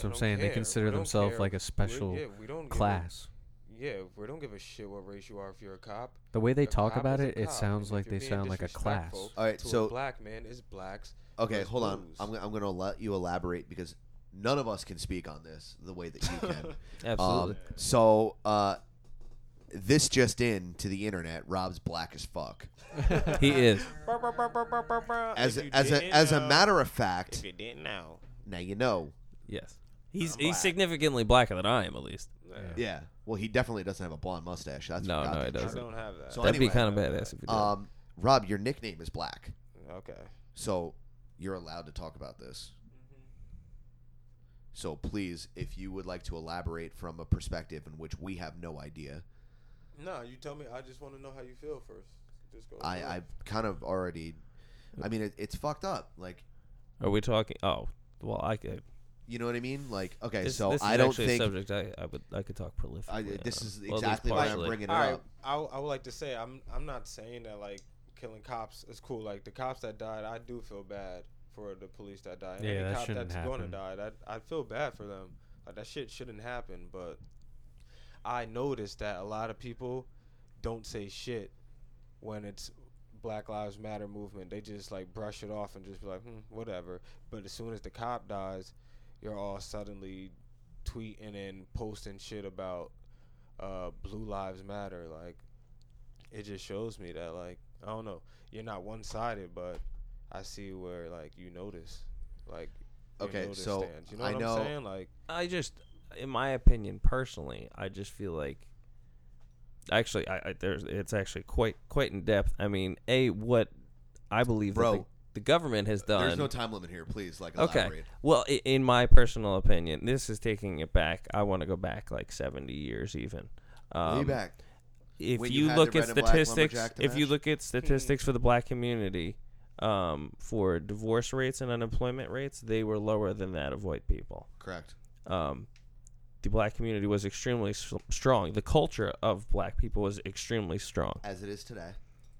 Speaker 3: I
Speaker 2: what I'm
Speaker 3: don't
Speaker 2: saying.
Speaker 3: care.
Speaker 2: They
Speaker 3: We
Speaker 2: consider
Speaker 3: don't
Speaker 2: themselves
Speaker 3: care.
Speaker 2: like
Speaker 3: We-
Speaker 2: a special
Speaker 3: yeah, we don't give a-
Speaker 2: class.
Speaker 3: yeah, we don't give a shit what race you are if you're a cop.
Speaker 2: The way they
Speaker 3: A
Speaker 2: talk
Speaker 3: cop
Speaker 2: about
Speaker 3: is a
Speaker 2: it, it
Speaker 3: cop,
Speaker 2: sounds
Speaker 3: and
Speaker 2: like
Speaker 3: if
Speaker 2: they
Speaker 3: you're being
Speaker 2: sound like a class.
Speaker 3: disrespectful
Speaker 1: All right,
Speaker 3: to a
Speaker 1: so-
Speaker 3: black man is blacks.
Speaker 1: Okay,
Speaker 3: Those
Speaker 1: hold on.
Speaker 3: blues.
Speaker 1: I'm, I'm going to let you elaborate because none of us can speak on this the way that you can.
Speaker 4: Absolutely.
Speaker 1: um, so, uh, this just in to the internet, Rob's black as fuck.
Speaker 4: he is.
Speaker 3: Brr, brr, brr, brr, brr, brr, brr.
Speaker 1: As
Speaker 3: If you
Speaker 1: a, as a
Speaker 3: didn't
Speaker 1: as a
Speaker 3: know-
Speaker 1: matter of fact,
Speaker 3: if you didn't know,
Speaker 1: now you know.
Speaker 4: Yes. He's
Speaker 3: I'm
Speaker 4: he's
Speaker 3: black.
Speaker 4: significantly blacker than I am, at least.
Speaker 1: Yeah. Well, he definitely doesn't have a blonde mustache. That's for
Speaker 4: No, no,
Speaker 1: goddamn
Speaker 4: he
Speaker 1: sure.
Speaker 3: I
Speaker 4: doesn't.
Speaker 3: don't have that.
Speaker 1: So
Speaker 4: That'd be
Speaker 1: anyway,
Speaker 4: kind of badass if he did.
Speaker 1: Um, Rob, your nickname is Black,
Speaker 3: okay.
Speaker 1: so you're allowed to talk about this.
Speaker 4: Mm-hmm.
Speaker 1: So please, if you would like to elaborate from a perspective in which we have no idea,
Speaker 3: No, you tell me. I just want to know how you feel first. Just go.
Speaker 1: I, I've kind of already. I mean, it, it's fucked up. Like,
Speaker 4: Are we talking? Oh, well, I could.
Speaker 1: you know what I mean? Like, okay,
Speaker 4: this,
Speaker 1: so
Speaker 4: this is
Speaker 1: I don't
Speaker 4: actually a
Speaker 1: think
Speaker 4: subject I, I would I could talk prolifically.
Speaker 1: I, this
Speaker 4: on.
Speaker 1: is
Speaker 4: Well, at least
Speaker 1: exactly why I'm
Speaker 4: partially.
Speaker 1: bringing it
Speaker 3: All right.
Speaker 1: up.
Speaker 3: I, I would like to say I'm I'm not saying that like killing cops is cool. Like the cops that died, I do feel bad for the police that died.
Speaker 2: Yeah,
Speaker 3: Any
Speaker 2: that
Speaker 3: cop
Speaker 2: shouldn't
Speaker 3: that's gonna
Speaker 2: happen.
Speaker 3: die, that I feel bad for them. Like that shit shouldn't happen. But I noticed that a lot of people don't say shit when it's Black Lives Matter movement. They just like brush it off and just be like, hmm, whatever. But as soon as the cop dies, you're all suddenly tweeting and posting shit about uh, Blue Lives Matter. Like, it just shows me that, like, I don't know, you're not one sided, but I see where, like, you notice. Like, your
Speaker 1: Okay,
Speaker 3: notice
Speaker 1: so
Speaker 3: stands. You know
Speaker 1: I
Speaker 3: what
Speaker 1: know-
Speaker 3: I'm saying? Like,
Speaker 4: I just, in my opinion, personally, I just feel like, actually, I, I there's it's actually quite quite in depth. I mean, a what I believe
Speaker 1: Bro.
Speaker 4: that the, the government has done.
Speaker 1: There's no time limit here. Please, like, elaborate.
Speaker 4: Okay. Well, i- in my personal opinion, this is taking it back. I want to go back like 70 years even.
Speaker 1: Way
Speaker 4: Um,
Speaker 1: back.
Speaker 4: If
Speaker 1: When you
Speaker 4: you
Speaker 1: had
Speaker 4: look
Speaker 1: the
Speaker 4: at
Speaker 1: red and black
Speaker 4: statistics,
Speaker 1: lumberjack to
Speaker 4: if you
Speaker 1: match.
Speaker 4: look at statistics for the black community, um, for divorce rates and unemployment rates, they were lower than that of white people.
Speaker 1: Correct.
Speaker 4: Um, the black community was extremely s- strong. The culture of black people was extremely strong.
Speaker 1: as it is today.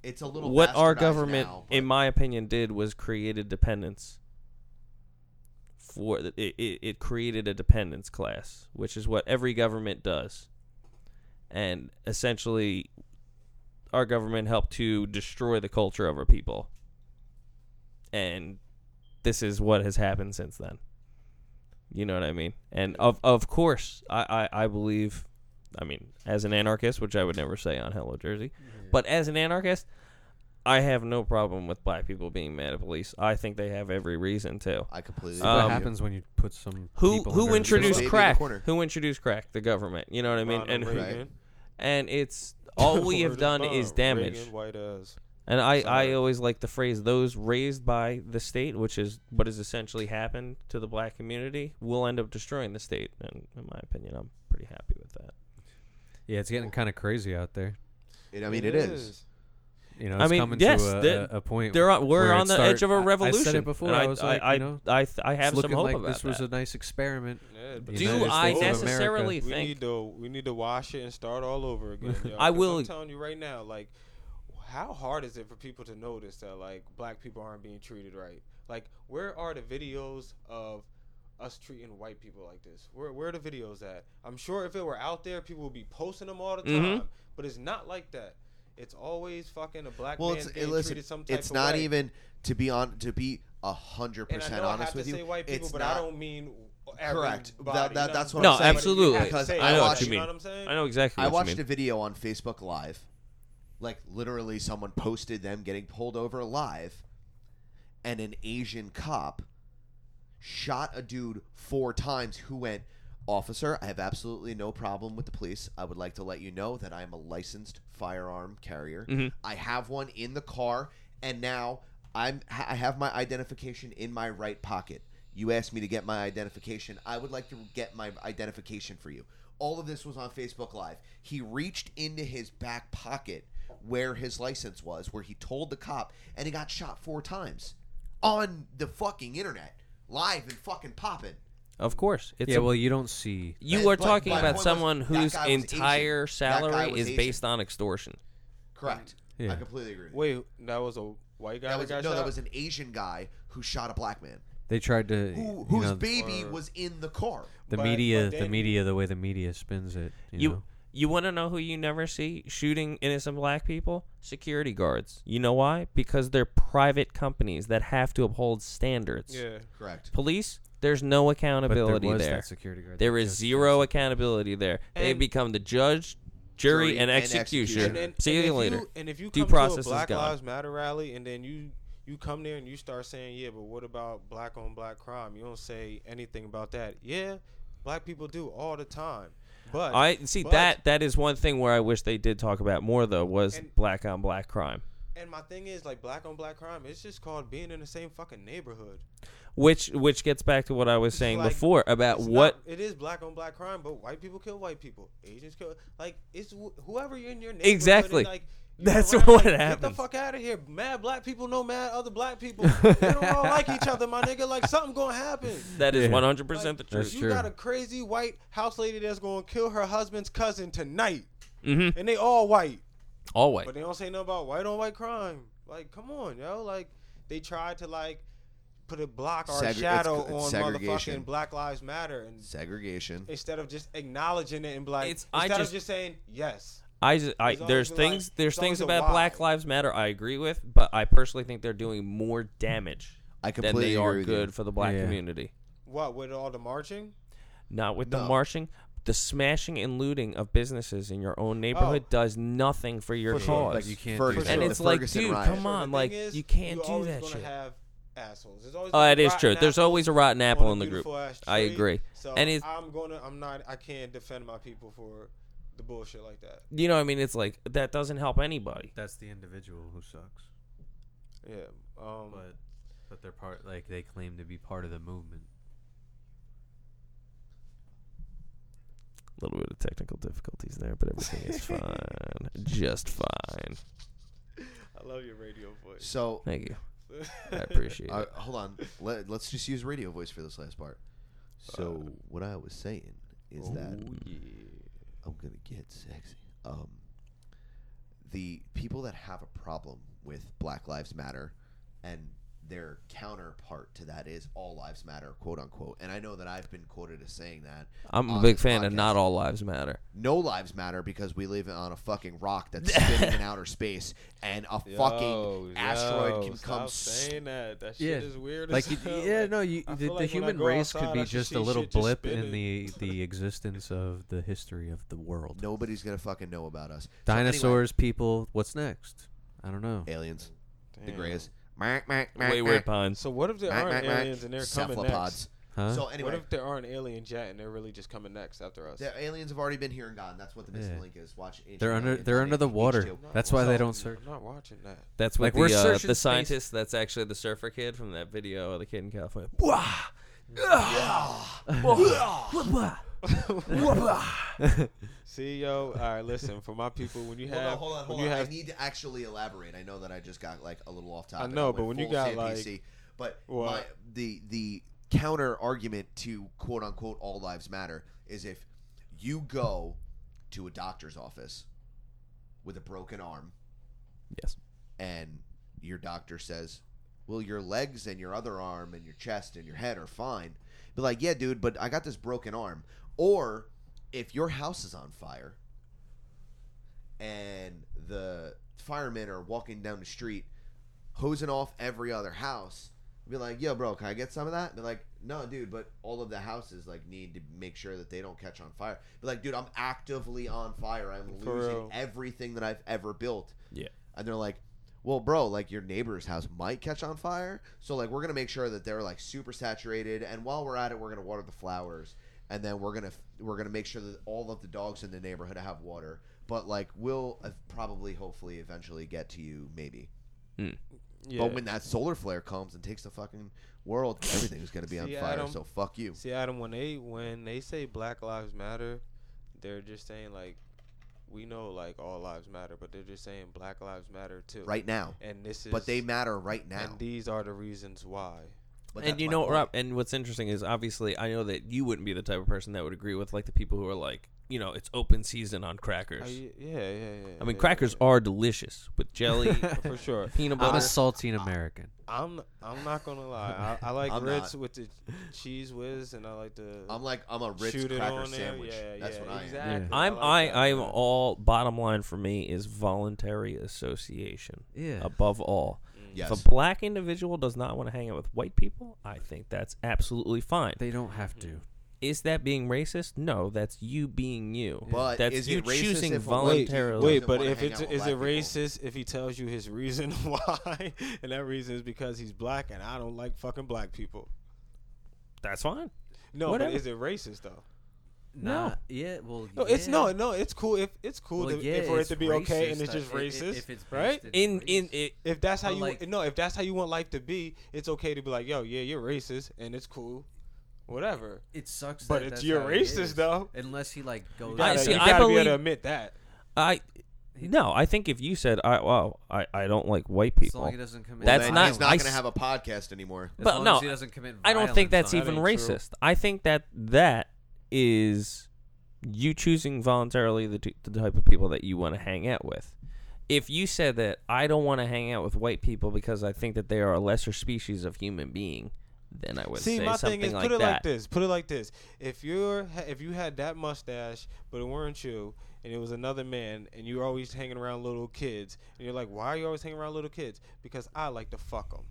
Speaker 1: It's a little
Speaker 4: What our
Speaker 1: bastardized
Speaker 4: government,
Speaker 1: now,
Speaker 4: in
Speaker 1: but-
Speaker 4: my opinion, did was created dependence. For the, it, it, it created a dependence class, which is what every government does, and essentially, our government helped to destroy the culture of our people, and this is what has happened since then. You know what I mean? And of of course, I, I, I believe, I mean, as an anarchist, which I would never say on Hello Jersey, but as an anarchist, I have no problem with black people being mad at police. I think they have every reason to.
Speaker 1: I completely.
Speaker 4: Um,
Speaker 2: what
Speaker 1: agree.
Speaker 2: happens when you put some
Speaker 4: Who
Speaker 2: people
Speaker 4: who
Speaker 2: under the
Speaker 4: introduced
Speaker 1: Baby in the
Speaker 2: system?
Speaker 4: crack?
Speaker 1: corner.
Speaker 4: Who introduced crack? The government. You know what I mean?
Speaker 3: Ronald
Speaker 4: And who,
Speaker 1: Reagan.
Speaker 4: and it's all we have
Speaker 3: Ronald
Speaker 4: done is
Speaker 3: Reagan,
Speaker 4: damage.
Speaker 3: white ass.
Speaker 4: And I, I
Speaker 3: Sorry.
Speaker 4: always like the phrase those raised by the state, which is what has essentially happened to the black community, will end up destroying the state. And in my opinion, I'm pretty happy with that.
Speaker 2: Yeah, it's getting kind of crazy out there.
Speaker 1: It- I mean, it is.
Speaker 2: You know,
Speaker 4: I
Speaker 2: it's
Speaker 4: mean,
Speaker 2: coming
Speaker 4: yes,
Speaker 2: to a,
Speaker 4: the-
Speaker 2: a, a point.
Speaker 4: They're on, we're
Speaker 2: where it
Speaker 4: on the
Speaker 2: start-
Speaker 4: edge of a
Speaker 2: I-
Speaker 4: revolution.
Speaker 2: I said it before.
Speaker 4: and
Speaker 2: I, was like,
Speaker 4: I,
Speaker 2: you know,
Speaker 4: I, th- I have some
Speaker 2: it's looking
Speaker 4: hope
Speaker 2: like
Speaker 4: about
Speaker 2: this was
Speaker 4: that.
Speaker 2: a nice experiment.
Speaker 3: Yeah, but
Speaker 2: the
Speaker 4: Do
Speaker 2: United
Speaker 4: I
Speaker 2: States of America.
Speaker 4: necessarily
Speaker 3: We
Speaker 4: think-
Speaker 3: need to we need to wash it and start all over again. yo,
Speaker 4: I
Speaker 3: 'cause
Speaker 4: will-
Speaker 3: I'm telling you right now, like, how hard is it for people to notice that like black people aren't being treated right? Like, where are the videos of us treating white people like this? Where where are the videos at? I'm sure if it were out there, people would be posting them all the time.
Speaker 1: Mm-hmm.
Speaker 4: Mhm.
Speaker 3: But it's not like that. It's always fucking a black
Speaker 1: Well,
Speaker 3: man
Speaker 1: it's
Speaker 3: being
Speaker 1: it, listen.
Speaker 3: treated some type
Speaker 1: It's
Speaker 3: of
Speaker 1: not
Speaker 3: way.
Speaker 1: even to be on to be a hundred
Speaker 3: And I
Speaker 1: percent
Speaker 3: know I
Speaker 1: honest
Speaker 3: have
Speaker 1: with
Speaker 3: to
Speaker 1: you.
Speaker 3: say white people,
Speaker 1: it's
Speaker 3: but
Speaker 1: not.
Speaker 3: I don't mean
Speaker 1: Correct. That-
Speaker 3: everybody,
Speaker 1: that-
Speaker 3: you
Speaker 1: that's
Speaker 3: know
Speaker 1: what
Speaker 4: No,
Speaker 1: I'm saying.
Speaker 4: absolutely.
Speaker 3: You have to
Speaker 1: Because
Speaker 3: say
Speaker 1: I
Speaker 3: it,
Speaker 1: know what
Speaker 3: like,
Speaker 1: you
Speaker 3: know
Speaker 4: mean.
Speaker 3: what I'm saying?
Speaker 4: I know exactly
Speaker 1: I
Speaker 4: what you
Speaker 1: watched
Speaker 4: mean.
Speaker 1: a video on Facebook Live. Like literally, someone posted them getting pulled over live, and an Asian cop shot a dude four times who went, Officer, I have absolutely no problem with the police. I would like to let you know that I am a licensed firearm carrier. I have one in the car, and now I'm I have my identification in my right pocket. You asked me to get my identification. I would like to get my identification for you. All of this was on Facebook Live. He reached into his back pocket where his license was, where he told the cop, and he got shot four times on the fucking internet, live and fucking popping.
Speaker 4: Of course, it's
Speaker 2: Yeah,
Speaker 4: a
Speaker 2: well, you don't see.
Speaker 4: You
Speaker 1: But-
Speaker 4: are
Speaker 1: but
Speaker 4: talking
Speaker 1: my point
Speaker 4: about
Speaker 1: was
Speaker 4: someone
Speaker 1: that
Speaker 4: whose
Speaker 1: guy was Asian.
Speaker 4: entire
Speaker 1: That guy
Speaker 4: salary
Speaker 1: was
Speaker 4: is
Speaker 1: Asian.
Speaker 4: based on extortion.
Speaker 1: Correct.
Speaker 2: Yeah.
Speaker 1: I completely agree.
Speaker 3: Wait, that was a white guy
Speaker 1: that
Speaker 3: that,
Speaker 1: was
Speaker 3: got
Speaker 1: no,
Speaker 3: shot?
Speaker 1: that was an Asian guy who shot a black man
Speaker 2: They tried to.
Speaker 1: who,
Speaker 2: you
Speaker 1: whose
Speaker 2: know,
Speaker 1: baby
Speaker 3: Or-
Speaker 1: was in the car.
Speaker 2: the
Speaker 3: but-
Speaker 2: media,
Speaker 3: but
Speaker 2: the
Speaker 3: then-
Speaker 2: media, the way the media spins it. You,
Speaker 4: You
Speaker 2: know?
Speaker 4: you want to know who you never see shooting innocent black people? Security guards. You know why? Because they're private companies that have to uphold standards.
Speaker 3: yeah.
Speaker 1: Correct.
Speaker 4: Police, there's no
Speaker 2: but there
Speaker 4: accountability
Speaker 2: was
Speaker 4: there.
Speaker 2: that security guard.
Speaker 4: There
Speaker 2: that
Speaker 4: is
Speaker 2: just-
Speaker 4: zero accountability there. they
Speaker 3: And-
Speaker 4: become the judge, jury,
Speaker 1: Jury
Speaker 4: and
Speaker 1: and
Speaker 4: executioner.
Speaker 1: executioner.
Speaker 4: see
Speaker 3: if
Speaker 4: you later.
Speaker 3: You, and if you
Speaker 4: Due
Speaker 3: come
Speaker 4: process
Speaker 3: to a
Speaker 4: is
Speaker 3: Black
Speaker 4: gone.
Speaker 3: Lives Matter rally and then you you come there and you start saying, yeah, but what about black on black crime? You don't say anything about that. Yeah, black people do all the time. But
Speaker 4: I
Speaker 3: uh,
Speaker 4: see
Speaker 3: but-
Speaker 4: that that is one thing where I wish they did talk about more though was
Speaker 3: And-
Speaker 4: black on black crime.
Speaker 3: And my thing is like black on black crime. It's just called being in the same fucking neighborhood.
Speaker 4: Which which gets back to what I was
Speaker 3: It's
Speaker 4: saying
Speaker 3: like-
Speaker 4: before about
Speaker 3: It's
Speaker 4: what
Speaker 3: not- it is black on black crime, but white people kill white people. Asians kill like it's wh- whoever you're in your neighborhood. and,
Speaker 4: Exactly.
Speaker 3: Like, you
Speaker 4: That's
Speaker 3: around,
Speaker 4: what
Speaker 3: like, Get the
Speaker 4: happens.
Speaker 3: fuck out of here. Mad black people know mad other black people. they don't all like each other, my nigga. Like something gonna happen.
Speaker 4: that is
Speaker 2: Yeah.
Speaker 4: one hundred percent the
Speaker 3: Like,
Speaker 4: truth.
Speaker 2: That's
Speaker 3: you
Speaker 2: true.
Speaker 3: got a crazy white house lady that's gonna kill her husband's cousin tonight,
Speaker 4: Mm-hmm.
Speaker 3: and they all white,
Speaker 4: Always.
Speaker 3: but they don't say nothing about white on white crime. Like, come on, yo. Like, they tried to like put a block or a
Speaker 1: Segre- it's-
Speaker 3: shadow
Speaker 1: it's
Speaker 3: on
Speaker 1: segregation.
Speaker 3: motherfucking Black Lives Matter, and
Speaker 1: Segregation.
Speaker 3: instead of just acknowledging it and be like
Speaker 4: It's- I
Speaker 3: instead
Speaker 4: just-
Speaker 3: of just saying yes.
Speaker 4: I, just, I
Speaker 3: There's always
Speaker 4: there's
Speaker 3: been, like,
Speaker 4: things there's
Speaker 3: there's always
Speaker 4: things
Speaker 3: a
Speaker 4: about
Speaker 3: why.
Speaker 4: Black Lives Matter I agree with, but I personally think they're doing more damage
Speaker 1: I
Speaker 4: than
Speaker 1: completely
Speaker 4: they are
Speaker 1: agree with you.
Speaker 4: good for the black
Speaker 2: Yeah.
Speaker 4: community.
Speaker 3: What with all the marching?
Speaker 4: Not with the
Speaker 1: No.
Speaker 4: marching, the smashing and looting of businesses in your own neighborhood
Speaker 3: Oh.
Speaker 4: does nothing for your
Speaker 3: For sure.
Speaker 4: cause.
Speaker 2: But you can't.
Speaker 1: Ferguson.
Speaker 2: Do that.
Speaker 4: and
Speaker 1: sure.
Speaker 4: it's
Speaker 1: The
Speaker 4: like,
Speaker 1: Ferguson
Speaker 4: dude,
Speaker 1: riots.
Speaker 4: come
Speaker 3: Sure, the
Speaker 4: on,
Speaker 3: thing
Speaker 4: like
Speaker 3: is,
Speaker 4: you can't
Speaker 3: you're
Speaker 4: do
Speaker 3: always
Speaker 4: that
Speaker 3: gonna
Speaker 4: shit.
Speaker 3: Have assholes. There's always
Speaker 4: Oh,
Speaker 3: gonna
Speaker 4: it
Speaker 3: be
Speaker 4: is true.
Speaker 3: rotten
Speaker 4: There's always a rotten
Speaker 3: assholes
Speaker 4: apple
Speaker 3: on
Speaker 4: in
Speaker 3: a
Speaker 4: the group.
Speaker 3: beautiful-ass
Speaker 4: I
Speaker 3: tree.
Speaker 4: agree.
Speaker 3: So
Speaker 4: And it's-
Speaker 3: I'm gonna. I'm not. I can't defend my people for the bullshit like that.
Speaker 4: You know, what I mean, it's like that doesn't help anybody.
Speaker 2: That's the individual who sucks.
Speaker 3: Yeah. Um.
Speaker 2: But but they're part like they claim to be part of the movement.
Speaker 4: A little bit of technical difficulties there, but everything is fine, just fine.
Speaker 3: I love your radio voice.
Speaker 1: So
Speaker 4: Thank you. I appreciate
Speaker 1: uh,
Speaker 4: it. Uh,
Speaker 1: hold on. Let, us just use radio voice for this last part. So what I was saying is that
Speaker 4: oh,
Speaker 1: I'm gonna get sexy. Um, the people that have a problem with Black Lives Matter and their counterpart to that is all lives matter, quote unquote. And I know that I've been quoted as saying that.
Speaker 4: I'm a
Speaker 1: on
Speaker 4: big
Speaker 1: this
Speaker 4: fan of
Speaker 1: podcast.
Speaker 4: not all lives matter.
Speaker 1: No lives matter because we live on a fucking rock that's spinning in outer space, and a fucking asteroid can come. s-
Speaker 3: saying that. That
Speaker 2: Yeah.
Speaker 3: shit is weird.
Speaker 2: Like
Speaker 3: as
Speaker 2: you-
Speaker 3: hell.
Speaker 2: yeah, no, you,
Speaker 3: I feel
Speaker 2: the, the
Speaker 3: like when I
Speaker 2: human
Speaker 3: go
Speaker 2: race
Speaker 3: outside,
Speaker 2: could
Speaker 3: I
Speaker 2: be
Speaker 3: should
Speaker 2: just
Speaker 3: see
Speaker 2: a little
Speaker 3: shit just
Speaker 2: blip in
Speaker 3: spinning.
Speaker 2: the the existence of the history of the world.
Speaker 1: Nobody's gonna fucking know about us. So anyway,
Speaker 2: Dinosaurs, people. What's next? I don't know.
Speaker 1: aliens, the
Speaker 3: Damn.
Speaker 1: greys, wayward
Speaker 4: Wayward puns.
Speaker 3: So what if there aren't aliens and they're coming next?
Speaker 1: cephalopods.
Speaker 2: Huh?
Speaker 1: So anyway,
Speaker 3: What if there aren't aliens yet and they're really just coming next after us?
Speaker 1: The aliens have already been here and gone. That's what the missing
Speaker 2: Yeah.
Speaker 1: link is. Watch. Ancient
Speaker 2: They're under-
Speaker 1: Aliens
Speaker 2: they're
Speaker 1: on
Speaker 2: under the
Speaker 1: HBO.
Speaker 2: water.
Speaker 3: I'm not
Speaker 2: That's why they
Speaker 3: watching-
Speaker 2: don't search.
Speaker 3: I'm not watching that.
Speaker 4: That's
Speaker 2: Like,
Speaker 4: what
Speaker 2: we're
Speaker 4: the, uh,
Speaker 2: searching
Speaker 4: the
Speaker 2: space.
Speaker 4: scientist. That's actually the surfer kid from that video of the kid in California.
Speaker 3: See, yo, all right, listen. For my people, when you
Speaker 1: Hold
Speaker 3: have,
Speaker 1: on, hold on, hold
Speaker 3: when you
Speaker 1: on.
Speaker 3: have,
Speaker 1: I need to actually elaborate. I know that I just got like a little off topic.
Speaker 3: know,
Speaker 1: went
Speaker 3: but when you
Speaker 1: full
Speaker 3: got,
Speaker 1: CNBC. but
Speaker 3: What?
Speaker 1: my, the the counter argument to quote unquote all lives matter is if you go to a doctor's office with a broken arm
Speaker 4: Yes.
Speaker 1: and your doctor says, "Well, your legs and your other arm and your chest and your head are fine." Be like, "Yeah, dude, but I got this broken arm." Or if your house is on fire and the firemen are walking down the street hosing off every other house, be like, "Yo, bro, can I get some of that?" Be like, "No, dude, but all of the houses like need to make sure that they don't catch on fire." Be like, "Dude, I'm actively on fire. I'm
Speaker 3: For
Speaker 1: losing
Speaker 3: real.
Speaker 1: everything that I've ever built."
Speaker 4: Yeah.
Speaker 1: and they're like, "Well, bro, like your neighbor's house might catch on fire, so like we're gonna make sure that they're like super saturated, and while we're at it, we're gonna water the flowers, and then we're gonna we're gonna make sure that all of the dogs in the neighborhood have water, but like we'll uh, probably, hopefully, eventually get to you, maybe.
Speaker 3: yeah.
Speaker 1: But when that solar flare comes and takes the fucking world, everything's gonna be on
Speaker 3: See,
Speaker 1: fire.
Speaker 3: Adam-
Speaker 1: So fuck you.
Speaker 3: See, Adam, when they when they say Black Lives Matter, they're just saying like, we know like all lives matter, but they're just saying Black Lives Matter too.
Speaker 1: Right now,
Speaker 3: And this is.
Speaker 1: but they matter right now.
Speaker 3: And these are the reasons why.
Speaker 1: But
Speaker 4: and
Speaker 1: that's
Speaker 4: you
Speaker 1: my
Speaker 4: know,
Speaker 1: point.
Speaker 4: Rob, and what's interesting is obviously I know that you wouldn't be the type of person that would agree with like the people who are like, you know, it's open season on crackers.
Speaker 3: I, Oh, yeah, yeah, yeah.
Speaker 4: I mean,
Speaker 3: yeah,
Speaker 4: crackers
Speaker 3: yeah.
Speaker 4: are delicious with jelly,
Speaker 3: for sure.
Speaker 4: peanut
Speaker 2: I'm
Speaker 4: butter.
Speaker 2: a saltine American.
Speaker 3: I'm I'm not gonna lie. I, I like
Speaker 1: I'm
Speaker 3: Ritz
Speaker 1: not.
Speaker 3: with the cheese whiz, and I like the.
Speaker 1: I'm like I'm a Ritz
Speaker 3: Shoot it
Speaker 1: cracker
Speaker 3: on there.
Speaker 1: sandwich.
Speaker 3: Yeah,
Speaker 1: that's
Speaker 3: yeah,
Speaker 1: what I am.
Speaker 3: exactly.
Speaker 2: Yeah.
Speaker 4: I'm
Speaker 3: like that.
Speaker 4: I I'm all bottom line for me is voluntary association.
Speaker 2: Yeah.
Speaker 4: Above all.
Speaker 3: Mm.
Speaker 1: Yes.
Speaker 4: If a black individual does not want to hang out with white people, I think that's absolutely fine.
Speaker 2: They don't have to.
Speaker 4: Is that being racist? No, that's you being you.
Speaker 1: But
Speaker 4: that's
Speaker 1: is
Speaker 4: you
Speaker 1: it racist
Speaker 4: choosing
Speaker 1: if a white-
Speaker 3: Wait,
Speaker 4: voluntarily.
Speaker 1: doesn't
Speaker 3: wait, but
Speaker 1: wanna
Speaker 3: if
Speaker 1: hang
Speaker 3: it's
Speaker 1: out with
Speaker 3: is it
Speaker 1: black people.
Speaker 3: racist if he tells you his reason why, and that reason is because he's black and I don't like fucking black people.
Speaker 4: That's fine.
Speaker 3: No,
Speaker 4: Whatever.
Speaker 3: but is it racist though?
Speaker 4: No.
Speaker 2: Nah, yeah. Well.
Speaker 3: No, it's no,
Speaker 2: yeah.
Speaker 3: no, it's cool if it's cool
Speaker 2: Well,
Speaker 3: to,
Speaker 2: yeah,
Speaker 3: for it
Speaker 2: it's
Speaker 3: to be okay and
Speaker 2: racist,
Speaker 3: it's just
Speaker 2: uh, i- i-
Speaker 3: racist,
Speaker 2: if it's based
Speaker 3: right?
Speaker 4: In in
Speaker 2: race.
Speaker 4: it,
Speaker 3: If that's how
Speaker 2: But,
Speaker 3: you
Speaker 2: like-
Speaker 3: no, if that's how you want life to be, it's okay to be like, yo, yeah, you're racist and it's cool, whatever.
Speaker 2: It sucks,
Speaker 3: But
Speaker 2: that
Speaker 3: it's
Speaker 2: that's
Speaker 3: your
Speaker 2: how it
Speaker 3: racist,
Speaker 2: is.
Speaker 3: though.
Speaker 2: Unless he like goes.
Speaker 3: Gotta-
Speaker 4: I see,
Speaker 3: you
Speaker 4: I
Speaker 3: gotta be able
Speaker 4: believe-
Speaker 3: to admit that.
Speaker 4: I no, I think if you said I well, I, I don't like white
Speaker 2: as long
Speaker 4: people.
Speaker 2: as he doesn't commit.
Speaker 4: That's
Speaker 1: then
Speaker 4: not-
Speaker 1: He's not
Speaker 4: I
Speaker 1: gonna
Speaker 4: s-
Speaker 1: have a podcast anymore.
Speaker 2: As
Speaker 4: But
Speaker 2: long
Speaker 4: no,
Speaker 2: as he doesn't commit
Speaker 4: I don't think
Speaker 2: violence
Speaker 4: that's
Speaker 2: on
Speaker 3: That
Speaker 2: it.
Speaker 4: even
Speaker 3: ain't true.
Speaker 4: racist. I think that that is you choosing voluntarily the, t- the type of people that you want to hang out with. If you said that I don't want to hang out with white people because I think that they are a lesser species of human being, then I would
Speaker 3: See,
Speaker 4: say
Speaker 3: my
Speaker 4: something
Speaker 3: thing is,
Speaker 4: like
Speaker 3: put it
Speaker 4: that.
Speaker 3: like this. Put it like this. If you're, ha- if you had that mustache, but it weren't you, and it was another man, and you were always hanging around little kids, and you're like, why are you always hanging around little kids? Because I like to fuck them.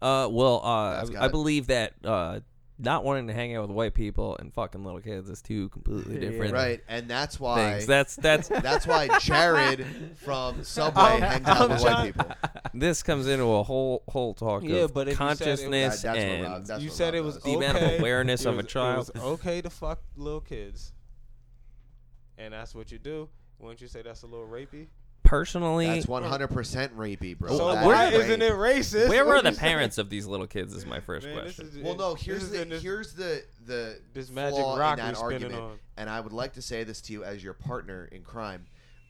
Speaker 4: Uh, well, uh,
Speaker 1: That's
Speaker 4: I-
Speaker 1: got
Speaker 4: I,
Speaker 1: it.
Speaker 4: believe that uh, not wanting to hang out with white people and fucking little kids is two completely different
Speaker 1: Right, and that's why
Speaker 4: things. That's that's
Speaker 1: That's why Jared from Subway
Speaker 3: I'm-
Speaker 1: hangs out
Speaker 3: I'm
Speaker 1: with
Speaker 3: trying-
Speaker 1: white people.
Speaker 4: this comes into a whole whole talk
Speaker 3: Yeah,
Speaker 4: of
Speaker 3: but if you said it was-
Speaker 4: consciousness
Speaker 1: That- that's what
Speaker 4: and
Speaker 1: Rob- that's
Speaker 3: you
Speaker 1: what
Speaker 3: said
Speaker 1: Rob
Speaker 3: it was
Speaker 1: does.
Speaker 4: the amount
Speaker 3: okay-
Speaker 4: of awareness
Speaker 3: it
Speaker 4: of a
Speaker 3: was-
Speaker 4: child.
Speaker 3: It was okay to fuck little kids, and that's what you do. Wouldn't you say that's a little rapey?
Speaker 4: Personally,
Speaker 1: That's 100% rapey, bro.
Speaker 3: so
Speaker 1: That's
Speaker 3: why
Speaker 1: rape.
Speaker 3: isn't it racist?
Speaker 4: where
Speaker 3: What
Speaker 4: were
Speaker 3: you
Speaker 4: the
Speaker 3: saying?
Speaker 4: parents of these little kids? Is my first
Speaker 3: Man, this
Speaker 4: question.
Speaker 3: is-
Speaker 1: Well, no.
Speaker 3: this
Speaker 1: Here's
Speaker 3: is
Speaker 1: the
Speaker 3: in this-
Speaker 1: here's the the
Speaker 3: this magic
Speaker 1: flaw
Speaker 3: rock
Speaker 1: in
Speaker 3: we
Speaker 1: that
Speaker 3: spinning
Speaker 1: argument,
Speaker 3: on.
Speaker 1: and I would like to say this to you as your partner in crime.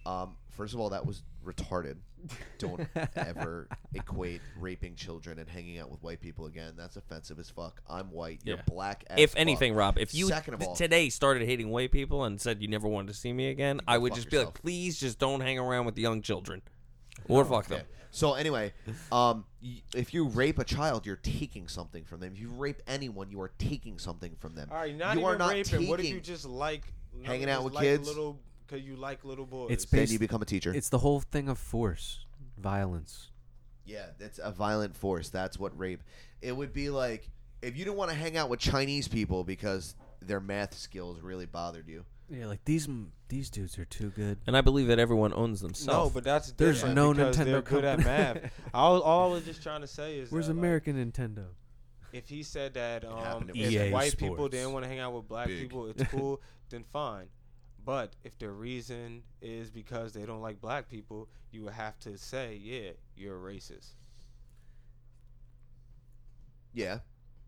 Speaker 1: Um, first of all, that was retarded. Don't ever equate raping children and hanging out with white people again. That's offensive as fuck. I'm white. You're
Speaker 4: Yeah.
Speaker 1: black. As
Speaker 4: if
Speaker 1: fuck.
Speaker 4: anything, Rob, if you
Speaker 1: Second of all-
Speaker 4: today started hating white people and said you never wanted to see me again, I would
Speaker 1: fuck
Speaker 4: just be
Speaker 1: yourself.
Speaker 4: like, please just don't hang around with the young children, or fuck
Speaker 1: Okay.
Speaker 4: them.
Speaker 1: So anyway, um, y- if you rape a child, you're taking something from them. If you rape anyone, you are taking something from them.
Speaker 3: All right, not
Speaker 1: you
Speaker 3: even
Speaker 1: are not
Speaker 3: raping.
Speaker 1: taking.
Speaker 3: What if you just like no,
Speaker 1: Hanging out
Speaker 3: just
Speaker 1: with
Speaker 3: like
Speaker 1: kids?
Speaker 3: Little, cause you like little boys.
Speaker 2: It's
Speaker 1: then
Speaker 2: based-
Speaker 1: you become a teacher.
Speaker 2: It's the whole thing of force, violence.
Speaker 1: Yeah, that's a violent force. That's what rape. It would be like if you didn't want to hang out with Chinese people because their math skills really bothered you.
Speaker 2: Yeah, like these m- these dudes are too good.
Speaker 4: And I believe that everyone owns themselves.
Speaker 3: no, but that's
Speaker 2: There's
Speaker 3: different
Speaker 2: no
Speaker 3: because They're
Speaker 2: Nintendo
Speaker 3: good at
Speaker 2: company.
Speaker 3: math. all, all I was just trying to say is
Speaker 2: Where's
Speaker 3: that, like,
Speaker 2: American Nintendo?
Speaker 3: if he said that um,
Speaker 1: happened to
Speaker 3: if
Speaker 4: E
Speaker 1: EA
Speaker 3: white people
Speaker 2: Sports.
Speaker 3: didn't want to hang out with black
Speaker 1: Big.
Speaker 3: people, it's cool, then fine. But if the reason is because they don't like black people, you would have to say, yeah, you're a racist.
Speaker 1: Yeah.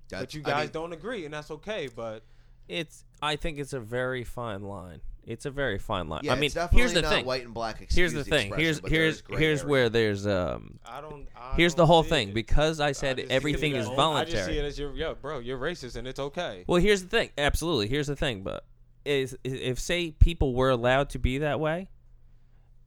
Speaker 1: That's,
Speaker 3: but you
Speaker 1: I
Speaker 3: guys
Speaker 1: mean,
Speaker 3: don't agree, and that's okay. But
Speaker 4: it's. I think it's a very fine line. It's a very fine line.
Speaker 1: Yeah,
Speaker 4: I mean,
Speaker 1: it's definitely
Speaker 4: here's the
Speaker 1: not
Speaker 4: thing.
Speaker 1: white and black. Excuse
Speaker 4: Here's the thing.
Speaker 1: expression,
Speaker 4: Here's
Speaker 1: but there
Speaker 4: here's
Speaker 1: is gray
Speaker 4: here's
Speaker 1: area.
Speaker 4: where there's um.
Speaker 3: I don't. I
Speaker 4: Here's
Speaker 3: don't
Speaker 4: the whole
Speaker 3: see
Speaker 4: thing
Speaker 3: it.
Speaker 4: because I
Speaker 3: I
Speaker 4: said
Speaker 3: just see
Speaker 4: everything
Speaker 3: it
Speaker 4: is
Speaker 3: as- I just see it
Speaker 4: voluntary.
Speaker 3: as you're, yo, bro, you're racist, and it's okay.
Speaker 4: Well, here's the thing. Absolutely, here's the thing. But is if say people were allowed to be that way,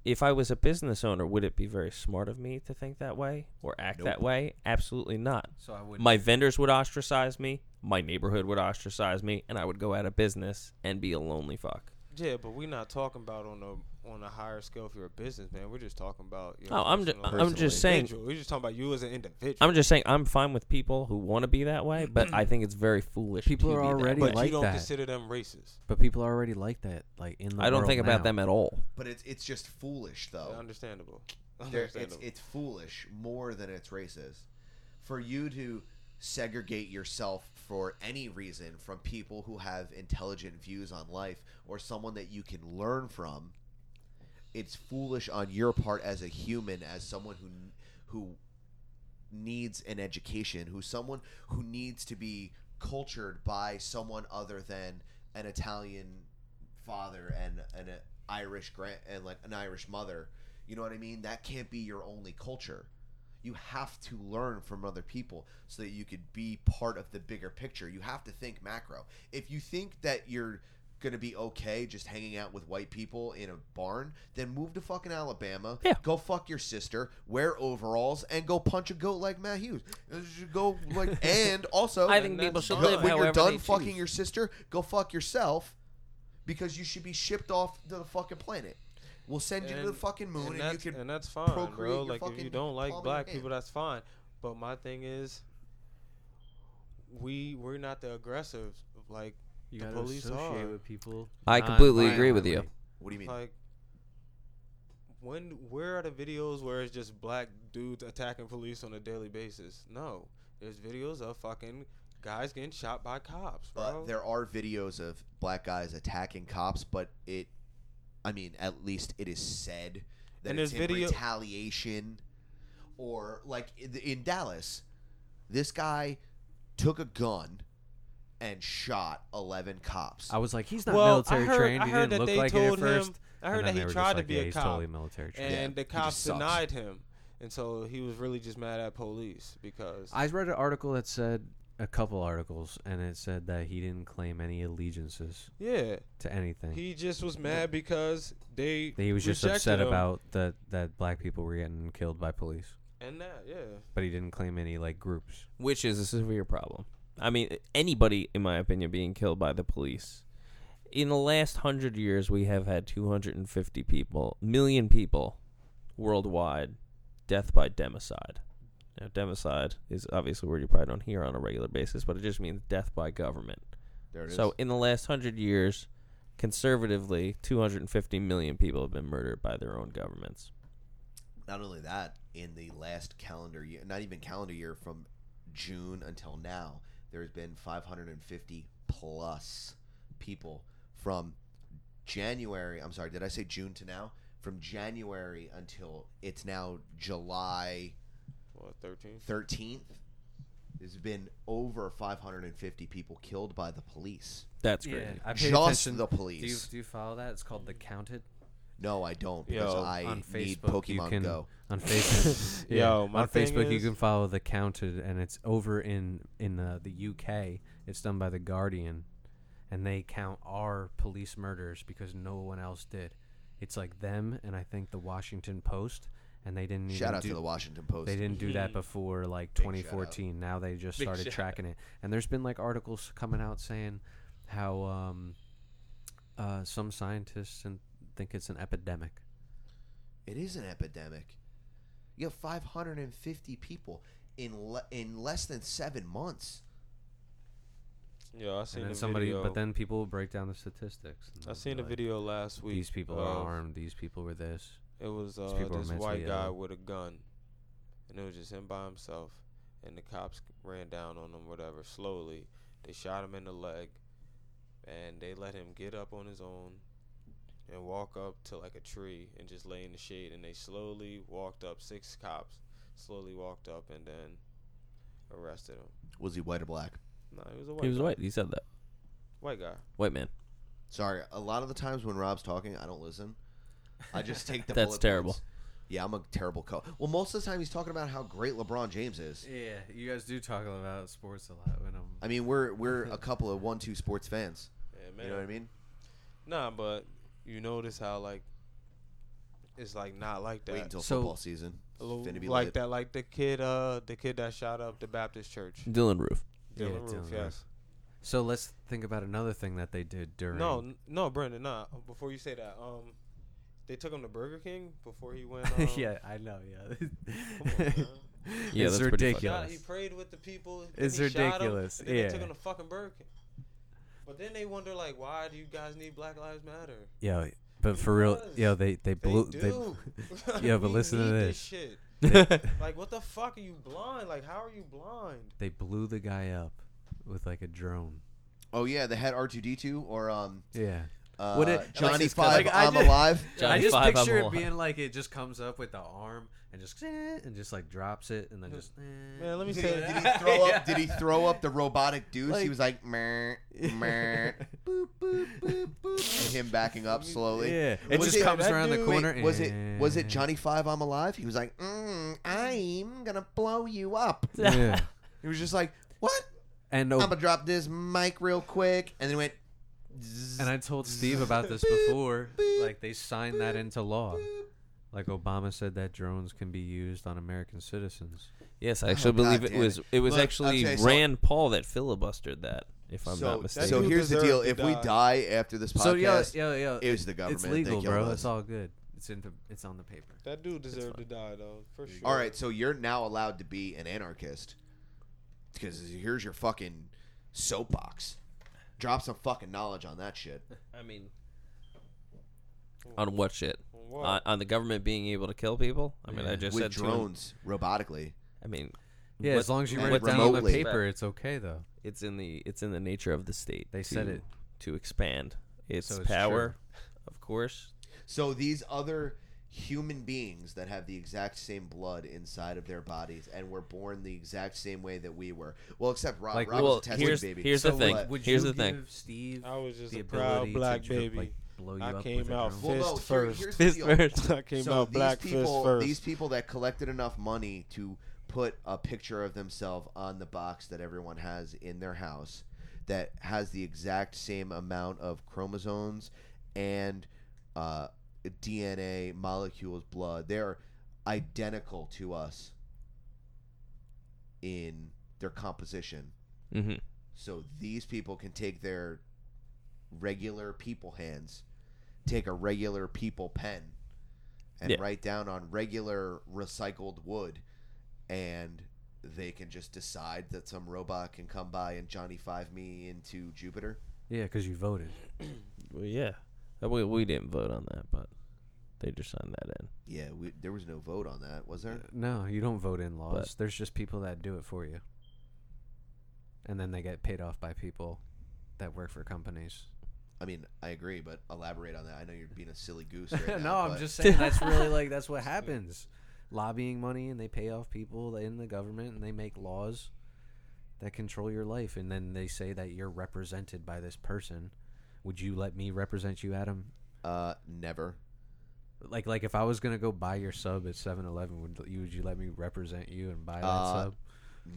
Speaker 4: if I was a business owner, would it be very smart of me to think that way or act
Speaker 1: Nope.
Speaker 4: that way? Absolutely not.
Speaker 2: So I would.
Speaker 4: My vendors would ostracize me. My neighborhood would ostracize me, and I would go out of business and be a lonely fuck.
Speaker 3: Yeah, but we're not talking about on a on a higher scale if you're a businessman. We're just talking about. Your
Speaker 4: No, Oh, I'm just,
Speaker 3: personal-
Speaker 4: I'm just saying.
Speaker 3: individual. We're just talking about you as an individual.
Speaker 4: I'm just saying I'm fine with people who want to be that way, but I think it's very foolish.
Speaker 2: People
Speaker 4: to
Speaker 2: are
Speaker 4: be that
Speaker 2: already
Speaker 4: way.
Speaker 3: but
Speaker 2: like
Speaker 3: you don't
Speaker 2: that.
Speaker 3: consider them racist.
Speaker 2: but people are already like that. Like in the
Speaker 4: I don't
Speaker 2: world
Speaker 4: think about
Speaker 2: now.
Speaker 4: them at all.
Speaker 1: But it's it's just foolish though.
Speaker 3: Understandable.
Speaker 1: Oh. There,
Speaker 3: Understandable.
Speaker 1: it's it's foolish more than it's racist. For you to segregate yourself for any reason from people who have intelligent views on life or someone that you can learn from, it's foolish on your part as a human, as someone who who needs an education, who's someone who needs to be cultured by someone other than an Italian father and an Irish grand and like an Irish mother. You know what I mean? That can't be your only culture. You have to learn from other people so that you could be part of the bigger picture. You have to think macro. If you think that you're going to be okay just hanging out with white people in a barn, then move to fucking Alabama.
Speaker 4: Yeah.
Speaker 1: Go fuck your sister, wear overalls, and go punch a goat like Matt Hughes. Uh, Go like, and also,
Speaker 4: I think
Speaker 3: that's
Speaker 4: people should
Speaker 3: fine.
Speaker 1: go-
Speaker 4: live
Speaker 1: when
Speaker 4: however
Speaker 1: you're
Speaker 4: they
Speaker 1: done
Speaker 4: choose.
Speaker 1: fucking your sister, go fuck yourself because you should be shipped off to the fucking planet. We'll send you to the fucking moon and,
Speaker 3: that's,
Speaker 1: you can.
Speaker 3: and that's fine,
Speaker 1: procreate
Speaker 3: bro.
Speaker 1: your
Speaker 3: Like if you
Speaker 1: fucking
Speaker 3: don't like
Speaker 1: palm of your
Speaker 3: black
Speaker 1: hand.
Speaker 3: people, that's fine. But my thing is, we we're not the aggressive. Like
Speaker 2: You
Speaker 3: The
Speaker 2: gotta
Speaker 3: police
Speaker 2: associate
Speaker 3: are.
Speaker 2: with people.
Speaker 4: I completely agree with
Speaker 2: non-violently.
Speaker 1: What do you mean?
Speaker 3: like when where are the videos where it's just black dudes attacking police on a daily basis? No, there's videos of fucking guys getting shot by cops, bro.
Speaker 1: But there are videos of black guys attacking cops, but it, I mean, at least it is said that
Speaker 3: And
Speaker 1: it's
Speaker 3: there's
Speaker 1: in
Speaker 3: video-
Speaker 1: retaliation, or like in, in Dallas, this guy took a gun and shot eleven cops.
Speaker 2: I was like, he's not
Speaker 3: Well, I
Speaker 2: military
Speaker 3: heard-
Speaker 2: trained.
Speaker 3: I
Speaker 2: he
Speaker 3: heard
Speaker 2: didn't
Speaker 3: that
Speaker 2: look
Speaker 3: they
Speaker 2: like it at
Speaker 3: told him-
Speaker 2: first.
Speaker 3: I
Speaker 2: and
Speaker 3: heard
Speaker 2: then
Speaker 3: that
Speaker 2: they
Speaker 3: he
Speaker 2: were just
Speaker 3: tried to
Speaker 2: like,
Speaker 3: be
Speaker 2: yeah,
Speaker 3: a
Speaker 2: he's
Speaker 3: cop.
Speaker 2: Totally military trained.
Speaker 3: and
Speaker 1: Yeah,
Speaker 3: the
Speaker 1: he just
Speaker 3: cops
Speaker 1: sucks.
Speaker 3: denied him, and so he was really just mad at police because
Speaker 2: I read an article that said a couple articles, and it said that he didn't claim any allegiances
Speaker 3: yeah,
Speaker 2: to anything.
Speaker 3: he just was mad because they
Speaker 2: That he was just
Speaker 3: rejected
Speaker 2: upset
Speaker 3: him.
Speaker 2: about that that black people were getting killed by police,
Speaker 3: and that yeah.
Speaker 2: but he didn't claim any like groups.
Speaker 4: which is a severe problem. I mean, anybody, in my opinion, being killed by the police. In the last hundred years, we have had 250 people, million people, worldwide, death by democide. Now, democide is obviously a word you probably don't hear on a regular basis, but it just means death by government.
Speaker 1: there it is.
Speaker 4: So, in the last hundred years, conservatively, 250 million people have been murdered by their own governments.
Speaker 1: not only that, in the last calendar year, not even calendar year, from June until now, there has been 550 plus people from January. I'm sorry, did I say June to now? From January until it's now July
Speaker 3: Well, thirteen.
Speaker 1: 13th. There's been over 550 people killed by the police.
Speaker 4: That's crazy.
Speaker 2: I
Speaker 1: Just the police.
Speaker 2: Do you, do you follow that? It's called the counted.
Speaker 1: No, I don't because
Speaker 3: Yo,
Speaker 1: I
Speaker 2: on
Speaker 1: need
Speaker 2: Facebook, you
Speaker 1: Pokemon
Speaker 2: can
Speaker 1: Go.
Speaker 2: on Facebook. yeah,
Speaker 3: Yo, my
Speaker 2: on
Speaker 3: thing
Speaker 2: Facebook you
Speaker 3: is-
Speaker 2: can follow the counted, and it's over in in uh, the UK. It's done by the Guardian, and they count our police murders because no one else did. It's like them and I think the Washington Post, and they didn't.
Speaker 1: Shout
Speaker 2: even
Speaker 1: out
Speaker 2: do,
Speaker 1: to the Washington Post.
Speaker 2: They didn't do
Speaker 3: Mm-hmm.
Speaker 2: that before like
Speaker 1: shout out.
Speaker 2: 2014. Now they just
Speaker 4: Big
Speaker 2: started
Speaker 4: shout
Speaker 2: tracking it, and there's been like articles coming out saying how um, uh, some scientists and think it's an epidemic.
Speaker 1: It is an epidemic. You have 550 people in le- in less than seven months.
Speaker 3: Yo, I seen
Speaker 2: And
Speaker 3: a
Speaker 2: then somebody,
Speaker 3: video.
Speaker 2: but then people will break down the statistics. and
Speaker 3: I
Speaker 2: they'll
Speaker 3: seen
Speaker 2: be
Speaker 3: a
Speaker 2: like,
Speaker 3: video last week.
Speaker 2: These people
Speaker 3: of-
Speaker 2: are armed. These people were this.
Speaker 3: It was uh,
Speaker 2: These people are
Speaker 3: this
Speaker 2: mentally
Speaker 3: white guy
Speaker 2: ill.
Speaker 3: with a gun, and it was just him by himself. And the cops ran down on him, whatever. Slowly, they shot him in the leg, and they let him get up on his own and walk up to like a tree and just lay in the shade. And they slowly walked up. Six cops slowly walked up and then arrested him.
Speaker 1: Was he white or black?
Speaker 3: No, he was a white.
Speaker 4: He was
Speaker 3: guy.
Speaker 4: white. He said that.
Speaker 3: White guy.
Speaker 4: White man.
Speaker 1: Sorry, a lot of the times when Rob's talking, I don't listen. I just take the.
Speaker 4: That's
Speaker 1: bullet
Speaker 4: terrible.
Speaker 1: points. Yeah, I'm a terrible coach. Well, most of the time he's talking about how great LeBron James is.
Speaker 2: Yeah, you guys do talk about sports a lot when I'm.
Speaker 1: I mean, we're we're a couple of one-two sports fans.
Speaker 3: Yeah, man.
Speaker 1: You know what I mean?
Speaker 3: Nah, but you notice how like it's like not like that.
Speaker 1: Wait until
Speaker 2: So-
Speaker 1: football season. It's
Speaker 3: Lo-
Speaker 1: finna be
Speaker 3: like
Speaker 1: lit.
Speaker 3: that, like the kid, uh, the kid that shot up the Baptist church.
Speaker 4: Dylan Roof.
Speaker 2: Yeah,
Speaker 3: Dylan Roof,
Speaker 2: Dylan Roof.
Speaker 3: yes.
Speaker 2: So let's think about another thing that they did during.
Speaker 3: No, n- no, Brendan, nah. Uh, Before you say that, um, they took him to Burger King before he went. Um,
Speaker 2: yeah, I know. Yeah.
Speaker 4: Yeah,
Speaker 2: it's
Speaker 4: that's pretty
Speaker 3: he shot-
Speaker 2: ridiculous.
Speaker 3: he prayed with the people. then
Speaker 2: It's
Speaker 3: he shot 'em,
Speaker 2: ridiculous,
Speaker 3: and then they took
Speaker 2: yeah.
Speaker 3: him to fucking Burger King. But then they wonder, like, why do you guys need Black Lives Matter?
Speaker 2: Yeah, but for real,
Speaker 3: Because
Speaker 2: yo, they
Speaker 3: They
Speaker 2: they blew. They
Speaker 3: do.
Speaker 2: Yeah, but
Speaker 3: We
Speaker 2: listen to
Speaker 3: need
Speaker 2: this.
Speaker 3: shit.
Speaker 2: they,
Speaker 3: Like, what the fuck are you blind? Like, how are you blind?
Speaker 2: they blew the guy up with like a drone.
Speaker 1: Oh yeah, they had R2D2 or um
Speaker 2: Yeah.
Speaker 1: uh,
Speaker 2: Would it-
Speaker 1: Johnny
Speaker 2: like-
Speaker 1: Five.
Speaker 2: like, I
Speaker 1: I'm
Speaker 2: did-
Speaker 1: alive.
Speaker 4: Johnny
Speaker 2: I just
Speaker 4: Five,
Speaker 2: picture
Speaker 4: I'm
Speaker 2: it
Speaker 4: alive.
Speaker 2: being like it just comes up with the arm and just eh, and just like drops it and then just
Speaker 3: Man, let me
Speaker 1: Did he,
Speaker 3: say,
Speaker 1: did he throw up? Did he throw up the robotic deuce? he
Speaker 2: Like-
Speaker 1: was like, meh, meh, boop, boop, boop, boop, and him backing up slowly.
Speaker 2: Yeah, it
Speaker 1: Was
Speaker 2: just
Speaker 1: it-
Speaker 2: comes
Speaker 3: that
Speaker 2: around the
Speaker 3: dude-
Speaker 2: corner.
Speaker 1: Wait, was it was it
Speaker 2: and-
Speaker 1: Johnny Five? I'm alive. He was like, mm, I'm gonna blow you up.
Speaker 2: Yeah.
Speaker 1: He was just like, what?
Speaker 2: and
Speaker 1: I'm
Speaker 2: oh,
Speaker 1: gonna drop this mic real quick, and then went. zzz.
Speaker 2: and I told Steve about this before. Like they signed that into law. Like Obama said that drones can be used on American citizens.
Speaker 4: Yes, I actually
Speaker 1: God
Speaker 4: believe it
Speaker 1: damn
Speaker 4: was.
Speaker 1: it.
Speaker 4: It was
Speaker 1: Look,
Speaker 4: actually
Speaker 1: okay, so-
Speaker 4: Rand Paul that filibustered that. If I'm
Speaker 1: so,
Speaker 4: not mistaken.
Speaker 1: so
Speaker 3: dude
Speaker 1: here's the deal:
Speaker 3: deserved to
Speaker 1: if we
Speaker 3: die.
Speaker 1: die after this podcast,
Speaker 2: So yeah, yeah, yeah.
Speaker 1: it was the government.
Speaker 2: It's
Speaker 1: They
Speaker 2: legal,
Speaker 1: killed
Speaker 2: bro.
Speaker 1: us.
Speaker 2: It's all good. It's in the, it's on the paper.
Speaker 3: That dude deserved to die though, for sure.
Speaker 1: All right, so you're now allowed to be an anarchist because here's your fucking soapbox. Drop some fucking knowledge on that shit.
Speaker 4: I mean, on what shit?
Speaker 3: What?
Speaker 4: On, on the government being able to kill people? I mean, I
Speaker 2: Yeah.
Speaker 4: just
Speaker 1: With
Speaker 4: said to him-
Speaker 1: drones, robotically.
Speaker 4: I mean,
Speaker 2: Yeah,
Speaker 4: what-
Speaker 2: as long as you
Speaker 1: and
Speaker 2: write it down on the
Speaker 1: remotely.
Speaker 2: paper, it's okay though.
Speaker 4: it's in the it's in the nature of the state.
Speaker 2: They said
Speaker 4: to-
Speaker 2: it.
Speaker 4: to expand its,
Speaker 2: So it's
Speaker 4: power, of course.
Speaker 1: So these other human beings that have the exact same blood inside of their bodies and were born the exact same way that we were. Well, except Rob.
Speaker 2: Like,
Speaker 1: Rob
Speaker 4: well,
Speaker 1: was a test
Speaker 4: here's-
Speaker 1: baby.
Speaker 4: here's the thing.
Speaker 1: but-
Speaker 2: Would
Speaker 4: Here's
Speaker 2: you
Speaker 4: the thing.
Speaker 2: give Steve,
Speaker 3: I was just
Speaker 2: the
Speaker 3: a proud
Speaker 2: ability to
Speaker 3: black
Speaker 2: drip,
Speaker 3: baby.
Speaker 2: like, blow you
Speaker 3: I
Speaker 2: up
Speaker 3: came
Speaker 2: with a
Speaker 3: out
Speaker 2: drone?
Speaker 1: well, no,
Speaker 3: fist
Speaker 1: here-
Speaker 3: first.
Speaker 1: here's the
Speaker 4: Fist
Speaker 1: deal.
Speaker 4: first.
Speaker 3: I came
Speaker 1: so
Speaker 3: out black
Speaker 1: these
Speaker 3: fist
Speaker 1: people,
Speaker 3: first.
Speaker 1: these people that collected enough money to put a picture of themselves on the box that everyone has in their house, that has the exact same amount of chromosomes and uh, DNA molecules, blood. They're identical to us in their composition.
Speaker 4: Mm-hmm.
Speaker 1: So these people can take their regular people hands, take a regular people pen, and
Speaker 4: Yeah.
Speaker 1: write down on regular recycled wood, and they can just decide that some robot can come by and Johnny Five me into Jupiter.
Speaker 2: Yeah, because you voted.
Speaker 4: Well, yeah, Uh, we we didn't vote on that, but they just signed that in.
Speaker 1: Yeah, we, there was no vote on that, was there?
Speaker 2: Uh, No, you don't vote in laws. There's just people that do it for you, and then they get paid off by people that work for companies.
Speaker 1: I mean, I agree, but elaborate on that. I know you're being a silly goose. Right
Speaker 2: no,
Speaker 1: now,
Speaker 2: I'm
Speaker 1: but-
Speaker 2: just saying that's really like that's what happens. Lobbying money and they pay off people in the government and they make laws that control your life and then they say that you're represented by this person. Would you let me represent you, Adam?
Speaker 1: uh, never.
Speaker 2: Like like if I was gonna go buy your sub at 7-Eleven, would you would you let me represent you and buy that
Speaker 1: Uh,
Speaker 2: sub?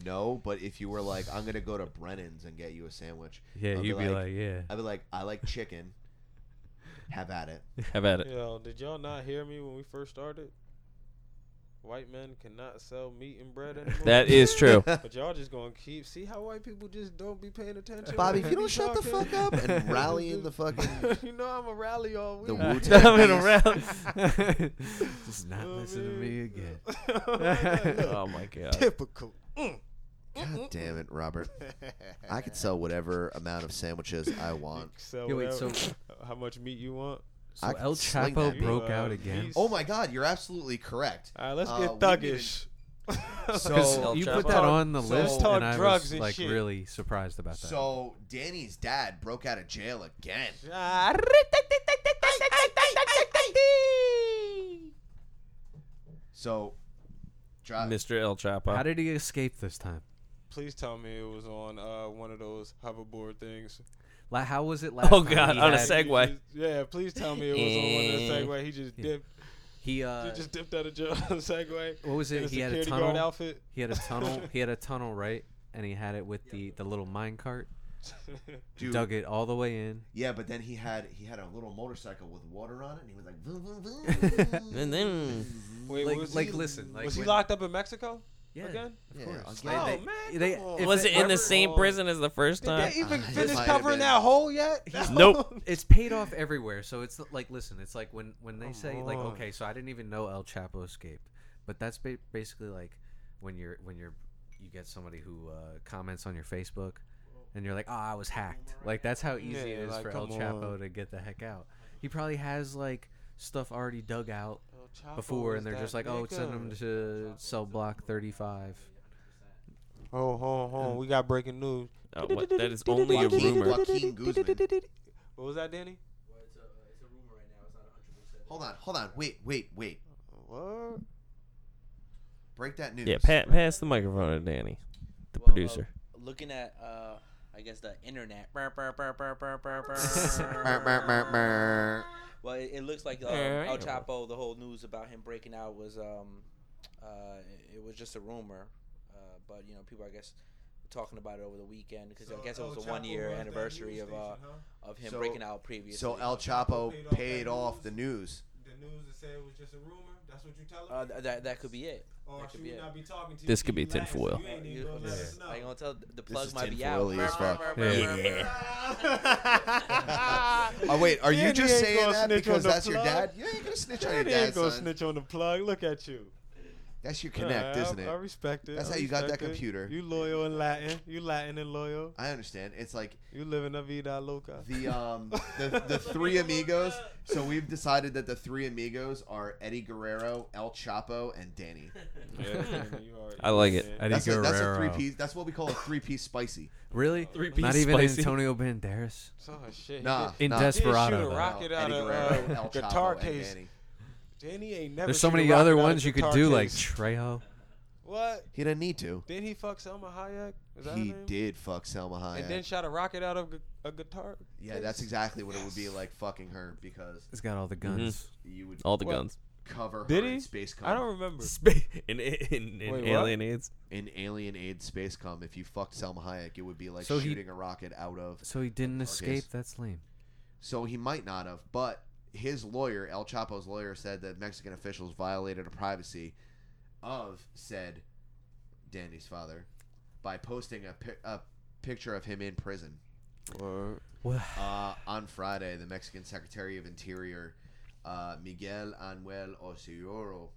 Speaker 1: No, but if you were like, I'm gonna go to Brennan's and get you a sandwich.
Speaker 2: Yeah,
Speaker 1: I'd
Speaker 2: you'd be like, yeah.
Speaker 1: I'd be like, I like chicken. Have at it.
Speaker 4: Have at it.
Speaker 3: Yo, did y'all not hear me when we first started? White men cannot sell meat and bread anymore.
Speaker 4: That is true.
Speaker 3: But y'all just gonna keep see how white people just don't be paying attention.
Speaker 1: Bobby, if
Speaker 3: when we
Speaker 1: you don't
Speaker 3: be
Speaker 1: shut the
Speaker 3: talking?
Speaker 1: fuck up and rally in the fucking
Speaker 3: you know I'm a rally all week.
Speaker 1: the
Speaker 3: You
Speaker 1: Wu
Speaker 4: Stop it
Speaker 1: Tang.
Speaker 4: around.
Speaker 2: Just not
Speaker 3: know what I
Speaker 2: listen to me
Speaker 3: mean?
Speaker 2: again.
Speaker 4: Oh my god.
Speaker 3: Typical.
Speaker 1: God damn it, Robert. I could sell whatever amount of sandwiches I want.
Speaker 3: So,
Speaker 2: Yeah, wait,
Speaker 3: whatever.
Speaker 2: so-
Speaker 3: how much meat you want?
Speaker 2: So
Speaker 1: I
Speaker 2: El
Speaker 1: could sling that
Speaker 2: Chapo
Speaker 1: meat.
Speaker 2: broke
Speaker 3: Uh,
Speaker 2: out again.
Speaker 3: he's-
Speaker 1: Oh my God, you're absolutely correct.
Speaker 3: All right, let's
Speaker 1: Uh,
Speaker 3: get
Speaker 1: we need
Speaker 3: thuggish.
Speaker 1: So- El
Speaker 2: you
Speaker 4: Chapo.
Speaker 2: put
Speaker 4: Let's
Speaker 2: that
Speaker 4: talk-
Speaker 2: on the
Speaker 3: so let's
Speaker 2: list,
Speaker 3: talk
Speaker 2: and I
Speaker 3: drugs
Speaker 2: was
Speaker 3: and
Speaker 2: like
Speaker 3: shit.
Speaker 2: really surprised about that.
Speaker 1: So Danny's dad broke out of jail again.
Speaker 3: Ah,
Speaker 1: So, drop.
Speaker 4: Mr. El Chapo.
Speaker 2: How did he escape this time?
Speaker 3: Please tell me it was on uh, one of those hoverboard things.
Speaker 2: Like, how was it last?
Speaker 4: Oh,
Speaker 2: time
Speaker 4: God,
Speaker 2: he
Speaker 4: on a
Speaker 2: had-
Speaker 4: seg- Segway.
Speaker 3: He just- Yeah, please tell me it was on one of those
Speaker 4: Eh.
Speaker 3: Segway. He just
Speaker 2: Yeah.
Speaker 3: dipped.
Speaker 2: He
Speaker 3: He
Speaker 2: uh,
Speaker 3: just dipped out of jail on a Segway.
Speaker 2: what was
Speaker 3: in
Speaker 2: it?
Speaker 3: a
Speaker 2: He had a
Speaker 3: security guard
Speaker 2: tunnel.
Speaker 3: outfit.
Speaker 2: He had a tunnel. He had a tunnel, right? And he had it with the the little mine cart.
Speaker 1: Dude,
Speaker 2: Dug it all the way in.
Speaker 1: Yeah, but then he had he had a little motorcycle with water on it, and he was like, vroom, vroom, vroom.
Speaker 4: And then
Speaker 3: Wait,
Speaker 2: Like-
Speaker 3: was
Speaker 2: like,
Speaker 3: he,
Speaker 2: listen, like
Speaker 3: was he
Speaker 1: when-
Speaker 3: locked up in Mexico
Speaker 2: Yeah,
Speaker 3: again?
Speaker 2: of
Speaker 1: Yeah,
Speaker 2: course.
Speaker 1: again.
Speaker 3: oh
Speaker 1: they-
Speaker 3: man,
Speaker 2: they-
Speaker 3: come on.
Speaker 2: if
Speaker 4: was it in the
Speaker 2: Whatever.
Speaker 4: same prison as the first
Speaker 3: Did
Speaker 4: time?
Speaker 3: they even
Speaker 1: Uh, it
Speaker 3: finish
Speaker 1: might have
Speaker 3: covering
Speaker 1: been.
Speaker 3: that hole yet?
Speaker 4: Nope.
Speaker 2: It's paid off everywhere, so it's not- like listen. It's like when when they
Speaker 3: Come
Speaker 2: say like
Speaker 3: on.
Speaker 2: okay, so I didn't even know El Chapo escaped, but that's ba- basically like when you're when you're you get somebody who uh, comments on your Facebook, and you're like, oh, I was hacked. Like that's how easy
Speaker 3: Yeah,
Speaker 2: it is
Speaker 3: like,
Speaker 2: for El
Speaker 3: come
Speaker 2: Chapo
Speaker 3: on.
Speaker 2: to get the heck out. He probably has like stuff already dug out
Speaker 3: El Chapo
Speaker 2: before,
Speaker 3: is
Speaker 2: and they're
Speaker 3: that
Speaker 2: just like, oh, it's send him
Speaker 3: nigga.
Speaker 2: to cell block 35.
Speaker 3: Oh, hold on, hold on. We got breaking news.
Speaker 4: Oh, what? That is only a
Speaker 1: Joaquin-
Speaker 4: rumor.
Speaker 1: Joaquin Guzman.
Speaker 3: What was that, Danny?
Speaker 1: Hold on, hold on, wait, wait, wait.
Speaker 3: What?
Speaker 1: Break that news.
Speaker 4: Yeah, pa- pass the microphone to Danny, the
Speaker 5: Well, uh,
Speaker 4: producer.
Speaker 5: looking at, uh, I guess, the internet. well, it, it looks like um, El Chapo, the whole news about him breaking out was, um, uh, it, it was just a rumor. Uh, but, you know, people, I guess, were talking about it over the weekend because I
Speaker 3: uh,
Speaker 5: guess it
Speaker 3: oh,
Speaker 5: was the one year anniversary of, uh, of him
Speaker 1: So-
Speaker 5: breaking out previously.
Speaker 1: So El Chapo paid off the news.
Speaker 3: The news that said it was just a rumor. That's what you tell
Speaker 5: uh, th- that, that could be it.
Speaker 3: Or
Speaker 5: that could be it.
Speaker 3: be talking to
Speaker 4: This could be tinfoil.
Speaker 5: Uh, you- I ain't gonna tell the
Speaker 1: is
Speaker 5: plug might be out.
Speaker 1: tinfoily as fuck.
Speaker 5: uh,
Speaker 2: Yeah.
Speaker 1: Oh wait, are
Speaker 3: Danny
Speaker 1: you just
Speaker 3: ain't
Speaker 1: saying
Speaker 3: gonna
Speaker 1: that
Speaker 3: snitch
Speaker 1: because
Speaker 3: on the
Speaker 1: that's your
Speaker 3: plug.
Speaker 1: dad? You ain't gonna snitch on your
Speaker 3: Danny ain't
Speaker 1: dad,
Speaker 3: gonna
Speaker 1: son.
Speaker 3: snitch on the plug. Look at you.
Speaker 1: That's your connect,
Speaker 3: Alright, I-
Speaker 1: isn't
Speaker 3: I
Speaker 1: it?
Speaker 3: respect it.
Speaker 1: That's
Speaker 3: I
Speaker 1: how you got that
Speaker 3: respect it.
Speaker 1: computer.
Speaker 3: You loyal and Latin. You Latin and loyal.
Speaker 1: I understand. It's like
Speaker 3: You living a vida loca.
Speaker 1: the um the, the three amigos. So we've decided that the three amigos are Eddie Guerrero, El Chapo, and Danny.
Speaker 3: Yeah, Danny, you are-
Speaker 4: I like it.
Speaker 2: Eddie
Speaker 1: That's a, that's a
Speaker 2: Guerrero.
Speaker 1: three piece. That's what we call a three piece spicy.
Speaker 2: Really?
Speaker 4: Three-piece
Speaker 2: Not even
Speaker 4: spicy.
Speaker 2: Antonio Banderas.
Speaker 3: Oh shit. he
Speaker 1: Nah,
Speaker 3: did-
Speaker 2: In
Speaker 1: nah.
Speaker 3: he did
Speaker 2: Desperado,
Speaker 3: Shoot a
Speaker 2: though.
Speaker 3: rocket
Speaker 1: No,
Speaker 3: out
Speaker 1: Eddie
Speaker 3: of
Speaker 1: Guerrero,
Speaker 3: uh,
Speaker 1: El
Speaker 3: guitar
Speaker 1: Chapo, and
Speaker 3: case.
Speaker 1: Danny.
Speaker 3: Danny ain't never.
Speaker 2: There's so
Speaker 3: shoot a
Speaker 2: many
Speaker 3: rocket
Speaker 2: other
Speaker 3: out of
Speaker 2: ones you could
Speaker 3: guitar
Speaker 2: do, like
Speaker 3: case.
Speaker 2: Trejo.
Speaker 3: what?
Speaker 1: He didn't need to.
Speaker 3: Didn't he fuck Selma Hayek? Is that her
Speaker 1: He
Speaker 3: name?
Speaker 1: did fuck Selma Hayek.
Speaker 3: And then shot a rocket out of gu- a guitar.
Speaker 1: yeah, that's exactly what it would be like fucking her because
Speaker 2: He's got all the guns.
Speaker 1: you would
Speaker 4: All the
Speaker 3: What?
Speaker 4: guns.
Speaker 1: cover her
Speaker 3: Did
Speaker 1: in
Speaker 3: he?
Speaker 1: space cum.
Speaker 3: I don't remember.
Speaker 4: in in,
Speaker 3: Wait,
Speaker 4: in
Speaker 3: what?
Speaker 4: Alien AIDS.
Speaker 1: in Alien Aid Space Cum, if you fucked Selma Hayek, it would be like
Speaker 2: So he-
Speaker 1: shooting a rocket out of.
Speaker 2: So he didn't escape.
Speaker 1: Yes.
Speaker 2: That's lame.
Speaker 1: So he might not have, but his lawyer, El Chapo's lawyer, said that Mexican officials violated the privacy of said Danny's father by posting a, pi- a picture of him in prison.
Speaker 2: Well,
Speaker 1: Uh, on Friday, the Mexican Secretary of Interior, uh, Miguel Anuel Osioro,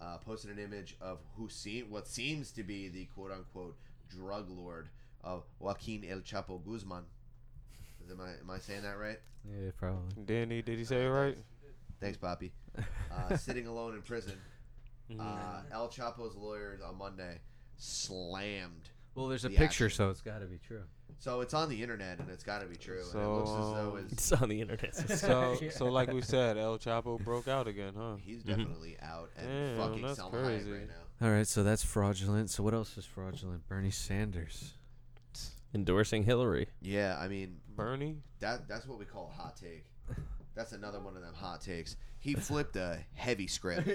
Speaker 1: uh, posted an image of who seem, what seems to be the quote unquote drug lord of Joaquin El Chapo Guzman. Is- Am I, am I saying that right?
Speaker 2: yeah, probably.
Speaker 3: Danny, did he say it right?
Speaker 1: Thanks, Poppy. Uh, sitting alone in prison,
Speaker 3: Mm-hmm.
Speaker 1: uh, El Chapo's lawyers on Monday slammed.
Speaker 2: Well, there's a
Speaker 1: the
Speaker 2: picture,
Speaker 1: action.
Speaker 2: so it's got to be true.
Speaker 1: So it's on the internet and it's got to be true. and it
Speaker 3: So,
Speaker 1: looks as though
Speaker 3: um,
Speaker 1: it's-
Speaker 4: It's on the internet.
Speaker 3: So, so like we said, El Chapo broke out again, huh?
Speaker 1: he's definitely out and
Speaker 3: Mm-hmm. Damn,
Speaker 1: fucking
Speaker 3: that's
Speaker 1: Selma Hayek
Speaker 3: crazy.
Speaker 1: right now.
Speaker 2: All right, so that's fraudulent. So what else is fraudulent? Bernie Sanders.
Speaker 4: Endorsing Hillary.
Speaker 1: Yeah, I mean
Speaker 3: Bernie.
Speaker 1: that that's what we call a hot take. That's another one of them hot takes. He flipped a heavy script.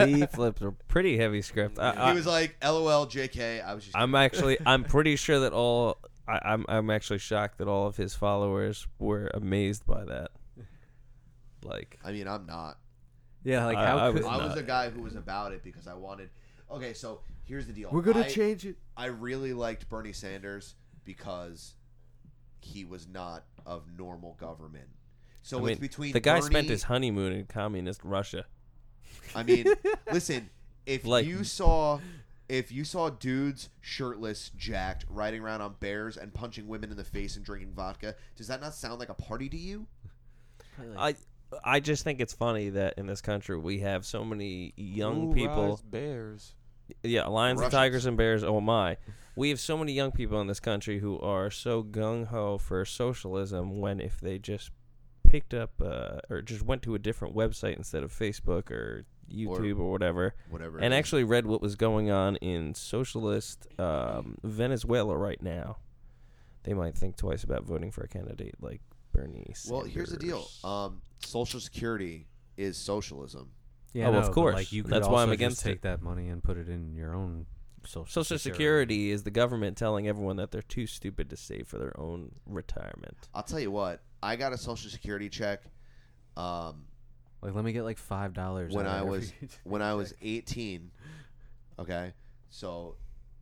Speaker 4: he flipped a pretty heavy script. I, I,
Speaker 1: he was like, "LOL, JK." I was just.
Speaker 4: I'm actually, I'm pretty sure that all, I, I'm, I'm actually shocked that all of his followers were amazed by that. Like,
Speaker 1: I mean, I'm not.
Speaker 2: Yeah, like
Speaker 4: I-
Speaker 2: how
Speaker 4: I
Speaker 2: could,
Speaker 1: I
Speaker 4: not.
Speaker 1: was a guy who was about it because I wanted. Okay, so here's the deal.
Speaker 2: we're gonna
Speaker 1: I-
Speaker 2: change it?
Speaker 1: I really liked Bernie Sanders because he was not of normal government. So
Speaker 4: I mean,
Speaker 1: it's between
Speaker 4: the guy
Speaker 1: Bernie,
Speaker 4: spent his honeymoon in communist Russia.
Speaker 1: I mean, listen, if
Speaker 4: Like-
Speaker 1: you saw if you saw dudes shirtless, jacked, riding around on bears and punching women in the face and drinking vodka, does that not sound like a party to you?
Speaker 4: I I just think it's funny that in this country we have so many young
Speaker 3: Who
Speaker 4: people.
Speaker 3: rides bears.
Speaker 4: Yeah, lions, and
Speaker 1: Russians.
Speaker 4: tigers, and bears. Oh my, we have so many young people in this country who are so gung ho for socialism when if they just picked up uh, or just went to a different website instead of Facebook or YouTube or, whatever,
Speaker 1: Whatever. it
Speaker 4: and
Speaker 1: is.
Speaker 4: actually read what was going on in socialist um, Venezuela right now, they might think twice about voting for a candidate like Bernie. Sanders.
Speaker 1: Well, here's the deal. Um, Social Security is socialism.
Speaker 2: Yeah,
Speaker 4: Oh,
Speaker 2: no,
Speaker 4: of
Speaker 2: but,
Speaker 4: course.
Speaker 2: Like you could
Speaker 4: That's
Speaker 2: also
Speaker 4: why I'm
Speaker 2: just
Speaker 4: against
Speaker 2: take
Speaker 4: it.
Speaker 2: that money and put it in your own social
Speaker 4: Social Security is the government telling everyone that they're too stupid to save for their own retirement.
Speaker 1: I'll tell you what. I got a Social Security check. Um,
Speaker 2: Like let me get like five dollars
Speaker 1: when I was when I was 18. Okay, so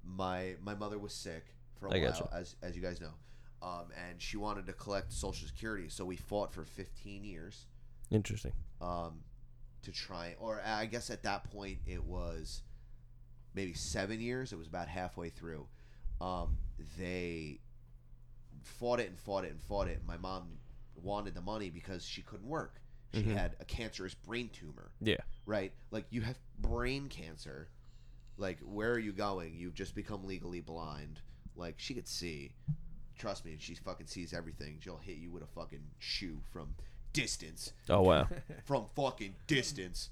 Speaker 1: my my mother was sick for a
Speaker 4: I
Speaker 1: while,
Speaker 4: gotcha.
Speaker 1: as as you guys know, um, and she wanted to collect Social Security. So we fought for 15 years
Speaker 4: Interesting.
Speaker 1: um, to try, or I guess at that point it was maybe seven years. It was about halfway through. Um, they fought it and fought it and fought it. My mom wanted the money because she couldn't work. She
Speaker 4: Mhm.
Speaker 1: had a cancerous brain tumor
Speaker 4: Yeah.
Speaker 1: right? Like you have brain cancer. Like where are you going? You've just become legally blind. Like she could see. Trust me, she fucking sees everything. She'll hit you with a fucking shoe from distance,
Speaker 4: Oh wow.
Speaker 1: from fucking distance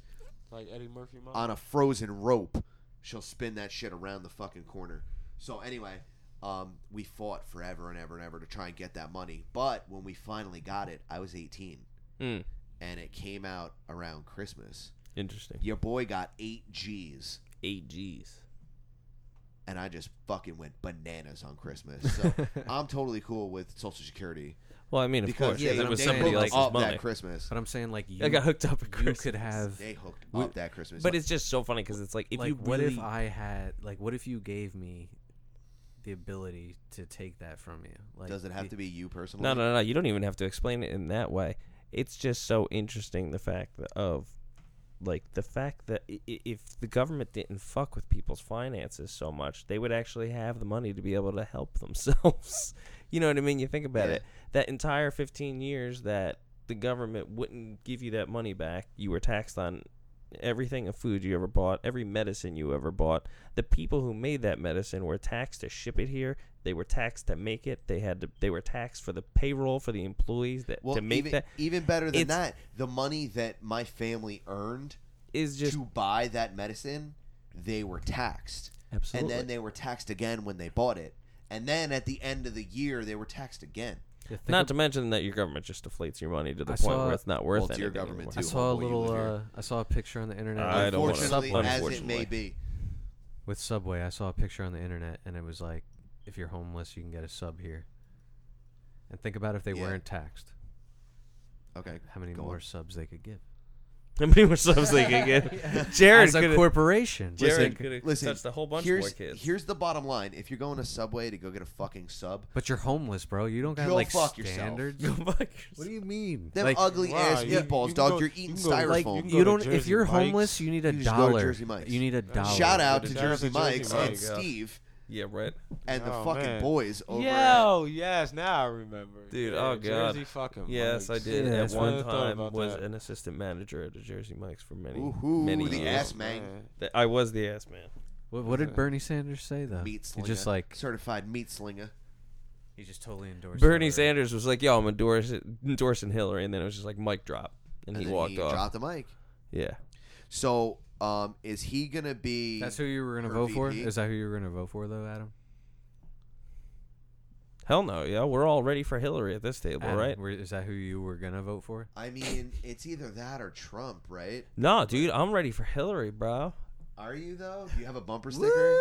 Speaker 3: Like Eddie Murphy. Mom.
Speaker 1: on a frozen rope. She'll spin that shit around the fucking corner. So anyway, um, we fought forever and ever and ever to try and get that money. But when we finally got it, I was 18,
Speaker 4: Mm.
Speaker 1: and it came out around Christmas.
Speaker 4: Interesting.
Speaker 1: Your boy got eight G's.
Speaker 4: Eight G's.
Speaker 1: and I just fucking went bananas on Christmas. So I'm totally cool with Social Security
Speaker 4: Well, I mean, of
Speaker 1: because
Speaker 4: course,
Speaker 1: they,
Speaker 4: if it was
Speaker 1: they
Speaker 4: somebody
Speaker 1: hooked
Speaker 4: else's
Speaker 1: up
Speaker 4: money.
Speaker 1: that Christmas.
Speaker 2: But I'm saying like you,
Speaker 4: I got hooked up at
Speaker 2: you
Speaker 4: Christmas.
Speaker 2: could have.
Speaker 1: They hooked
Speaker 4: We-
Speaker 1: up that Christmas.
Speaker 4: But it's just so funny because it's like if
Speaker 2: like
Speaker 4: you
Speaker 2: what
Speaker 4: really,
Speaker 2: if I had like what if you gave me the ability to take that from you? Like
Speaker 1: does it have to be you personally?
Speaker 4: no, no, no, you don't even have to explain it in that way. It's just so interesting the fact that of like the fact that i- i- if the government didn't fuck with people's finances so much, they would actually have the money to be able to help themselves. you know what I mean? You think about
Speaker 1: Yeah.
Speaker 4: it. That entire 15 years that the government wouldn't give you that money back, you were taxed on everything of food you ever bought, every medicine you ever bought. The people who made that medicine were taxed to ship it here. They were taxed to make it. They had to. They were taxed for the payroll for the employees that
Speaker 1: Well,
Speaker 4: to make
Speaker 1: even,
Speaker 4: that
Speaker 1: even better than
Speaker 4: It's-
Speaker 1: that, the money that my family earned
Speaker 4: is just
Speaker 1: to buy that medicine, they were taxed,
Speaker 4: absolutely.
Speaker 1: and then they were taxed again when they bought it, and then at the end of the year they were taxed again.
Speaker 2: Yeah, think
Speaker 4: Not to mention that your government just deflates your money to the
Speaker 2: I
Speaker 4: point
Speaker 2: saw-
Speaker 4: where it's not worth
Speaker 1: Well, it's your
Speaker 4: anything
Speaker 1: government,
Speaker 4: anymore.
Speaker 2: I
Speaker 1: too.
Speaker 2: saw a
Speaker 1: Hopefully you
Speaker 2: little.
Speaker 1: live
Speaker 2: Uh, I saw a picture on the internet.
Speaker 4: I don't wanna-
Speaker 1: Unfortunately, as
Speaker 4: Unfortunately.
Speaker 1: it may be,
Speaker 2: with Subway. I saw a picture on the internet, and it was like, if you're homeless, you can get a sub here. And think about if they
Speaker 1: Yeah.
Speaker 2: weren't taxed,
Speaker 1: okay.
Speaker 2: how many
Speaker 1: Go on.
Speaker 2: more subs they could give.
Speaker 4: How many more subs they can get? Jared
Speaker 2: As a
Speaker 4: could
Speaker 2: corporation,
Speaker 4: Jared
Speaker 1: Listen,
Speaker 4: could have
Speaker 1: listen,
Speaker 4: touched a whole bunch
Speaker 1: here's,
Speaker 4: more kids.
Speaker 1: Here's the bottom line: if you're going to Subway to go get a fucking sub,
Speaker 2: but you're homeless, bro. You don't got
Speaker 1: Go
Speaker 2: like
Speaker 1: fuck yourself.
Speaker 2: standards.
Speaker 4: Go fuck
Speaker 2: What
Speaker 4: yourself.
Speaker 2: do you mean?
Speaker 1: them
Speaker 2: like,
Speaker 1: ugly
Speaker 3: Wow,
Speaker 1: ass
Speaker 3: you-
Speaker 1: meatballs,
Speaker 3: you can
Speaker 1: dog.
Speaker 3: go-
Speaker 1: you're
Speaker 3: you
Speaker 1: eating
Speaker 3: can go to
Speaker 2: like
Speaker 1: styrofoam.
Speaker 3: can go
Speaker 2: you
Speaker 3: to
Speaker 2: don't. If
Speaker 3: Jersey
Speaker 2: you're
Speaker 3: Mike's.
Speaker 2: homeless, you need a
Speaker 1: You just go to
Speaker 2: dollar.
Speaker 1: Jersey Mike's.
Speaker 2: You need a
Speaker 3: Shout
Speaker 2: dollar.
Speaker 1: Shout out
Speaker 3: Go
Speaker 1: to
Speaker 3: to
Speaker 1: Jersey
Speaker 3: Jersey
Speaker 1: Mike's
Speaker 3: Mike's.
Speaker 1: and
Speaker 4: There you go.
Speaker 1: Steve
Speaker 4: Yeah, right.
Speaker 1: and the
Speaker 3: Oh,
Speaker 1: fucking
Speaker 3: man.
Speaker 1: boys over at
Speaker 3: Yo, yes, now I remember.
Speaker 4: Dude,
Speaker 3: Yeah,
Speaker 4: oh, God.
Speaker 3: Jersey fucking
Speaker 4: Yes, I
Speaker 3: Mike's.
Speaker 4: did.
Speaker 2: Yeah,
Speaker 4: At
Speaker 2: that's
Speaker 4: one
Speaker 3: what I thought
Speaker 4: time,
Speaker 3: about
Speaker 4: was
Speaker 3: that.
Speaker 4: an assistant manager at a Jersey Mike's for many,
Speaker 1: Ooh,
Speaker 4: many
Speaker 1: the
Speaker 4: years.
Speaker 1: ass man.
Speaker 4: Th- I was the ass man.
Speaker 2: What, what did Bernie Sanders say though?
Speaker 1: Meat
Speaker 2: he
Speaker 1: Slinger,
Speaker 2: just like
Speaker 1: certified meat slinger.
Speaker 2: he just totally endorsed.
Speaker 4: Bernie Sanders was like, "Yo, I'm endorsing, endorsing Hillary," and then it was just like mic drop, and,
Speaker 1: And
Speaker 4: he
Speaker 1: then
Speaker 4: walked off.
Speaker 1: Dropped the mic.
Speaker 4: Yeah,
Speaker 1: So, um, is he gonna be?
Speaker 2: That's who you were gonna
Speaker 1: Her
Speaker 2: vote for.
Speaker 1: VP?
Speaker 2: Is that who you were gonna vote for though, Adam?
Speaker 4: Hell no, yeah. We're all ready for Hillary at this table,
Speaker 2: Adam,
Speaker 4: right?
Speaker 2: were- Is that who you were gonna vote for?
Speaker 1: I mean, it's either that or Trump, right?
Speaker 4: No, dude, I'm ready for Hillary, bro.
Speaker 1: Are you though? Do you have a bumper sticker?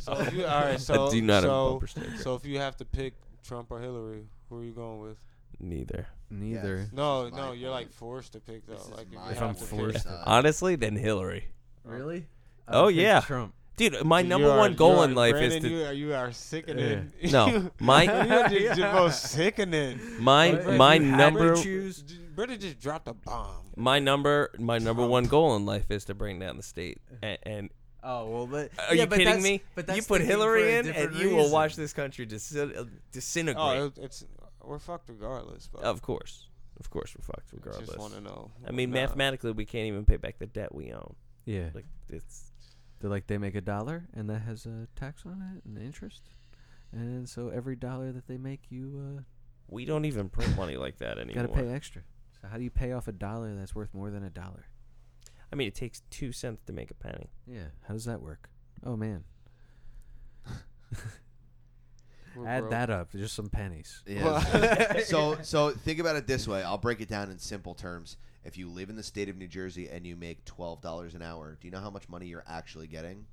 Speaker 3: So if you, all right, so
Speaker 4: do not have a
Speaker 3: so,
Speaker 4: bumper sticker.
Speaker 3: So if you have to pick Trump or Hillary, who are you going with?
Speaker 4: Neither.
Speaker 2: Neither.
Speaker 1: Yes.
Speaker 3: No,
Speaker 1: This is
Speaker 3: no,
Speaker 1: my
Speaker 3: you're like
Speaker 1: point.
Speaker 3: forced to pick though.
Speaker 1: This is
Speaker 3: like
Speaker 1: my
Speaker 3: you
Speaker 2: If I'm
Speaker 3: have to pick.
Speaker 2: forced
Speaker 1: to- Uh,
Speaker 4: Honestly, then Hillary.
Speaker 2: Really?
Speaker 4: Oh,
Speaker 2: I think
Speaker 4: yeah.
Speaker 2: Trump.
Speaker 4: Dude, my
Speaker 3: You
Speaker 4: number
Speaker 3: are-
Speaker 4: one
Speaker 3: you
Speaker 4: goal
Speaker 3: are-
Speaker 4: in life is
Speaker 3: Brandon,
Speaker 4: to
Speaker 3: you are, you are sickening.
Speaker 4: no my
Speaker 3: You're just, you're both sickening.
Speaker 4: my
Speaker 2: But if
Speaker 4: my
Speaker 2: you had to
Speaker 4: number
Speaker 2: choose-
Speaker 3: Brandon just dropped a bomb.
Speaker 4: my number my number one goal in life is to bring down the state and. and
Speaker 2: Oh well, but
Speaker 4: are
Speaker 2: yeah,
Speaker 4: you
Speaker 2: but
Speaker 4: kidding
Speaker 2: that's-
Speaker 4: me?
Speaker 2: But
Speaker 4: you
Speaker 2: that's
Speaker 4: put
Speaker 2: thinking for
Speaker 4: Hillary
Speaker 2: a
Speaker 4: in, and
Speaker 2: different
Speaker 4: you will
Speaker 2: reason.
Speaker 4: watch this country disi- disintegrate.
Speaker 3: Oh, it- it's we're fucked regardless. But
Speaker 4: of course, of course, we're fucked
Speaker 3: I
Speaker 4: regardless.
Speaker 3: just want to know.
Speaker 4: I mean,
Speaker 3: Nah.
Speaker 4: mathematically, we can't even pay back the debt we own.
Speaker 2: Yeah,
Speaker 4: Like it's
Speaker 2: they're like they make a dollar, and that has a tax on it and interest, and so every dollar that they make, you
Speaker 4: we don't even print money like that
Speaker 2: uh,
Speaker 4: anymore.
Speaker 2: gotta pay extra. So how do you pay off a dollar that's worth more than a dollar?
Speaker 4: I mean, it takes two cents to make a penny.
Speaker 2: Yeah, how does that work? Oh man,
Speaker 3: We're
Speaker 2: add
Speaker 3: broke.
Speaker 2: that up, just some pennies.
Speaker 1: Yeah. so so think about it this way. I'll break it down in simple terms. If you live in the state of New Jersey and you make twelve dollars an hour, do you know how much money you're actually getting?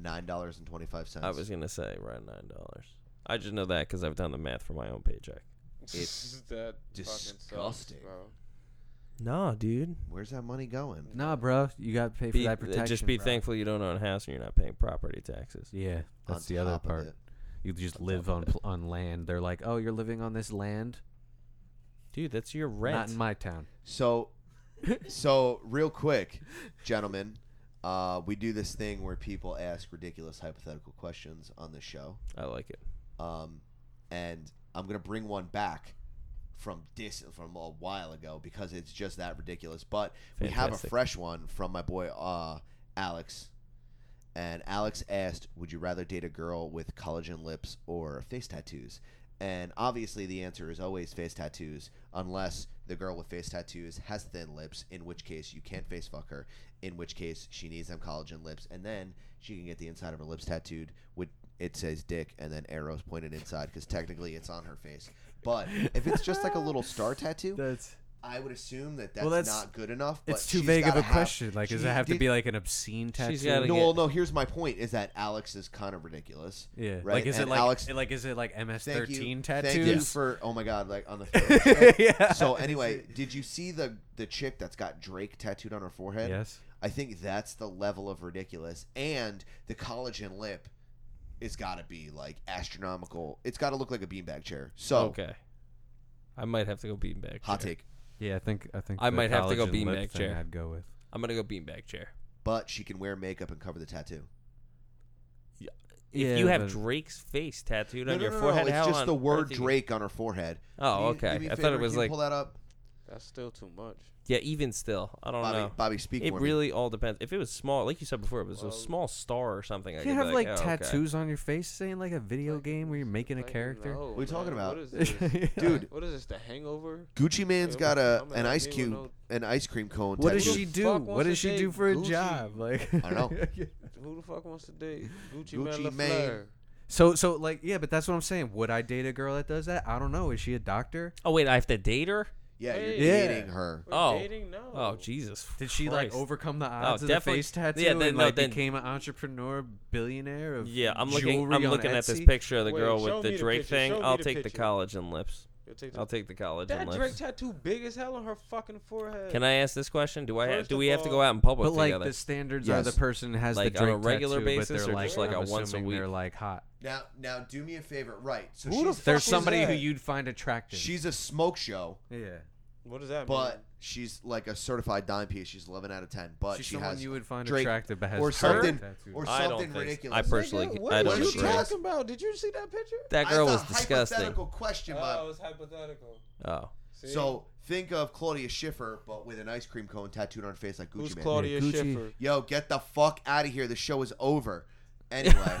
Speaker 1: Nine dollars and twenty five cents.
Speaker 4: I was gonna say around nine dollars. I just know that because I've done the math for my own paycheck.
Speaker 1: It's
Speaker 3: that
Speaker 1: disgusting.
Speaker 4: No, dude.
Speaker 1: Where's that money going?
Speaker 2: Nah, bro, you gotta pay for
Speaker 4: Be, uh,
Speaker 2: that protection.
Speaker 4: just be
Speaker 2: bro.
Speaker 4: thankful you don't own a house and you're not paying property taxes.
Speaker 2: Yeah, that's
Speaker 1: On
Speaker 2: the other
Speaker 1: top of
Speaker 2: part.
Speaker 1: it.
Speaker 2: You just live on pl- on land. They're like, oh, you're living on this land.
Speaker 4: Dude, that's your
Speaker 2: Not
Speaker 4: rent.
Speaker 2: in my town.
Speaker 1: So, so real quick, gentlemen, uh, we do this thing where people ask ridiculous hypothetical questions on this show,
Speaker 4: I like it.
Speaker 1: um, and I'm gonna bring one back from dis from a while ago because it's just that ridiculous. But we have a
Speaker 4: Fantastic.
Speaker 1: fresh one from my boy uh, Alex, and Alex asked, "Would you rather date a girl with collagen lips or face tattoos?" And obviously, the answer is always face tattoos, unless the girl with face tattoos has thin lips, in which case you can't face fuck her, in which case she needs them collagen lips, and then she can get the inside of her lips tattooed with it says dick and then arrows pointed inside because technically it's on her face. But if it's just like a little star tattoo,
Speaker 2: That's
Speaker 1: I would assume that that's,
Speaker 2: Well, that's-
Speaker 1: not good enough. But
Speaker 2: it's too
Speaker 1: she's
Speaker 2: vague of
Speaker 1: gotta
Speaker 2: a
Speaker 1: have-
Speaker 2: question. Like, does
Speaker 1: she
Speaker 2: it have to
Speaker 1: did-
Speaker 2: be like an obscene tattoo?
Speaker 4: She's gotta
Speaker 1: No,
Speaker 4: get-
Speaker 1: well, no. Here's my point: is that Alex is kind of ridiculous.
Speaker 2: yeah.
Speaker 1: right?
Speaker 2: Like, is
Speaker 1: And
Speaker 2: it like
Speaker 1: Alex?
Speaker 2: like is it like MS
Speaker 1: thank
Speaker 2: thirteen
Speaker 1: you,
Speaker 2: tattoos?
Speaker 1: Thank you for oh my god, like on the. throat.
Speaker 2: yeah.
Speaker 1: so anyway, did you see the the chick that's got Drake tattooed on her forehead?
Speaker 2: yes.
Speaker 1: I think that's the level of ridiculous, and the collagen lip. It's got to be like astronomical. It's got to look like a beanbag chair. So
Speaker 4: okay. I might have to go beanbag.
Speaker 1: hot
Speaker 4: chair.
Speaker 1: take,
Speaker 2: Yeah, I think I think
Speaker 4: I
Speaker 2: the
Speaker 4: might have to go
Speaker 2: collagen
Speaker 4: beanbag
Speaker 2: lip thing
Speaker 4: chair.
Speaker 2: I'd go with.
Speaker 4: I'm gonna go beanbag chair.
Speaker 1: but she can wear makeup and cover the tattoo.
Speaker 4: If
Speaker 2: Yeah,
Speaker 4: you have
Speaker 2: but-
Speaker 4: Drake's face tattooed
Speaker 1: no,
Speaker 4: on
Speaker 1: no,
Speaker 4: your
Speaker 1: no, no,
Speaker 4: forehead,
Speaker 1: It's
Speaker 4: how
Speaker 1: just
Speaker 4: on
Speaker 1: the word
Speaker 4: earth you-
Speaker 1: Drake on her forehead.
Speaker 4: Oh,
Speaker 1: Can you do
Speaker 4: okay.
Speaker 1: me a
Speaker 4: I
Speaker 1: favor?
Speaker 4: thought it was
Speaker 1: Can you
Speaker 4: like
Speaker 1: pull that up,
Speaker 3: That's still too much.
Speaker 4: yeah. Even still, I don't
Speaker 1: Bobby.
Speaker 4: know.
Speaker 1: Bobby, speak
Speaker 4: It
Speaker 1: for me.
Speaker 4: really all depends. If it was small, like you said before, if it was
Speaker 3: Well,
Speaker 4: a small star or something. I
Speaker 2: You
Speaker 4: could be
Speaker 2: can have like
Speaker 4: oh, okay. "Oh,
Speaker 2: tattoos on your face, saying like a video
Speaker 3: Like,
Speaker 2: game where you're making a
Speaker 3: like,
Speaker 2: character.
Speaker 3: no,
Speaker 1: What are you talking
Speaker 3: man.
Speaker 1: about?
Speaker 3: What is this?
Speaker 1: Dude.
Speaker 3: What is this? The Hangover?
Speaker 1: Gucci Man's
Speaker 3: Yeah,
Speaker 1: got a
Speaker 3: I'm not
Speaker 1: an ice
Speaker 3: even
Speaker 1: cube,
Speaker 3: know-
Speaker 1: an ice cream cone.
Speaker 2: What does
Speaker 1: tattoo.
Speaker 2: she
Speaker 3: Who the
Speaker 2: do?
Speaker 3: fuck
Speaker 2: What
Speaker 3: wants
Speaker 2: does
Speaker 3: to
Speaker 2: she do
Speaker 3: date
Speaker 2: for a
Speaker 3: Gucci?
Speaker 2: job? Like
Speaker 1: I don't
Speaker 3: Who the fuck wants to date Gucci,
Speaker 1: Gucci
Speaker 3: Man?
Speaker 1: Mane.
Speaker 3: LaFleur?
Speaker 2: So so like yeah, but that's what I'm saying. Would I date a girl that does that? I don't know. Is she a doctor?
Speaker 4: Oh wait, I have to date her.
Speaker 1: Yeah, you're
Speaker 3: Hey.
Speaker 2: Yeah.
Speaker 1: dating her.
Speaker 3: We're
Speaker 4: Oh.
Speaker 3: dating? No.
Speaker 4: Oh Jesus!
Speaker 2: Did she like
Speaker 4: Christ. Oh,
Speaker 2: overcome the odds of the
Speaker 4: definitely-
Speaker 2: face tattoo
Speaker 4: yeah, then-
Speaker 2: and
Speaker 4: no,
Speaker 2: like
Speaker 4: then-
Speaker 2: became an entrepreneur billionaire of
Speaker 4: Yeah, I'm looking.
Speaker 2: jewelry
Speaker 4: I'm
Speaker 2: on
Speaker 4: looking at this
Speaker 2: Etsy?
Speaker 4: picture of the
Speaker 3: Wait,
Speaker 4: girl
Speaker 3: show
Speaker 4: with
Speaker 3: me
Speaker 4: the
Speaker 3: the
Speaker 4: Drake
Speaker 3: picture,
Speaker 4: thing.
Speaker 3: show me
Speaker 4: I'll
Speaker 3: the
Speaker 4: take the
Speaker 3: picture.
Speaker 4: collagen lips.
Speaker 3: You'll take the-
Speaker 4: I'll take the collagen
Speaker 3: that Drake
Speaker 4: lips.
Speaker 3: tattoo big as hell on her fucking forehead.
Speaker 4: Can I ask this question? Do I have,
Speaker 3: First
Speaker 4: do
Speaker 3: of
Speaker 4: we have to
Speaker 3: all-
Speaker 4: go out in public
Speaker 2: But like
Speaker 4: together?
Speaker 2: the standards are
Speaker 1: Yes.
Speaker 2: the person has
Speaker 4: Like,
Speaker 2: the
Speaker 4: on a
Speaker 2: Drake
Speaker 4: regular
Speaker 2: tattoo, but
Speaker 4: basis
Speaker 2: they're
Speaker 4: or
Speaker 2: like,
Speaker 4: just, like,
Speaker 2: I'm
Speaker 4: a once a
Speaker 2: assuming They're
Speaker 4: week?
Speaker 2: like hot.
Speaker 1: Now, now, do me a favor. Right. So
Speaker 3: Who the
Speaker 1: she's
Speaker 3: fuck
Speaker 2: There's
Speaker 3: is
Speaker 2: somebody who
Speaker 3: that?
Speaker 2: you'd find attractive.
Speaker 1: she's a smoke show,
Speaker 2: yeah.
Speaker 3: What does that
Speaker 1: but
Speaker 3: mean?
Speaker 1: she's like a certified dime piece. She's 11 out of 10. But
Speaker 2: She's
Speaker 1: she
Speaker 2: someone
Speaker 1: has
Speaker 2: you would find
Speaker 1: Drake
Speaker 2: attractive, but has
Speaker 1: or
Speaker 2: her
Speaker 1: something
Speaker 2: tattoo.
Speaker 1: or
Speaker 4: I don't
Speaker 1: something
Speaker 4: think- I
Speaker 1: ridiculous.
Speaker 4: personally- Personally,
Speaker 3: Nigga, what
Speaker 4: I
Speaker 3: are
Speaker 1: don't
Speaker 3: you
Speaker 1: agree.
Speaker 3: talking about? Did you see that picture?
Speaker 4: that
Speaker 1: I
Speaker 4: girl
Speaker 1: thought
Speaker 4: was disgusting.
Speaker 1: Hypothetical question, Bob.
Speaker 3: Oh, it's hypothetical.
Speaker 4: Oh,
Speaker 3: See?
Speaker 1: So think of Claudia Schiffer, but with an ice cream cone tattooed on her face like Gucci
Speaker 3: who's
Speaker 1: Man.
Speaker 3: Claudia
Speaker 2: Gucci.
Speaker 3: Schiffer?
Speaker 1: Yo, get the fuck out of here. The show is over. Anyway,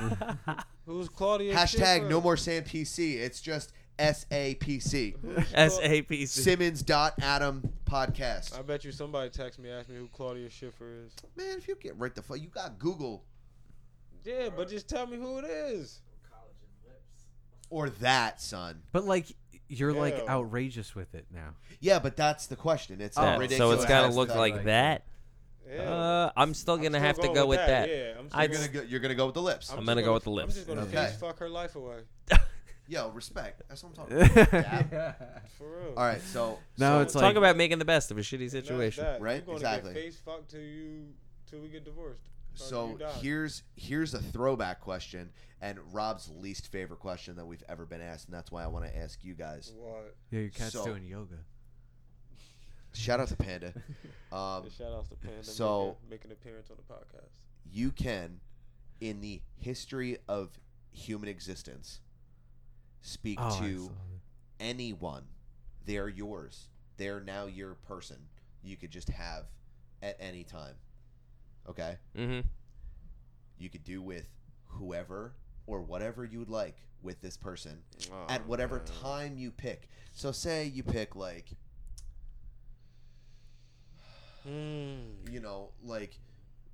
Speaker 3: Who's Claudia?
Speaker 1: hashtag
Speaker 3: Schiffer?
Speaker 1: no more Sam PC. It's just S A P C.
Speaker 4: S A P C.
Speaker 1: Simmons dot Adam podcast.
Speaker 3: I bet you somebody text me asked me who Claudia Schiffer is.
Speaker 1: Man, if you get right the fuck, you got Google.
Speaker 3: Yeah, but just tell me who it is.
Speaker 1: or that, son.
Speaker 2: But like you're like
Speaker 3: Ew.
Speaker 2: outrageous with it now.
Speaker 1: Yeah, but that's the question. It's
Speaker 4: Yeah,
Speaker 1: how
Speaker 4: Oh, so
Speaker 1: ridiculous.
Speaker 4: it's got to
Speaker 1: is
Speaker 4: look
Speaker 1: that?
Speaker 4: like
Speaker 2: like-
Speaker 4: that.
Speaker 3: Yeah.
Speaker 4: Uh, I'm still
Speaker 3: I'm
Speaker 4: gonna
Speaker 3: still
Speaker 4: have to
Speaker 3: going
Speaker 4: go with that.
Speaker 3: Yeah, I'm still
Speaker 4: I'd-
Speaker 1: You're gonna go, you're gonna go with the lips.
Speaker 3: I'm
Speaker 4: gonna
Speaker 3: just
Speaker 4: go with the
Speaker 3: I'm
Speaker 4: lips.
Speaker 3: just gonna
Speaker 1: Okay.
Speaker 3: face fuck her life away.
Speaker 1: Yo, respect. That's what I'm talking about. Dab.
Speaker 3: For real.
Speaker 1: All right, so
Speaker 2: Now
Speaker 3: So-
Speaker 2: it's
Speaker 4: Talk
Speaker 2: like
Speaker 4: about making the best of a shitty
Speaker 3: Not
Speaker 4: situation.
Speaker 3: that.
Speaker 1: Right?
Speaker 3: I'm gonna
Speaker 1: Exactly.
Speaker 3: Get face fucked till you till we get divorced. Or
Speaker 1: so
Speaker 3: you die.
Speaker 1: here's here's a throwback question and Rob's least favorite question that we've ever been asked, and that's why I want to ask you guys.
Speaker 3: What?
Speaker 2: yeah, your cat's
Speaker 1: So-
Speaker 2: doing yoga.
Speaker 1: Shout out to Panda. Um,
Speaker 3: Yeah, shout outs to Panda.
Speaker 1: so-
Speaker 3: make an appearance on the podcast.
Speaker 1: you can, in the history of human existence, speak
Speaker 2: Oh,
Speaker 1: to
Speaker 2: excellent.
Speaker 1: anyone. They're yours. They're now your person. You could just have at any time. Okay?
Speaker 4: Mm-hmm.
Speaker 1: You could do with whoever or whatever you would like with this person
Speaker 3: Oh,
Speaker 1: at whatever time you pick. So say you pick like
Speaker 3: Hmm.
Speaker 1: you know, like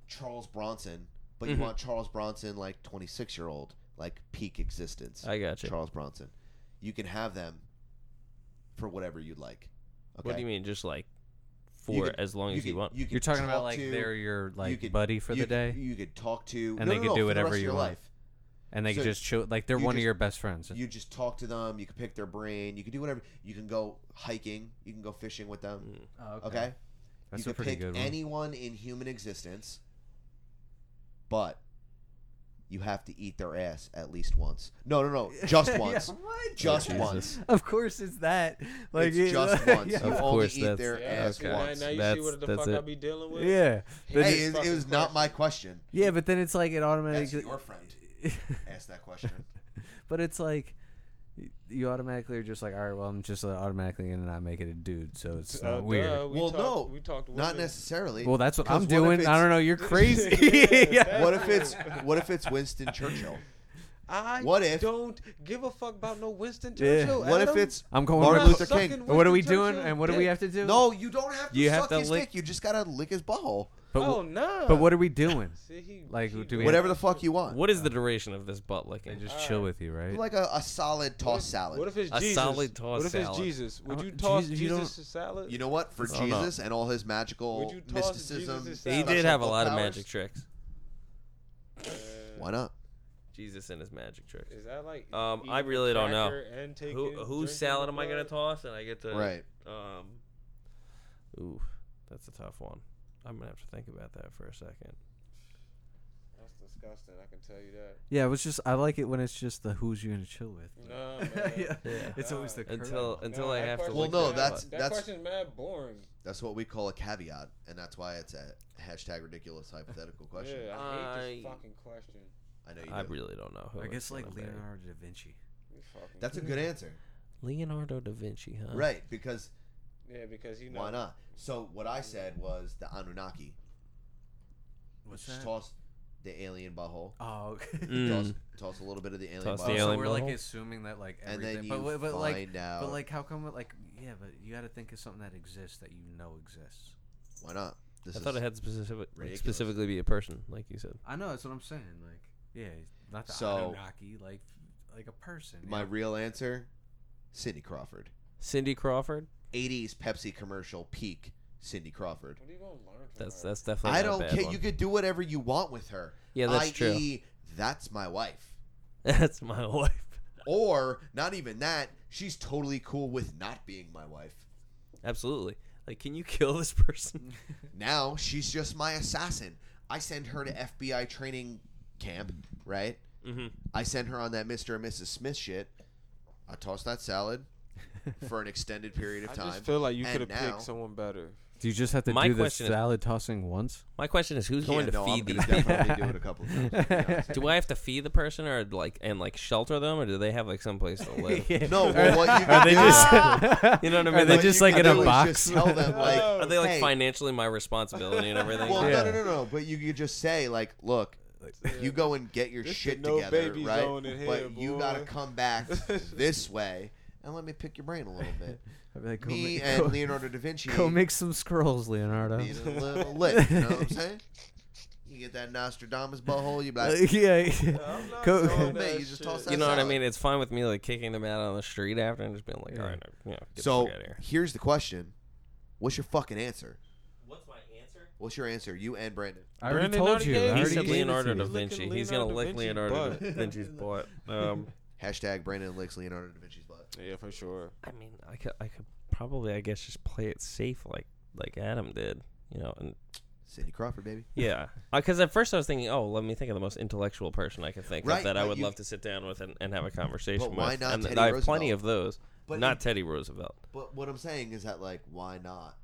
Speaker 1: Charles Bronson, but
Speaker 4: Mhm.
Speaker 1: you want Charles Bronson like 26 year old, like peak existence.
Speaker 4: I got you.
Speaker 1: Charles Bronson. You can have them for whatever you'd like. Okay.
Speaker 4: What do you mean? Just like for
Speaker 1: could-
Speaker 4: as long as you
Speaker 1: could-
Speaker 4: want.
Speaker 1: You could
Speaker 2: You're talking
Speaker 1: talk
Speaker 2: about like
Speaker 1: to-
Speaker 2: they're your like
Speaker 1: could-
Speaker 2: buddy for
Speaker 1: you
Speaker 2: the
Speaker 1: could-
Speaker 2: day,
Speaker 1: You could talk to, no,
Speaker 2: And they
Speaker 1: no,
Speaker 2: could
Speaker 1: no,
Speaker 2: do
Speaker 1: for the
Speaker 2: whatever
Speaker 1: rest of
Speaker 2: you
Speaker 1: your
Speaker 2: want.
Speaker 1: life.
Speaker 2: and they
Speaker 1: so
Speaker 2: can just chill. Like they're
Speaker 1: you
Speaker 2: one of
Speaker 1: just-
Speaker 2: your best friends.
Speaker 1: You just talk to them. You can pick their brain. You can do whatever. You can go hiking. You can go fishing with them.
Speaker 4: Mm.
Speaker 2: Oh,
Speaker 1: Okay,
Speaker 2: that's
Speaker 1: you
Speaker 2: a
Speaker 1: can
Speaker 2: pretty
Speaker 1: pick
Speaker 2: good one.
Speaker 1: anyone in human existence, but you have to eat their ass at least once. No, no, no, just
Speaker 2: Yeah,
Speaker 1: once.
Speaker 2: what?
Speaker 1: Just
Speaker 4: Jesus.
Speaker 1: once.
Speaker 2: Of course, it's that. Like
Speaker 1: it's just once.
Speaker 2: yeah.
Speaker 1: You
Speaker 4: Of
Speaker 1: only
Speaker 4: course,
Speaker 1: eat
Speaker 4: that's-
Speaker 1: their
Speaker 4: Yeah,
Speaker 1: ass
Speaker 4: okay.
Speaker 1: once.
Speaker 3: Now, now you see
Speaker 4: That's-
Speaker 3: what the
Speaker 4: that's
Speaker 3: fuck
Speaker 4: it.
Speaker 3: I be dealing with.
Speaker 2: yeah. But
Speaker 1: Hey,
Speaker 2: it-
Speaker 1: it, it was not my question.
Speaker 2: yeah, but then it's like it
Speaker 1: That's
Speaker 2: automatically.
Speaker 1: your friend. Ask that question.
Speaker 2: but it's like y- you automatically are just like, all right, well, I'm just uh, automatically gonna not make it a dude, so it's
Speaker 3: Uh,
Speaker 2: not weird.
Speaker 3: duh, we
Speaker 1: well,
Speaker 3: talked-
Speaker 1: no,
Speaker 3: we talked.
Speaker 1: not
Speaker 3: women.
Speaker 1: necessarily.
Speaker 2: Well, that's what
Speaker 1: 'Cause
Speaker 2: I'm
Speaker 1: what if
Speaker 2: doing. I
Speaker 1: it's-
Speaker 2: don't know. You're crazy. yeah.
Speaker 1: What if it's what if it's Winston Churchill?
Speaker 3: I
Speaker 1: What if-
Speaker 3: don't give a fuck about no Winston
Speaker 2: Yeah.
Speaker 3: Churchill.
Speaker 1: What if
Speaker 3: Adam.
Speaker 1: it's
Speaker 2: I'm going
Speaker 1: Martin
Speaker 2: with-
Speaker 1: Luther King?
Speaker 3: Sucking
Speaker 2: What are we
Speaker 3: Winston
Speaker 2: doing?
Speaker 3: Churchill
Speaker 2: And what do we
Speaker 3: dick.
Speaker 2: have to do?
Speaker 1: No, you don't have to
Speaker 4: You have
Speaker 1: suck
Speaker 4: to
Speaker 1: his
Speaker 4: lick-
Speaker 1: dick. You just gotta lick his butthole.
Speaker 2: But
Speaker 3: oh
Speaker 2: w-
Speaker 3: no.
Speaker 2: but what are we doing?
Speaker 3: See, he,
Speaker 2: like,
Speaker 3: he
Speaker 2: do we Yeah.
Speaker 1: Whatever the fuck you want.
Speaker 4: What is the duration of this butt licking?
Speaker 2: They just chill with you, right?
Speaker 1: Like a, a solid
Speaker 3: What if-
Speaker 1: toss salad.
Speaker 3: What if it's
Speaker 4: A
Speaker 3: Jesus?
Speaker 4: solid toss
Speaker 3: What if it's
Speaker 4: salad.
Speaker 3: Jesus? Would
Speaker 2: I
Speaker 3: you
Speaker 2: don't-
Speaker 3: toss
Speaker 2: Jesus, Uh, you don't-
Speaker 3: Jesus' a salad?
Speaker 1: you know what? For
Speaker 4: I don't know.
Speaker 1: Jesus and all his magical
Speaker 3: Would you toss
Speaker 1: mysticism,
Speaker 3: Jesus'
Speaker 4: he
Speaker 3: salad?
Speaker 1: special
Speaker 4: did have a lot of
Speaker 1: powers,
Speaker 4: magic tricks.
Speaker 1: Why not?
Speaker 4: Jesus and his magic tricks.
Speaker 3: Uh, Is that like?
Speaker 4: Um, I
Speaker 3: eating
Speaker 4: really don't know.
Speaker 3: cracker and
Speaker 4: Who
Speaker 3: taking- drinking
Speaker 4: whose salad
Speaker 3: the
Speaker 4: am I gonna
Speaker 3: blood?
Speaker 4: toss? And I get to
Speaker 1: Right.
Speaker 4: Um, ooh, that's a tough one. I'm gonna have to think about that for a second.
Speaker 3: That's disgusting. I can tell you that.
Speaker 2: yeah, it was just I like it when it's just the who's you gonna chill with.
Speaker 3: No,
Speaker 2: yeah.
Speaker 3: man.
Speaker 2: It's always the
Speaker 4: Until
Speaker 2: curve.
Speaker 4: until
Speaker 3: No,
Speaker 4: I
Speaker 3: that
Speaker 4: have to.
Speaker 3: question's
Speaker 1: Well,
Speaker 4: lick
Speaker 1: no,
Speaker 4: my
Speaker 3: mad-
Speaker 4: butt.
Speaker 1: that's-
Speaker 3: that question's mad boring.
Speaker 1: That's what we call a caveat, and that's why it's a hashtag ridiculous hypothetical question.
Speaker 3: Yeah, I hate this
Speaker 4: I-
Speaker 3: fucking question.
Speaker 1: I know you.
Speaker 4: I
Speaker 1: do.
Speaker 4: really don't know. Who
Speaker 2: I guess
Speaker 4: it's
Speaker 2: like
Speaker 4: gonna be.
Speaker 2: Leonardo da Vinci.
Speaker 3: You fucking-
Speaker 1: That's a good answer,
Speaker 4: Leonardo da Vinci, huh?
Speaker 1: right? Because
Speaker 3: yeah, because you know
Speaker 1: why not? So what I said was the Anunnaki.
Speaker 2: What's
Speaker 1: Just
Speaker 2: that?
Speaker 1: toss the alien butthole.
Speaker 2: Oh, okay.
Speaker 4: Mm.
Speaker 1: Toss, toss a little bit of the alien
Speaker 4: Toss the
Speaker 1: butthole.
Speaker 4: alien
Speaker 2: so we're like
Speaker 4: butthole?
Speaker 2: assuming that like
Speaker 1: and
Speaker 2: everything,
Speaker 1: then you
Speaker 2: but, wa- but like,
Speaker 1: find out.
Speaker 2: but like, how come? Like, yeah, but you got to think of something that exists that you know exists.
Speaker 1: why not? This
Speaker 4: I thought it had specific like
Speaker 1: ridiculous.
Speaker 4: specifically be a person, like you said.
Speaker 2: I know that's what I'm saying. Like, yeah, not the
Speaker 1: So-
Speaker 2: Anunnaki, like, like a person.
Speaker 1: my
Speaker 2: yeah.
Speaker 1: real answer, Cindy Crawford.
Speaker 4: Cindy Crawford.
Speaker 1: 80s Pepsi commercial peak Cindy Crawford.
Speaker 3: What are you gonna learn from
Speaker 4: That's
Speaker 3: her?
Speaker 4: that's definitely.
Speaker 1: I
Speaker 4: not a
Speaker 1: don't
Speaker 4: bad
Speaker 1: care.
Speaker 4: one.
Speaker 1: You could do whatever you want with her.
Speaker 4: Yeah, that's true.
Speaker 1: i.e., that's my wife.
Speaker 4: That's my wife.
Speaker 1: Or not even that. She's totally cool with not being my wife.
Speaker 4: Absolutely. Like, can you kill this person?
Speaker 1: Now she's just my assassin. I send her to FBI training camp, right?
Speaker 4: mm-hmm.
Speaker 1: I send her on that Mr. and Mrs. Smith shit. I toss that salad for an extended period of
Speaker 3: I
Speaker 1: time.
Speaker 3: just feel like you
Speaker 1: And
Speaker 3: could have
Speaker 1: now-
Speaker 3: picked someone better.
Speaker 2: Do you just have to
Speaker 4: My
Speaker 2: do the
Speaker 4: question is-
Speaker 2: salad tossing once?
Speaker 4: My question is, who's
Speaker 1: Yeah,
Speaker 4: going to
Speaker 1: no, I'm
Speaker 4: feed
Speaker 1: gonna
Speaker 4: these people?
Speaker 1: definitely do it a couple of times. to be honest.
Speaker 4: Do I have to feed the person, or like, and like shelter them, or do they have like someplace to live?
Speaker 1: No, well, what you
Speaker 2: Are
Speaker 1: can
Speaker 2: they
Speaker 1: do
Speaker 2: just?
Speaker 4: You know what I mean?
Speaker 2: Are they
Speaker 1: What
Speaker 2: just
Speaker 1: you
Speaker 2: like
Speaker 1: can
Speaker 2: in a
Speaker 1: do is
Speaker 2: box?
Speaker 1: just tell them, like,
Speaker 3: Oh.
Speaker 4: Are they like
Speaker 1: hey,
Speaker 4: financially my responsibility and everything?
Speaker 1: Well,
Speaker 2: Yeah.
Speaker 1: no, no, no, no. But you could just say like, look, you go and get your
Speaker 3: This the
Speaker 1: shit
Speaker 3: no
Speaker 1: together,
Speaker 3: baby
Speaker 1: right?
Speaker 3: zone in
Speaker 1: but
Speaker 3: here,
Speaker 1: you
Speaker 3: boy.
Speaker 1: gotta come back this way and let me pick your brain a little bit.
Speaker 2: I'd be like, go
Speaker 1: Me
Speaker 2: make-
Speaker 1: and
Speaker 2: go-
Speaker 1: Leonardo da Vinci
Speaker 2: Go make some scrolls, Leonardo.
Speaker 1: need a little lick. You know what I'm saying? You get that Nostradamus butthole. You be like,
Speaker 4: yeah.
Speaker 3: I'm not
Speaker 4: Co-
Speaker 3: doing
Speaker 1: Man,
Speaker 3: that
Speaker 1: you just
Speaker 3: shit.
Speaker 1: toss that
Speaker 4: You know what I
Speaker 1: Solid.
Speaker 4: mean? It's fine with me like kicking them out on the street after and just being like, all right, no, yeah, get
Speaker 1: so
Speaker 4: the fuck out of here.
Speaker 1: here's the question: What's your fucking answer?
Speaker 4: What's my answer?
Speaker 1: What's your answer? You and Brandon.
Speaker 2: I already
Speaker 3: Brandon
Speaker 2: told
Speaker 3: already
Speaker 2: you.
Speaker 3: gave
Speaker 2: I
Speaker 4: He
Speaker 3: you
Speaker 2: already
Speaker 4: said
Speaker 2: gave it
Speaker 4: Leonardo
Speaker 2: to
Speaker 4: da
Speaker 2: you.
Speaker 3: Look at
Speaker 4: Vinci. He's gonna
Speaker 3: Leonardo da
Speaker 4: lick
Speaker 3: Vinci
Speaker 4: Leonardo
Speaker 3: butt.
Speaker 4: da Vinci's butt. Um,
Speaker 1: Hashtag Brandon licks Leonardo da Vinci's butt.
Speaker 3: Yeah, for sure.
Speaker 4: I mean, I could, I could probably, I guess, just play it safe like like Adam did, you know, and
Speaker 1: Sidney Crawford, baby.
Speaker 4: Yeah, because at first I was thinking, oh, let me think of the most intellectual person I could think
Speaker 1: Right,
Speaker 4: of that I
Speaker 1: but
Speaker 4: would
Speaker 1: you-
Speaker 4: love to sit down with and, and have a conversation
Speaker 1: But why
Speaker 4: with.
Speaker 1: not
Speaker 4: and
Speaker 1: Teddy
Speaker 4: I have plenty of
Speaker 1: Roosevelt?
Speaker 4: those,
Speaker 1: But
Speaker 4: not
Speaker 1: you-
Speaker 4: Teddy Roosevelt.
Speaker 1: But what I'm saying is that, like, why not?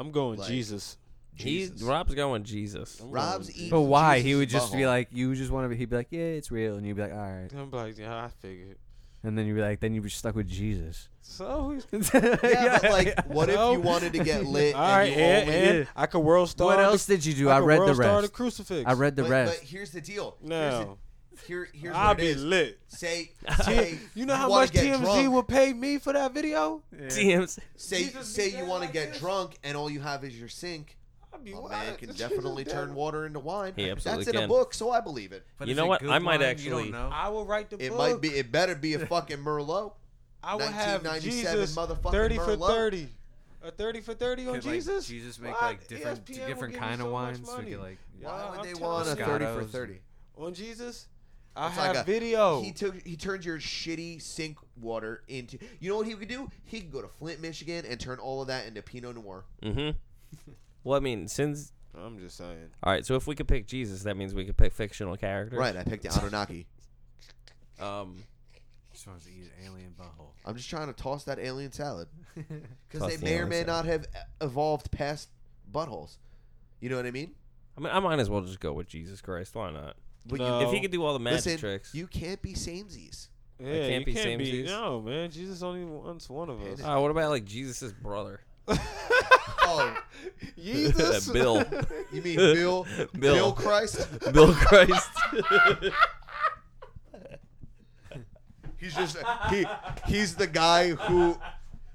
Speaker 3: I'm going
Speaker 1: Like-
Speaker 3: Jesus.
Speaker 4: He,
Speaker 1: Jesus.
Speaker 4: Rob's going Jesus.
Speaker 1: Rob's eating.
Speaker 2: But why? he
Speaker 1: Jesus'
Speaker 2: would just be
Speaker 1: butthole.
Speaker 2: like, you just want to be. He'd be like, yeah, it's real, and you'd be like, all right,
Speaker 3: I'm like, yeah, I figured.
Speaker 2: and then you'd be like, then you'd be stuck with Jesus.
Speaker 3: So he's
Speaker 1: Yeah, but like, what if
Speaker 3: So-
Speaker 1: you wanted to get lit?
Speaker 3: all right, eh,
Speaker 1: and you
Speaker 3: and,
Speaker 1: only-
Speaker 3: and I could world star.
Speaker 2: what
Speaker 3: the-
Speaker 2: else did you do?
Speaker 3: I,
Speaker 2: I
Speaker 3: could
Speaker 2: read the
Speaker 3: world star the
Speaker 2: rest.
Speaker 3: crucifix.
Speaker 2: I read the
Speaker 1: but,
Speaker 2: rest.
Speaker 1: But here's the deal.
Speaker 3: No.
Speaker 1: Here's the, here, here's
Speaker 3: I'll
Speaker 1: what it
Speaker 3: be
Speaker 1: is.
Speaker 3: lit.
Speaker 1: Say,
Speaker 3: T-
Speaker 1: say
Speaker 3: you know how
Speaker 1: wanna
Speaker 3: much
Speaker 1: get
Speaker 3: TMZ
Speaker 1: drunk.
Speaker 3: would pay me for that video?
Speaker 4: DMs.
Speaker 1: Say,
Speaker 3: Jesus be
Speaker 1: say you
Speaker 3: dead
Speaker 1: want to
Speaker 3: like
Speaker 1: get
Speaker 3: this.
Speaker 1: drunk and all you have is your sink.
Speaker 3: I'd be
Speaker 1: A
Speaker 3: wild.
Speaker 1: man can definitely turn water into wine.
Speaker 4: He absolutely
Speaker 1: That's in
Speaker 4: can.
Speaker 1: a book, so I believe it.
Speaker 4: You know what? I might actually-
Speaker 3: I will write the
Speaker 1: It
Speaker 3: book.
Speaker 1: might be. It better be a fucking Merlot.
Speaker 3: I will have
Speaker 1: 1997
Speaker 3: Jesus
Speaker 1: motherfucking
Speaker 3: 30 for
Speaker 1: Merlot.
Speaker 3: 30. A 30 for 30 on
Speaker 2: Could, like,
Speaker 3: Jesus?
Speaker 2: Jesus make
Speaker 3: What? E
Speaker 2: like different
Speaker 3: ESPN
Speaker 2: different
Speaker 3: will give me
Speaker 2: kind
Speaker 3: so
Speaker 2: of
Speaker 3: much
Speaker 2: wines. We
Speaker 3: money.
Speaker 2: could like
Speaker 3: Yeah,
Speaker 1: Why would
Speaker 3: I'm
Speaker 1: they
Speaker 3: telling
Speaker 1: want a
Speaker 3: you.
Speaker 1: thirty for
Speaker 2: Moscato's.
Speaker 1: thirty?
Speaker 3: On Jesus? I
Speaker 1: It's
Speaker 3: have
Speaker 1: like a-
Speaker 3: video.
Speaker 1: He took. He turned your shitty sink water into. You know what he could do? He could go to Flint, Michigan, and turn all of that into Pinot Noir.
Speaker 4: Mm-hmm. Well, I mean, since
Speaker 3: I'm just saying.
Speaker 4: all right, so if we could pick Jesus, that means we could pick fictional characters.
Speaker 1: Right. I picked the Anunnaki.
Speaker 4: Um.
Speaker 2: just wants to eat an alien butthole.
Speaker 1: I'm just trying to toss that alien salad because
Speaker 4: Toss
Speaker 1: they
Speaker 4: the
Speaker 1: may or
Speaker 4: alien
Speaker 1: may
Speaker 4: salad.
Speaker 1: not have evolved past buttholes. You know what I mean?
Speaker 4: I mean, I might as well just go with Jesus Christ. Why not?
Speaker 1: But
Speaker 3: No.
Speaker 1: you,
Speaker 4: If he could do all the magic
Speaker 1: Oh, listen,
Speaker 4: tricks,
Speaker 1: you can't be samesies.
Speaker 3: Yeah,
Speaker 4: can't
Speaker 3: you
Speaker 4: be
Speaker 3: can't be.
Speaker 4: samesies.
Speaker 3: No, man. Jesus only wants one of us.
Speaker 4: Ah, what about like Jesus's brother,
Speaker 1: Oh,
Speaker 3: Jesus?
Speaker 4: Bill?
Speaker 1: you mean Bill? Bill,
Speaker 4: Bill.
Speaker 1: Christ?
Speaker 4: Bill Christ.
Speaker 1: He's just he. He's the guy who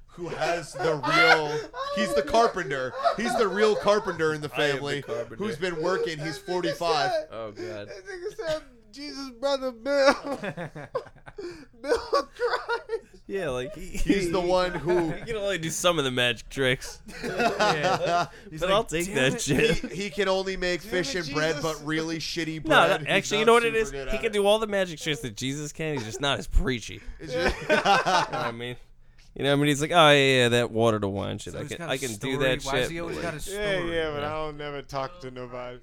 Speaker 1: who has the real. He's the carpenter. He's the real carpenter in the
Speaker 4: am the
Speaker 1: family
Speaker 4: carpenter.
Speaker 1: who's been working. He's 45.
Speaker 4: oh God.
Speaker 3: That nigga said Jesus' brother Bill. Bill Christ.
Speaker 4: Yeah, like he,
Speaker 1: He's the one who.
Speaker 4: He can only do some of the magic tricks, but I'll take
Speaker 2: "Damn
Speaker 4: that
Speaker 2: it."
Speaker 4: shit.
Speaker 1: he, he can only make fish and
Speaker 3: it,
Speaker 1: bread,
Speaker 3: Jesus.
Speaker 1: but really shitty bread.
Speaker 4: No, that-
Speaker 1: He's
Speaker 4: actually, you
Speaker 1: not
Speaker 4: know what it
Speaker 1: super
Speaker 4: is?
Speaker 1: good
Speaker 4: He
Speaker 1: at
Speaker 4: can
Speaker 1: it.
Speaker 4: do all the magic tricks that Jesus can. He's just not as preachy.
Speaker 1: It's just-
Speaker 4: You know what I mean? You know what I mean? He's like, oh yeah, yeah that water to wine shit.
Speaker 2: So
Speaker 4: I
Speaker 2: he's
Speaker 4: can,
Speaker 2: got a
Speaker 4: I can do
Speaker 2: story.
Speaker 4: that
Speaker 2: Why
Speaker 4: shit.
Speaker 2: Has he always
Speaker 4: but
Speaker 2: got a
Speaker 4: like-
Speaker 3: Yeah,
Speaker 2: story?
Speaker 3: yeah, but I don't never talk to nobody.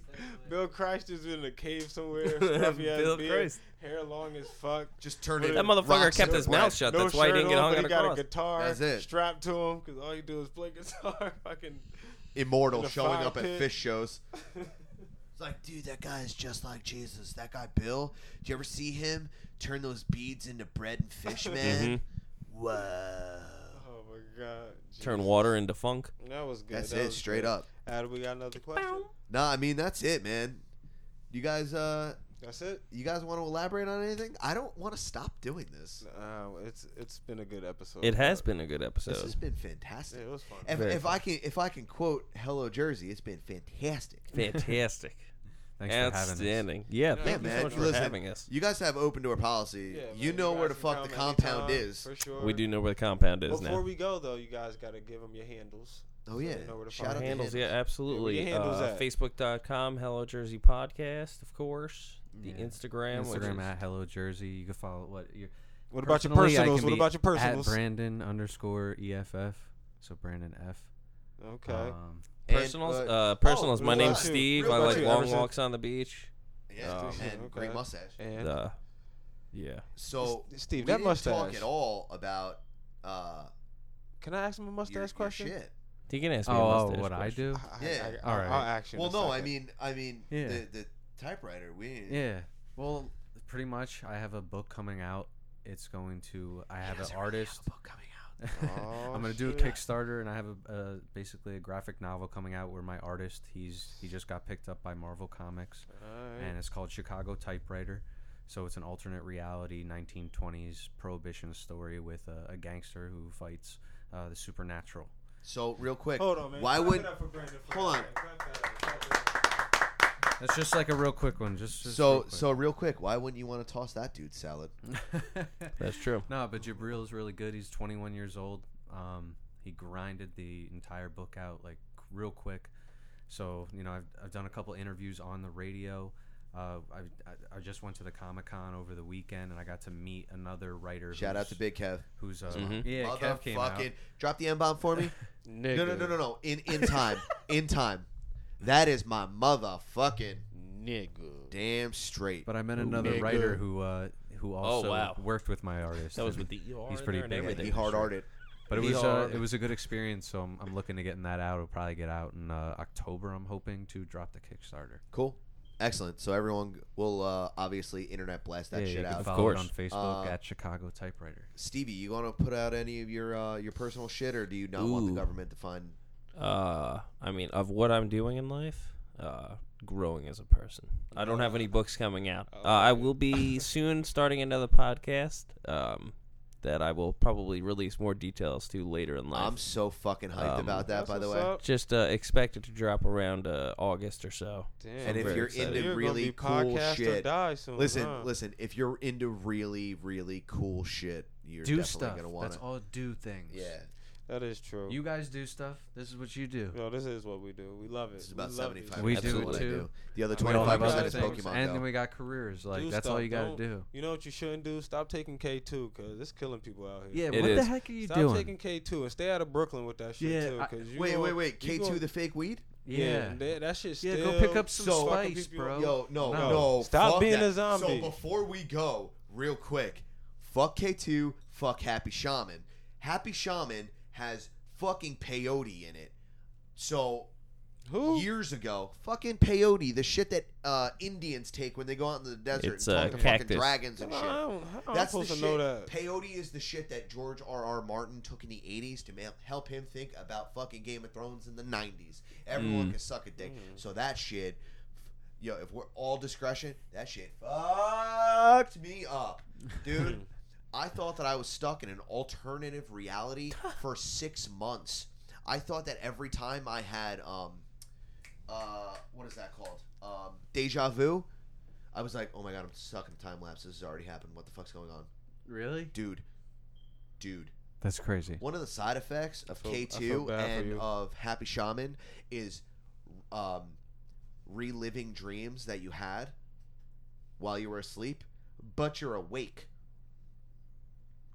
Speaker 3: Bill Christ is in a cave somewhere. scruffy ass
Speaker 4: Bill
Speaker 3: beard,
Speaker 4: Christ.
Speaker 3: hair long as fuck.
Speaker 1: just turn
Speaker 3: That
Speaker 1: it.
Speaker 4: that motherfucker
Speaker 1: rocks
Speaker 4: kept
Speaker 1: into
Speaker 4: his
Speaker 1: bread.
Speaker 4: mouth shut.
Speaker 3: no
Speaker 4: That's why he
Speaker 3: shirt
Speaker 4: didn't get
Speaker 3: on,
Speaker 4: hung
Speaker 3: but
Speaker 4: on
Speaker 3: he
Speaker 4: a
Speaker 3: got
Speaker 4: cross.
Speaker 3: a guitar
Speaker 1: That's it.
Speaker 3: strapped to him because all you do is play guitar. Fucking
Speaker 1: Immortal
Speaker 3: in a
Speaker 1: showing
Speaker 3: fire
Speaker 1: up at
Speaker 3: pit.
Speaker 1: fish shows.
Speaker 3: Oh
Speaker 1: It's like, dude, that guy is just like Jesus. That guy Bill. Do you ever see him turn those beads into bread and fish,
Speaker 4: Mm-hmm.
Speaker 1: man? Whoa.
Speaker 3: oh my god,
Speaker 4: Turn
Speaker 3: Jesus.
Speaker 4: water into funk.
Speaker 3: That was good.
Speaker 1: That's
Speaker 3: that
Speaker 1: it,
Speaker 3: was
Speaker 1: straight
Speaker 3: good.
Speaker 1: up.
Speaker 3: Adam, we got another question.
Speaker 1: Nah, I mean that's it, man. You guys, uh,
Speaker 3: That's it.
Speaker 1: you guys want to elaborate on anything? I don't want to stop doing this.
Speaker 3: Um, it's it's been a good episode.
Speaker 4: It has
Speaker 3: but-
Speaker 4: been a good
Speaker 1: This has
Speaker 4: episode.
Speaker 1: been
Speaker 3: Yeah,
Speaker 1: fantastic.
Speaker 3: it was fun.
Speaker 1: If,
Speaker 4: Very
Speaker 1: if I can, if I can quote "Hello Jersey," it's been fantastic.
Speaker 4: Fantastic.
Speaker 2: Thanks for having us.
Speaker 4: Outstanding.
Speaker 3: Yeah,
Speaker 4: Yeah, thank you so
Speaker 1: man,
Speaker 4: much for
Speaker 1: listen.
Speaker 4: having us.
Speaker 1: You guys have open door policy.
Speaker 3: Yeah,
Speaker 1: you
Speaker 3: man,
Speaker 1: know where
Speaker 3: guys
Speaker 1: the
Speaker 3: can
Speaker 1: fuck the
Speaker 3: come
Speaker 1: compound
Speaker 3: anytime,
Speaker 1: is.
Speaker 3: For sure.
Speaker 4: We do know where the compound is
Speaker 3: Before
Speaker 4: now.
Speaker 3: we go though, you guys gotta give them your handles.
Speaker 1: Oh
Speaker 3: they
Speaker 1: yeah,
Speaker 3: know where to
Speaker 1: shout out
Speaker 3: find us.
Speaker 1: to
Speaker 4: handles,
Speaker 1: handles.
Speaker 4: yeah, absolutely.
Speaker 3: Where your handles
Speaker 4: uh,
Speaker 3: at?
Speaker 4: Facebook.com, Hello Jersey Podcast, of course. The
Speaker 2: Yeah.
Speaker 4: Instagram, which
Speaker 2: Instagram
Speaker 4: is-
Speaker 2: at Hello Jersey. You can follow what your.
Speaker 3: What about your
Speaker 2: personally, I
Speaker 3: personals?
Speaker 2: can
Speaker 3: What
Speaker 2: be
Speaker 3: about your personals?
Speaker 2: At Brandon underscore EFF. So Brandon F.
Speaker 3: okay.
Speaker 2: Um,
Speaker 1: And,
Speaker 4: personals.
Speaker 1: uh,
Speaker 4: uh, personals.
Speaker 3: oh,
Speaker 4: My
Speaker 3: real
Speaker 4: name's
Speaker 3: about you.
Speaker 4: Steve.
Speaker 3: Real
Speaker 4: I
Speaker 3: about
Speaker 4: like
Speaker 3: you,
Speaker 4: long
Speaker 3: Emerson.
Speaker 4: walks on the beach.
Speaker 1: Yeah,
Speaker 4: Um,
Speaker 1: and
Speaker 3: okay.
Speaker 1: great mustache.
Speaker 3: and
Speaker 4: The, yeah.
Speaker 1: So
Speaker 3: S- Steve,
Speaker 1: we
Speaker 3: that
Speaker 1: didn't talk
Speaker 3: mustache.
Speaker 1: at all about uh,
Speaker 3: Can I ask him a mustache
Speaker 1: your, your
Speaker 3: question?
Speaker 1: shit.
Speaker 4: You can ask me. a
Speaker 2: oh, oh,
Speaker 4: mustache
Speaker 2: what I
Speaker 4: question.
Speaker 2: do?
Speaker 3: I,
Speaker 1: Yeah.
Speaker 3: I, I,
Speaker 2: Alright.
Speaker 3: I'll ask you in
Speaker 1: Well,
Speaker 3: a
Speaker 1: no, I
Speaker 3: second.
Speaker 1: mean, I mean,
Speaker 2: Yeah.
Speaker 1: the the typewriter. We
Speaker 2: Yeah. Well, pretty much. I have a book coming out. It's going to. I have an artist.
Speaker 3: Oh,
Speaker 2: I'm gonna do a
Speaker 3: shit.
Speaker 2: Kickstarter, and I have a, a basically a graphic novel coming out where my artist he's he just got picked up by Marvel Comics,
Speaker 3: Alright.
Speaker 2: and it's called Chicago Typewriter. So it's an alternate reality 1920s prohibition story with a, a gangster who fights uh, the supernatural.
Speaker 1: So real quick,
Speaker 3: Hold on, man.
Speaker 1: why
Speaker 3: Clap
Speaker 1: would
Speaker 3: it up for Brandon for
Speaker 1: Hold
Speaker 3: a
Speaker 1: on.
Speaker 3: second. Clap that up, clap that
Speaker 2: That's just like a real quick one. Just, just
Speaker 1: so
Speaker 2: real quick.
Speaker 1: so real quick, why wouldn't you want to toss that dude salad?
Speaker 4: That's true.
Speaker 2: No, but Jabril is really good. He's 21 years old. Um, he grinded the entire book out like real quick. So you know, I've I've done a couple interviews on the radio. Uh, I, I I just went to the Comic Con over the weekend and I got to meet another writer.
Speaker 1: Shout out to
Speaker 2: who's-
Speaker 1: Big Kev.
Speaker 2: Who's uh,
Speaker 4: Mhm.
Speaker 2: yeah, Kev came out.
Speaker 1: Motherfucking- drop the M bomb for me. No, no, no, no, no. In in time, in time. That is my motherfucking
Speaker 3: Nigga.
Speaker 1: damn straight.
Speaker 2: But I met another
Speaker 1: nigga.
Speaker 2: writer who uh, who also
Speaker 4: Oh, wow.
Speaker 2: worked with my artist.
Speaker 4: That was with
Speaker 2: and-
Speaker 4: the ER.
Speaker 2: He's
Speaker 4: in
Speaker 2: pretty
Speaker 4: there and
Speaker 2: big.
Speaker 1: Yeah,
Speaker 4: everything.
Speaker 1: he hard hearted.
Speaker 2: But it was
Speaker 4: Y'all
Speaker 2: uh,
Speaker 4: are-
Speaker 2: it was a good experience, so I'm, I'm looking to getting that out. It'll probably get out in uh, October. I'm hoping to drop the Kickstarter.
Speaker 1: Cool. Excellent. So everyone will uh, obviously internet blast that
Speaker 2: Yeah, you
Speaker 1: shit
Speaker 2: can
Speaker 1: out.
Speaker 2: follow
Speaker 4: course.
Speaker 2: it on Facebook
Speaker 1: Uh,
Speaker 2: at Chicago Typewriter.
Speaker 1: Stevie, you gonna put out any of your uh, your personal shit, or do you not want the
Speaker 4: Ooh.
Speaker 1: government to find?
Speaker 4: Uh, I mean, of what I'm doing in life, uh, growing as a person. I don't have any books coming out. Uh, I will be soon starting another podcast. Um, that I will probably release more details to later in life.
Speaker 1: I'm so fucking hyped
Speaker 4: Um,
Speaker 1: about that. By the way,
Speaker 4: Just uh, expect it to drop around uh, August or so.
Speaker 3: Damn.
Speaker 1: and if
Speaker 4: very
Speaker 1: you're
Speaker 4: excited.
Speaker 1: into
Speaker 3: You're gonna
Speaker 1: really
Speaker 3: be
Speaker 1: cool
Speaker 3: podcast or
Speaker 1: shit,
Speaker 3: die soon,
Speaker 1: listen,
Speaker 3: huh?
Speaker 1: listen. If you're into really really cool shit, you're
Speaker 2: do
Speaker 1: definitely
Speaker 2: stuff.
Speaker 1: gonna want
Speaker 2: That's
Speaker 1: to.
Speaker 2: all do things.
Speaker 1: Yeah,
Speaker 3: That is true.
Speaker 2: You guys do stuff. This is what you do.
Speaker 3: Yo, this is what we do. We love it.
Speaker 1: this is about
Speaker 3: we love these
Speaker 1: 75.
Speaker 2: We
Speaker 1: That's
Speaker 2: do
Speaker 1: what I
Speaker 2: too.
Speaker 1: The other
Speaker 3: I mean, all
Speaker 1: 25 percent is
Speaker 3: the other things.
Speaker 1: Pokemon.
Speaker 2: And
Speaker 1: Go.
Speaker 2: then we got careers. Like
Speaker 3: Do
Speaker 2: that's
Speaker 3: stuff.
Speaker 2: all you gotta
Speaker 3: Don't-
Speaker 2: do.
Speaker 3: You know what you shouldn't do? Stop taking K two because it's killing people out here.
Speaker 2: Yeah.
Speaker 4: It
Speaker 2: what the
Speaker 4: is.
Speaker 2: heck are you
Speaker 3: Stop
Speaker 2: doing?
Speaker 3: taking K two and stay out of Brooklyn with that shit
Speaker 2: Yeah,
Speaker 3: too.
Speaker 2: I-
Speaker 3: 'cause you
Speaker 1: wait,
Speaker 3: gonna-
Speaker 1: wait, wait.
Speaker 3: you
Speaker 1: K2
Speaker 3: gonna-
Speaker 1: the fake weed?
Speaker 2: yeah. Yeah.
Speaker 3: that, that shit. Still
Speaker 2: go pick up some
Speaker 1: so-
Speaker 3: fucking
Speaker 2: spice,
Speaker 3: people-
Speaker 2: bro.
Speaker 1: Yo, no, no.
Speaker 2: No.
Speaker 3: Stop
Speaker 1: fuck
Speaker 3: being
Speaker 1: that.
Speaker 3: a zombie.
Speaker 1: So before we go, real quick, fuck K2, fuck Happy Shaman. Happy Shaman has fucking peyote in it. So
Speaker 3: Who?
Speaker 1: years ago, fucking peyote, the shit that uh, Indians take when they go out into the desert
Speaker 4: It's,
Speaker 1: and
Speaker 4: uh,
Speaker 1: talk to
Speaker 4: cactus.
Speaker 1: fucking dragons
Speaker 3: I
Speaker 1: and
Speaker 3: don't,
Speaker 1: shit.
Speaker 3: I don't, how am I
Speaker 1: That's the
Speaker 3: supposed to
Speaker 1: shit.
Speaker 3: know that.
Speaker 1: Peyote is the shit that George R. R. Martin took in the '80s to ma- help him think about fucking Game of Thrones in the '90s. Everyone can suck a dick. So that shit, yo, if we're all discretion, that shit fucked me up, dude. I thought that I was stuck in an alternative reality for six months. I thought that every time I had um, uh, what is that called? Um, deja vu. I was like, oh my god, I'm stuck in a time lapse. This has already happened. What the fuck's going on?
Speaker 2: Really?
Speaker 1: dude, dude.
Speaker 2: That's crazy.
Speaker 1: One of the side effects of
Speaker 3: feel- I
Speaker 1: K
Speaker 3: feel
Speaker 1: two
Speaker 3: bad for
Speaker 1: and
Speaker 3: you.
Speaker 1: of Happy Shaman is um, reliving dreams that you had while you were asleep, but you're awake.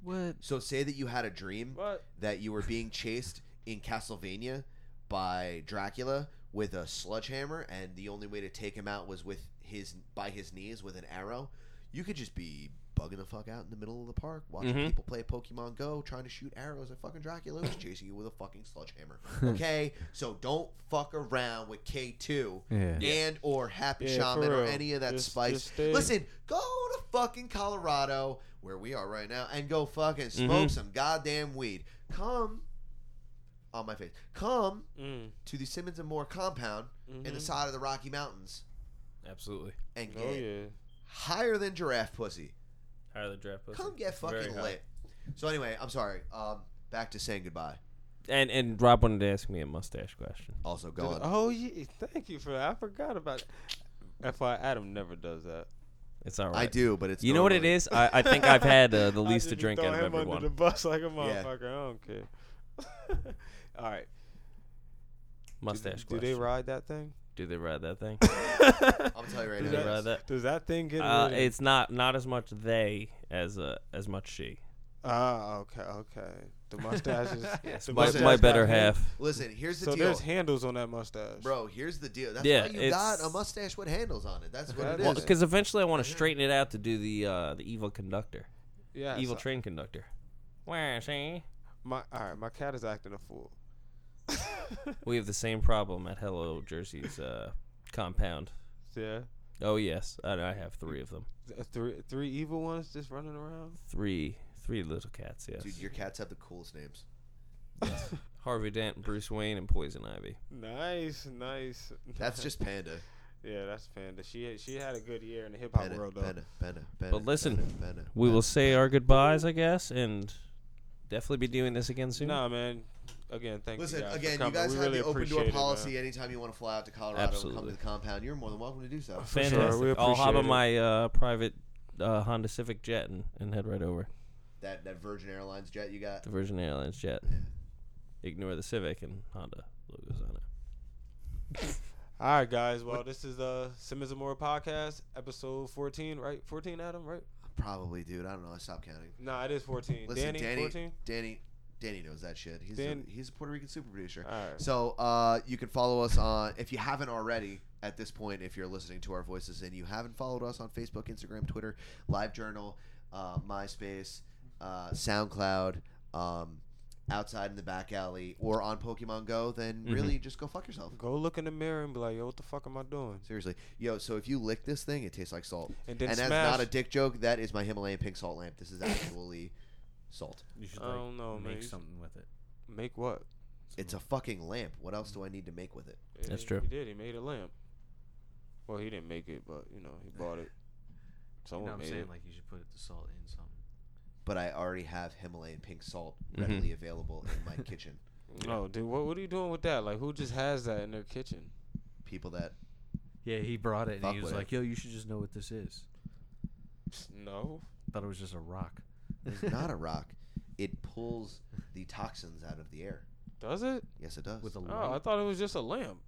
Speaker 2: What?
Speaker 1: So say that you had a dream
Speaker 3: What?
Speaker 1: that you were being chased in Castlevania by Dracula with a sledgehammer, and the only way to take him out was with his by his knees with an arrow. You could just be bugging the fuck out in the middle of the park, watching
Speaker 3: Mm-hmm.
Speaker 4: Mhm.
Speaker 1: people play Pokemon Go, trying to shoot arrows at fucking Dracula who's chasing you with a fucking sledgehammer. Okay, so don't fuck around with K two
Speaker 2: Yeah.
Speaker 1: and or Happy
Speaker 3: Yeah,
Speaker 1: Shaman
Speaker 3: for
Speaker 1: or
Speaker 3: real.
Speaker 1: any of that
Speaker 3: Just-
Speaker 1: spice.
Speaker 3: just stay-
Speaker 1: Listen, go to fucking Colorado where we are right now and go fucking smoke
Speaker 3: Mm-hmm.
Speaker 4: Mhm.
Speaker 1: some goddamn weed. Come on my face. Come
Speaker 3: Mm,
Speaker 1: to the Simmons and Moore compound in the
Speaker 3: mhm.
Speaker 1: side of the Rocky Mountains
Speaker 4: Absolutely.
Speaker 1: and get
Speaker 3: Oh yeah.
Speaker 1: higher than giraffe pussy.
Speaker 4: Higher the draft. pussy.
Speaker 1: Come get
Speaker 4: Very
Speaker 1: fucking
Speaker 4: high.
Speaker 1: lit. So anyway, I'm sorry. Um, back to saying goodbye.
Speaker 4: And and Rob wanted to ask me a mustache question.
Speaker 1: Also, go on.
Speaker 3: Oh yeah. Thank you for that. I forgot about. FY Adam never does that.
Speaker 4: It's all right.
Speaker 1: I do, but it's
Speaker 4: You know what it
Speaker 1: normally-
Speaker 4: is? I, I think I've had uh, the
Speaker 3: I
Speaker 4: least to
Speaker 3: just be
Speaker 4: drink out
Speaker 3: throwing
Speaker 4: of
Speaker 3: him
Speaker 4: everyone.
Speaker 3: Under the bus like a
Speaker 1: Yeah.
Speaker 3: motherfucker. I don't care. All right.
Speaker 4: Mustache
Speaker 3: Do,
Speaker 4: question.
Speaker 3: do they ride that thing?
Speaker 4: Do they ride that thing?
Speaker 1: I'm gonna tell you right
Speaker 4: Do
Speaker 1: now.
Speaker 4: they
Speaker 3: that-
Speaker 4: ride that?
Speaker 3: Does that thing get
Speaker 4: Uh,
Speaker 3: ridden?
Speaker 4: it's not not as much they as uh, as much she.
Speaker 3: Ah, okay, okay. The mustache is the
Speaker 4: My,
Speaker 1: mustache
Speaker 4: my
Speaker 1: got
Speaker 4: better
Speaker 3: hand-
Speaker 4: half.
Speaker 1: Listen, here's the
Speaker 3: So
Speaker 1: deal,
Speaker 3: there's handles on that mustache,
Speaker 1: bro. Here's the deal. That's
Speaker 4: Yeah,
Speaker 1: why you
Speaker 4: it's-
Speaker 1: got a mustache with handles on it. That's what it is.
Speaker 3: Well,
Speaker 4: Because eventually I want to straighten it out to do the uh, the evil conductor,
Speaker 3: Yeah.
Speaker 4: evil
Speaker 3: so
Speaker 4: train conductor. Where is he?
Speaker 3: my all right, my cat is acting a fool.
Speaker 4: We have the same problem at Hello Jersey's uh, compound.
Speaker 3: yeah.
Speaker 4: Oh yes, I, I have three of them.
Speaker 3: Th- Three three evil ones just running around.
Speaker 4: Three three little cats. Yes.
Speaker 1: Dude, your cats have the coolest names.
Speaker 4: Harvey Dent, Bruce Wayne, and Poison Ivy.
Speaker 3: Nice, nice.
Speaker 1: That's just Panda.
Speaker 3: Oh, yeah, that's panda. She had- she had a good year in the hip hop
Speaker 1: Panda,
Speaker 3: world though.
Speaker 1: Panda, Panda, Panda.
Speaker 4: But listen,
Speaker 1: Panda, Panda,
Speaker 4: We
Speaker 1: Panda.
Speaker 4: will say our goodbyes, I guess, and definitely be doing this again soon.
Speaker 3: Nah, man. again, thank
Speaker 1: Listen,
Speaker 3: you guys. for
Speaker 1: again, you
Speaker 3: coming.
Speaker 1: guys
Speaker 3: we
Speaker 1: have
Speaker 3: really
Speaker 1: the open door
Speaker 3: appreciate it, man.
Speaker 1: policy. Anytime you want to fly out to Colorado and come
Speaker 4: Absolutely.
Speaker 1: to the compound, you're more than welcome to do so.
Speaker 3: For sure,
Speaker 4: Fantastic.
Speaker 3: we
Speaker 4: I'll hop
Speaker 3: appreciate
Speaker 4: on
Speaker 3: it.
Speaker 4: my uh, private uh, Honda Civic jet and, and head right over
Speaker 1: That that Virgin Airlines jet you got.
Speaker 4: the Virgin Airlines jet. Ignore the Civic and Honda logos on it.
Speaker 3: All right, guys. Well, this is the Simmons and More podcast, episode 14, right? 14, Adam, right?
Speaker 1: Probably, dude. I don't know. I stopped counting.
Speaker 3: Nah, it is 14.
Speaker 1: Listen,
Speaker 3: Danny,
Speaker 1: Danny, Danny,
Speaker 3: 14?
Speaker 1: Danny, knows that shit. He's
Speaker 3: Dan-
Speaker 1: a, he's a Puerto Rican super producer.
Speaker 3: All right.
Speaker 1: So uh, you can follow us on if you haven't already. At this point, if you're listening to our voices and you haven't followed us on Facebook, Instagram, Twitter, LiveJournal, uh, MySpace, uh, SoundCloud, um, outside in the back alley, or on Pokemon Go, then
Speaker 3: Mm-hmm.
Speaker 1: really just go fuck yourself.
Speaker 3: Go look in the mirror and be like, yo, what the fuck am I doing?
Speaker 1: Seriously, yo. So if you lick this thing, it tastes like salt,
Speaker 3: And then
Speaker 1: that's
Speaker 3: smash.
Speaker 1: not a dick joke. That is my Himalayan pink salt lamp. This is actually salt.
Speaker 2: You should
Speaker 3: I
Speaker 2: like,
Speaker 3: don't know, man. You
Speaker 2: make
Speaker 3: should-
Speaker 2: something with it.
Speaker 3: Make what?
Speaker 1: It's a fucking lamp. What else do I need to make with it?
Speaker 4: That's
Speaker 3: He-
Speaker 4: true.
Speaker 3: He did. He made a lamp. Well, he didn't make it, but, you know, he bought it.
Speaker 2: You know
Speaker 3: Someone
Speaker 2: what I'm
Speaker 3: made
Speaker 2: saying?
Speaker 3: it.
Speaker 2: Like you should put the salt in something.
Speaker 1: But I already have Himalayan pink salt
Speaker 3: Mm-hmm.
Speaker 4: Mhm.
Speaker 1: readily available in my kitchen.
Speaker 3: No, dude, what, what are you doing with that? Like, who just has that in their kitchen?
Speaker 1: People that
Speaker 2: Yeah, he brought it and
Speaker 1: Fuck
Speaker 2: he was
Speaker 1: with it.
Speaker 2: like, "Yo, you should just know what this is."
Speaker 3: No.
Speaker 2: Thought it was just a rock.
Speaker 1: it's not a rock. It pulls the toxins out of the air.
Speaker 3: Does it?
Speaker 1: Yes, it does.
Speaker 2: With a
Speaker 3: Oh, I
Speaker 2: light.
Speaker 3: thought it was just a lamp.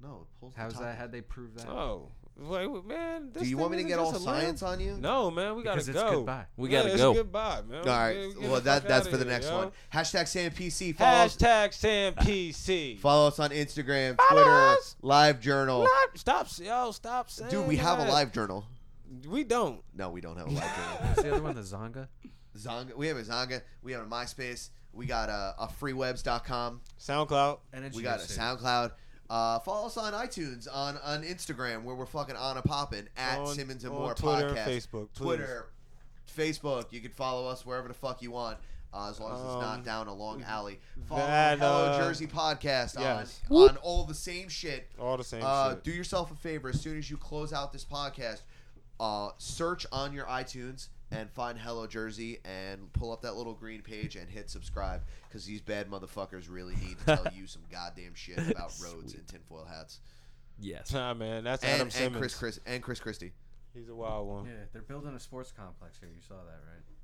Speaker 1: no, it pulls.
Speaker 2: How's
Speaker 1: the
Speaker 2: that?
Speaker 1: toxins.
Speaker 2: How'd they prove that?
Speaker 3: Oh. Wait, wait, man. This
Speaker 1: Do you want me
Speaker 3: thing
Speaker 1: to get
Speaker 3: isn't
Speaker 1: all
Speaker 3: just a lamp?
Speaker 1: science on you?
Speaker 3: No, man, we gotta
Speaker 2: because it's
Speaker 3: go.
Speaker 2: goodbye.
Speaker 4: We
Speaker 3: Yeah,
Speaker 4: gotta
Speaker 3: it's
Speaker 4: go.
Speaker 3: Goodbye, man.
Speaker 1: All right.
Speaker 3: Yeah, we get
Speaker 1: well,
Speaker 3: the
Speaker 1: that
Speaker 3: fuck
Speaker 1: that's
Speaker 3: outta
Speaker 1: for the
Speaker 3: here,
Speaker 1: next
Speaker 3: yo.
Speaker 1: one. Hashtag Sam PC. Follow us,
Speaker 3: Hashtag Sam PC.
Speaker 1: follow us on Instagram,
Speaker 3: Follow
Speaker 1: Twitter,
Speaker 3: us.
Speaker 1: Live Journal.
Speaker 3: Stop- Stop, yo, stop saying.
Speaker 1: Dude, we have a
Speaker 3: that.
Speaker 1: Live Journal.
Speaker 3: We don't.
Speaker 1: No, we don't have a Live Journal.
Speaker 2: What's the other one? The Zonga.
Speaker 1: Zonga. We have a Zonga. We have a MySpace. We got a, a freewebs.com.
Speaker 3: SoundCloud.
Speaker 2: And it's
Speaker 1: We got a
Speaker 2: YouTube.
Speaker 1: SoundCloud. Uh, follow us on iTunes, on, on Instagram, where we're fucking on a poppin' at
Speaker 3: On-
Speaker 1: Simmons and
Speaker 3: on
Speaker 1: More
Speaker 3: Twitter and
Speaker 1: podcast.
Speaker 3: Facebook, please.
Speaker 1: Twitter, Facebook. You can follow us wherever the fuck you want, uh, as long as it's
Speaker 3: Um,
Speaker 1: not down a long alley. Follow
Speaker 3: that,
Speaker 1: Hello
Speaker 3: uh,
Speaker 1: Jersey podcast
Speaker 3: yes.
Speaker 1: on on all the same shit.
Speaker 3: All the same
Speaker 1: Uh,
Speaker 3: shit.
Speaker 1: do yourself a favor as soon as you close out this podcast, uh, search on your iTunes and find Hello Jersey and pull up that little green page and hit subscribe because these bad motherfuckers really need to tell you some goddamn shit about roads and tinfoil hats
Speaker 4: Yes.
Speaker 3: Nah, man, that's
Speaker 1: and,
Speaker 3: Adam
Speaker 1: and
Speaker 3: Simmons.
Speaker 1: Chris Chris and Chris Christie.
Speaker 3: He's a wild one.
Speaker 2: Yeah, they're building a sports complex here. You saw that, right?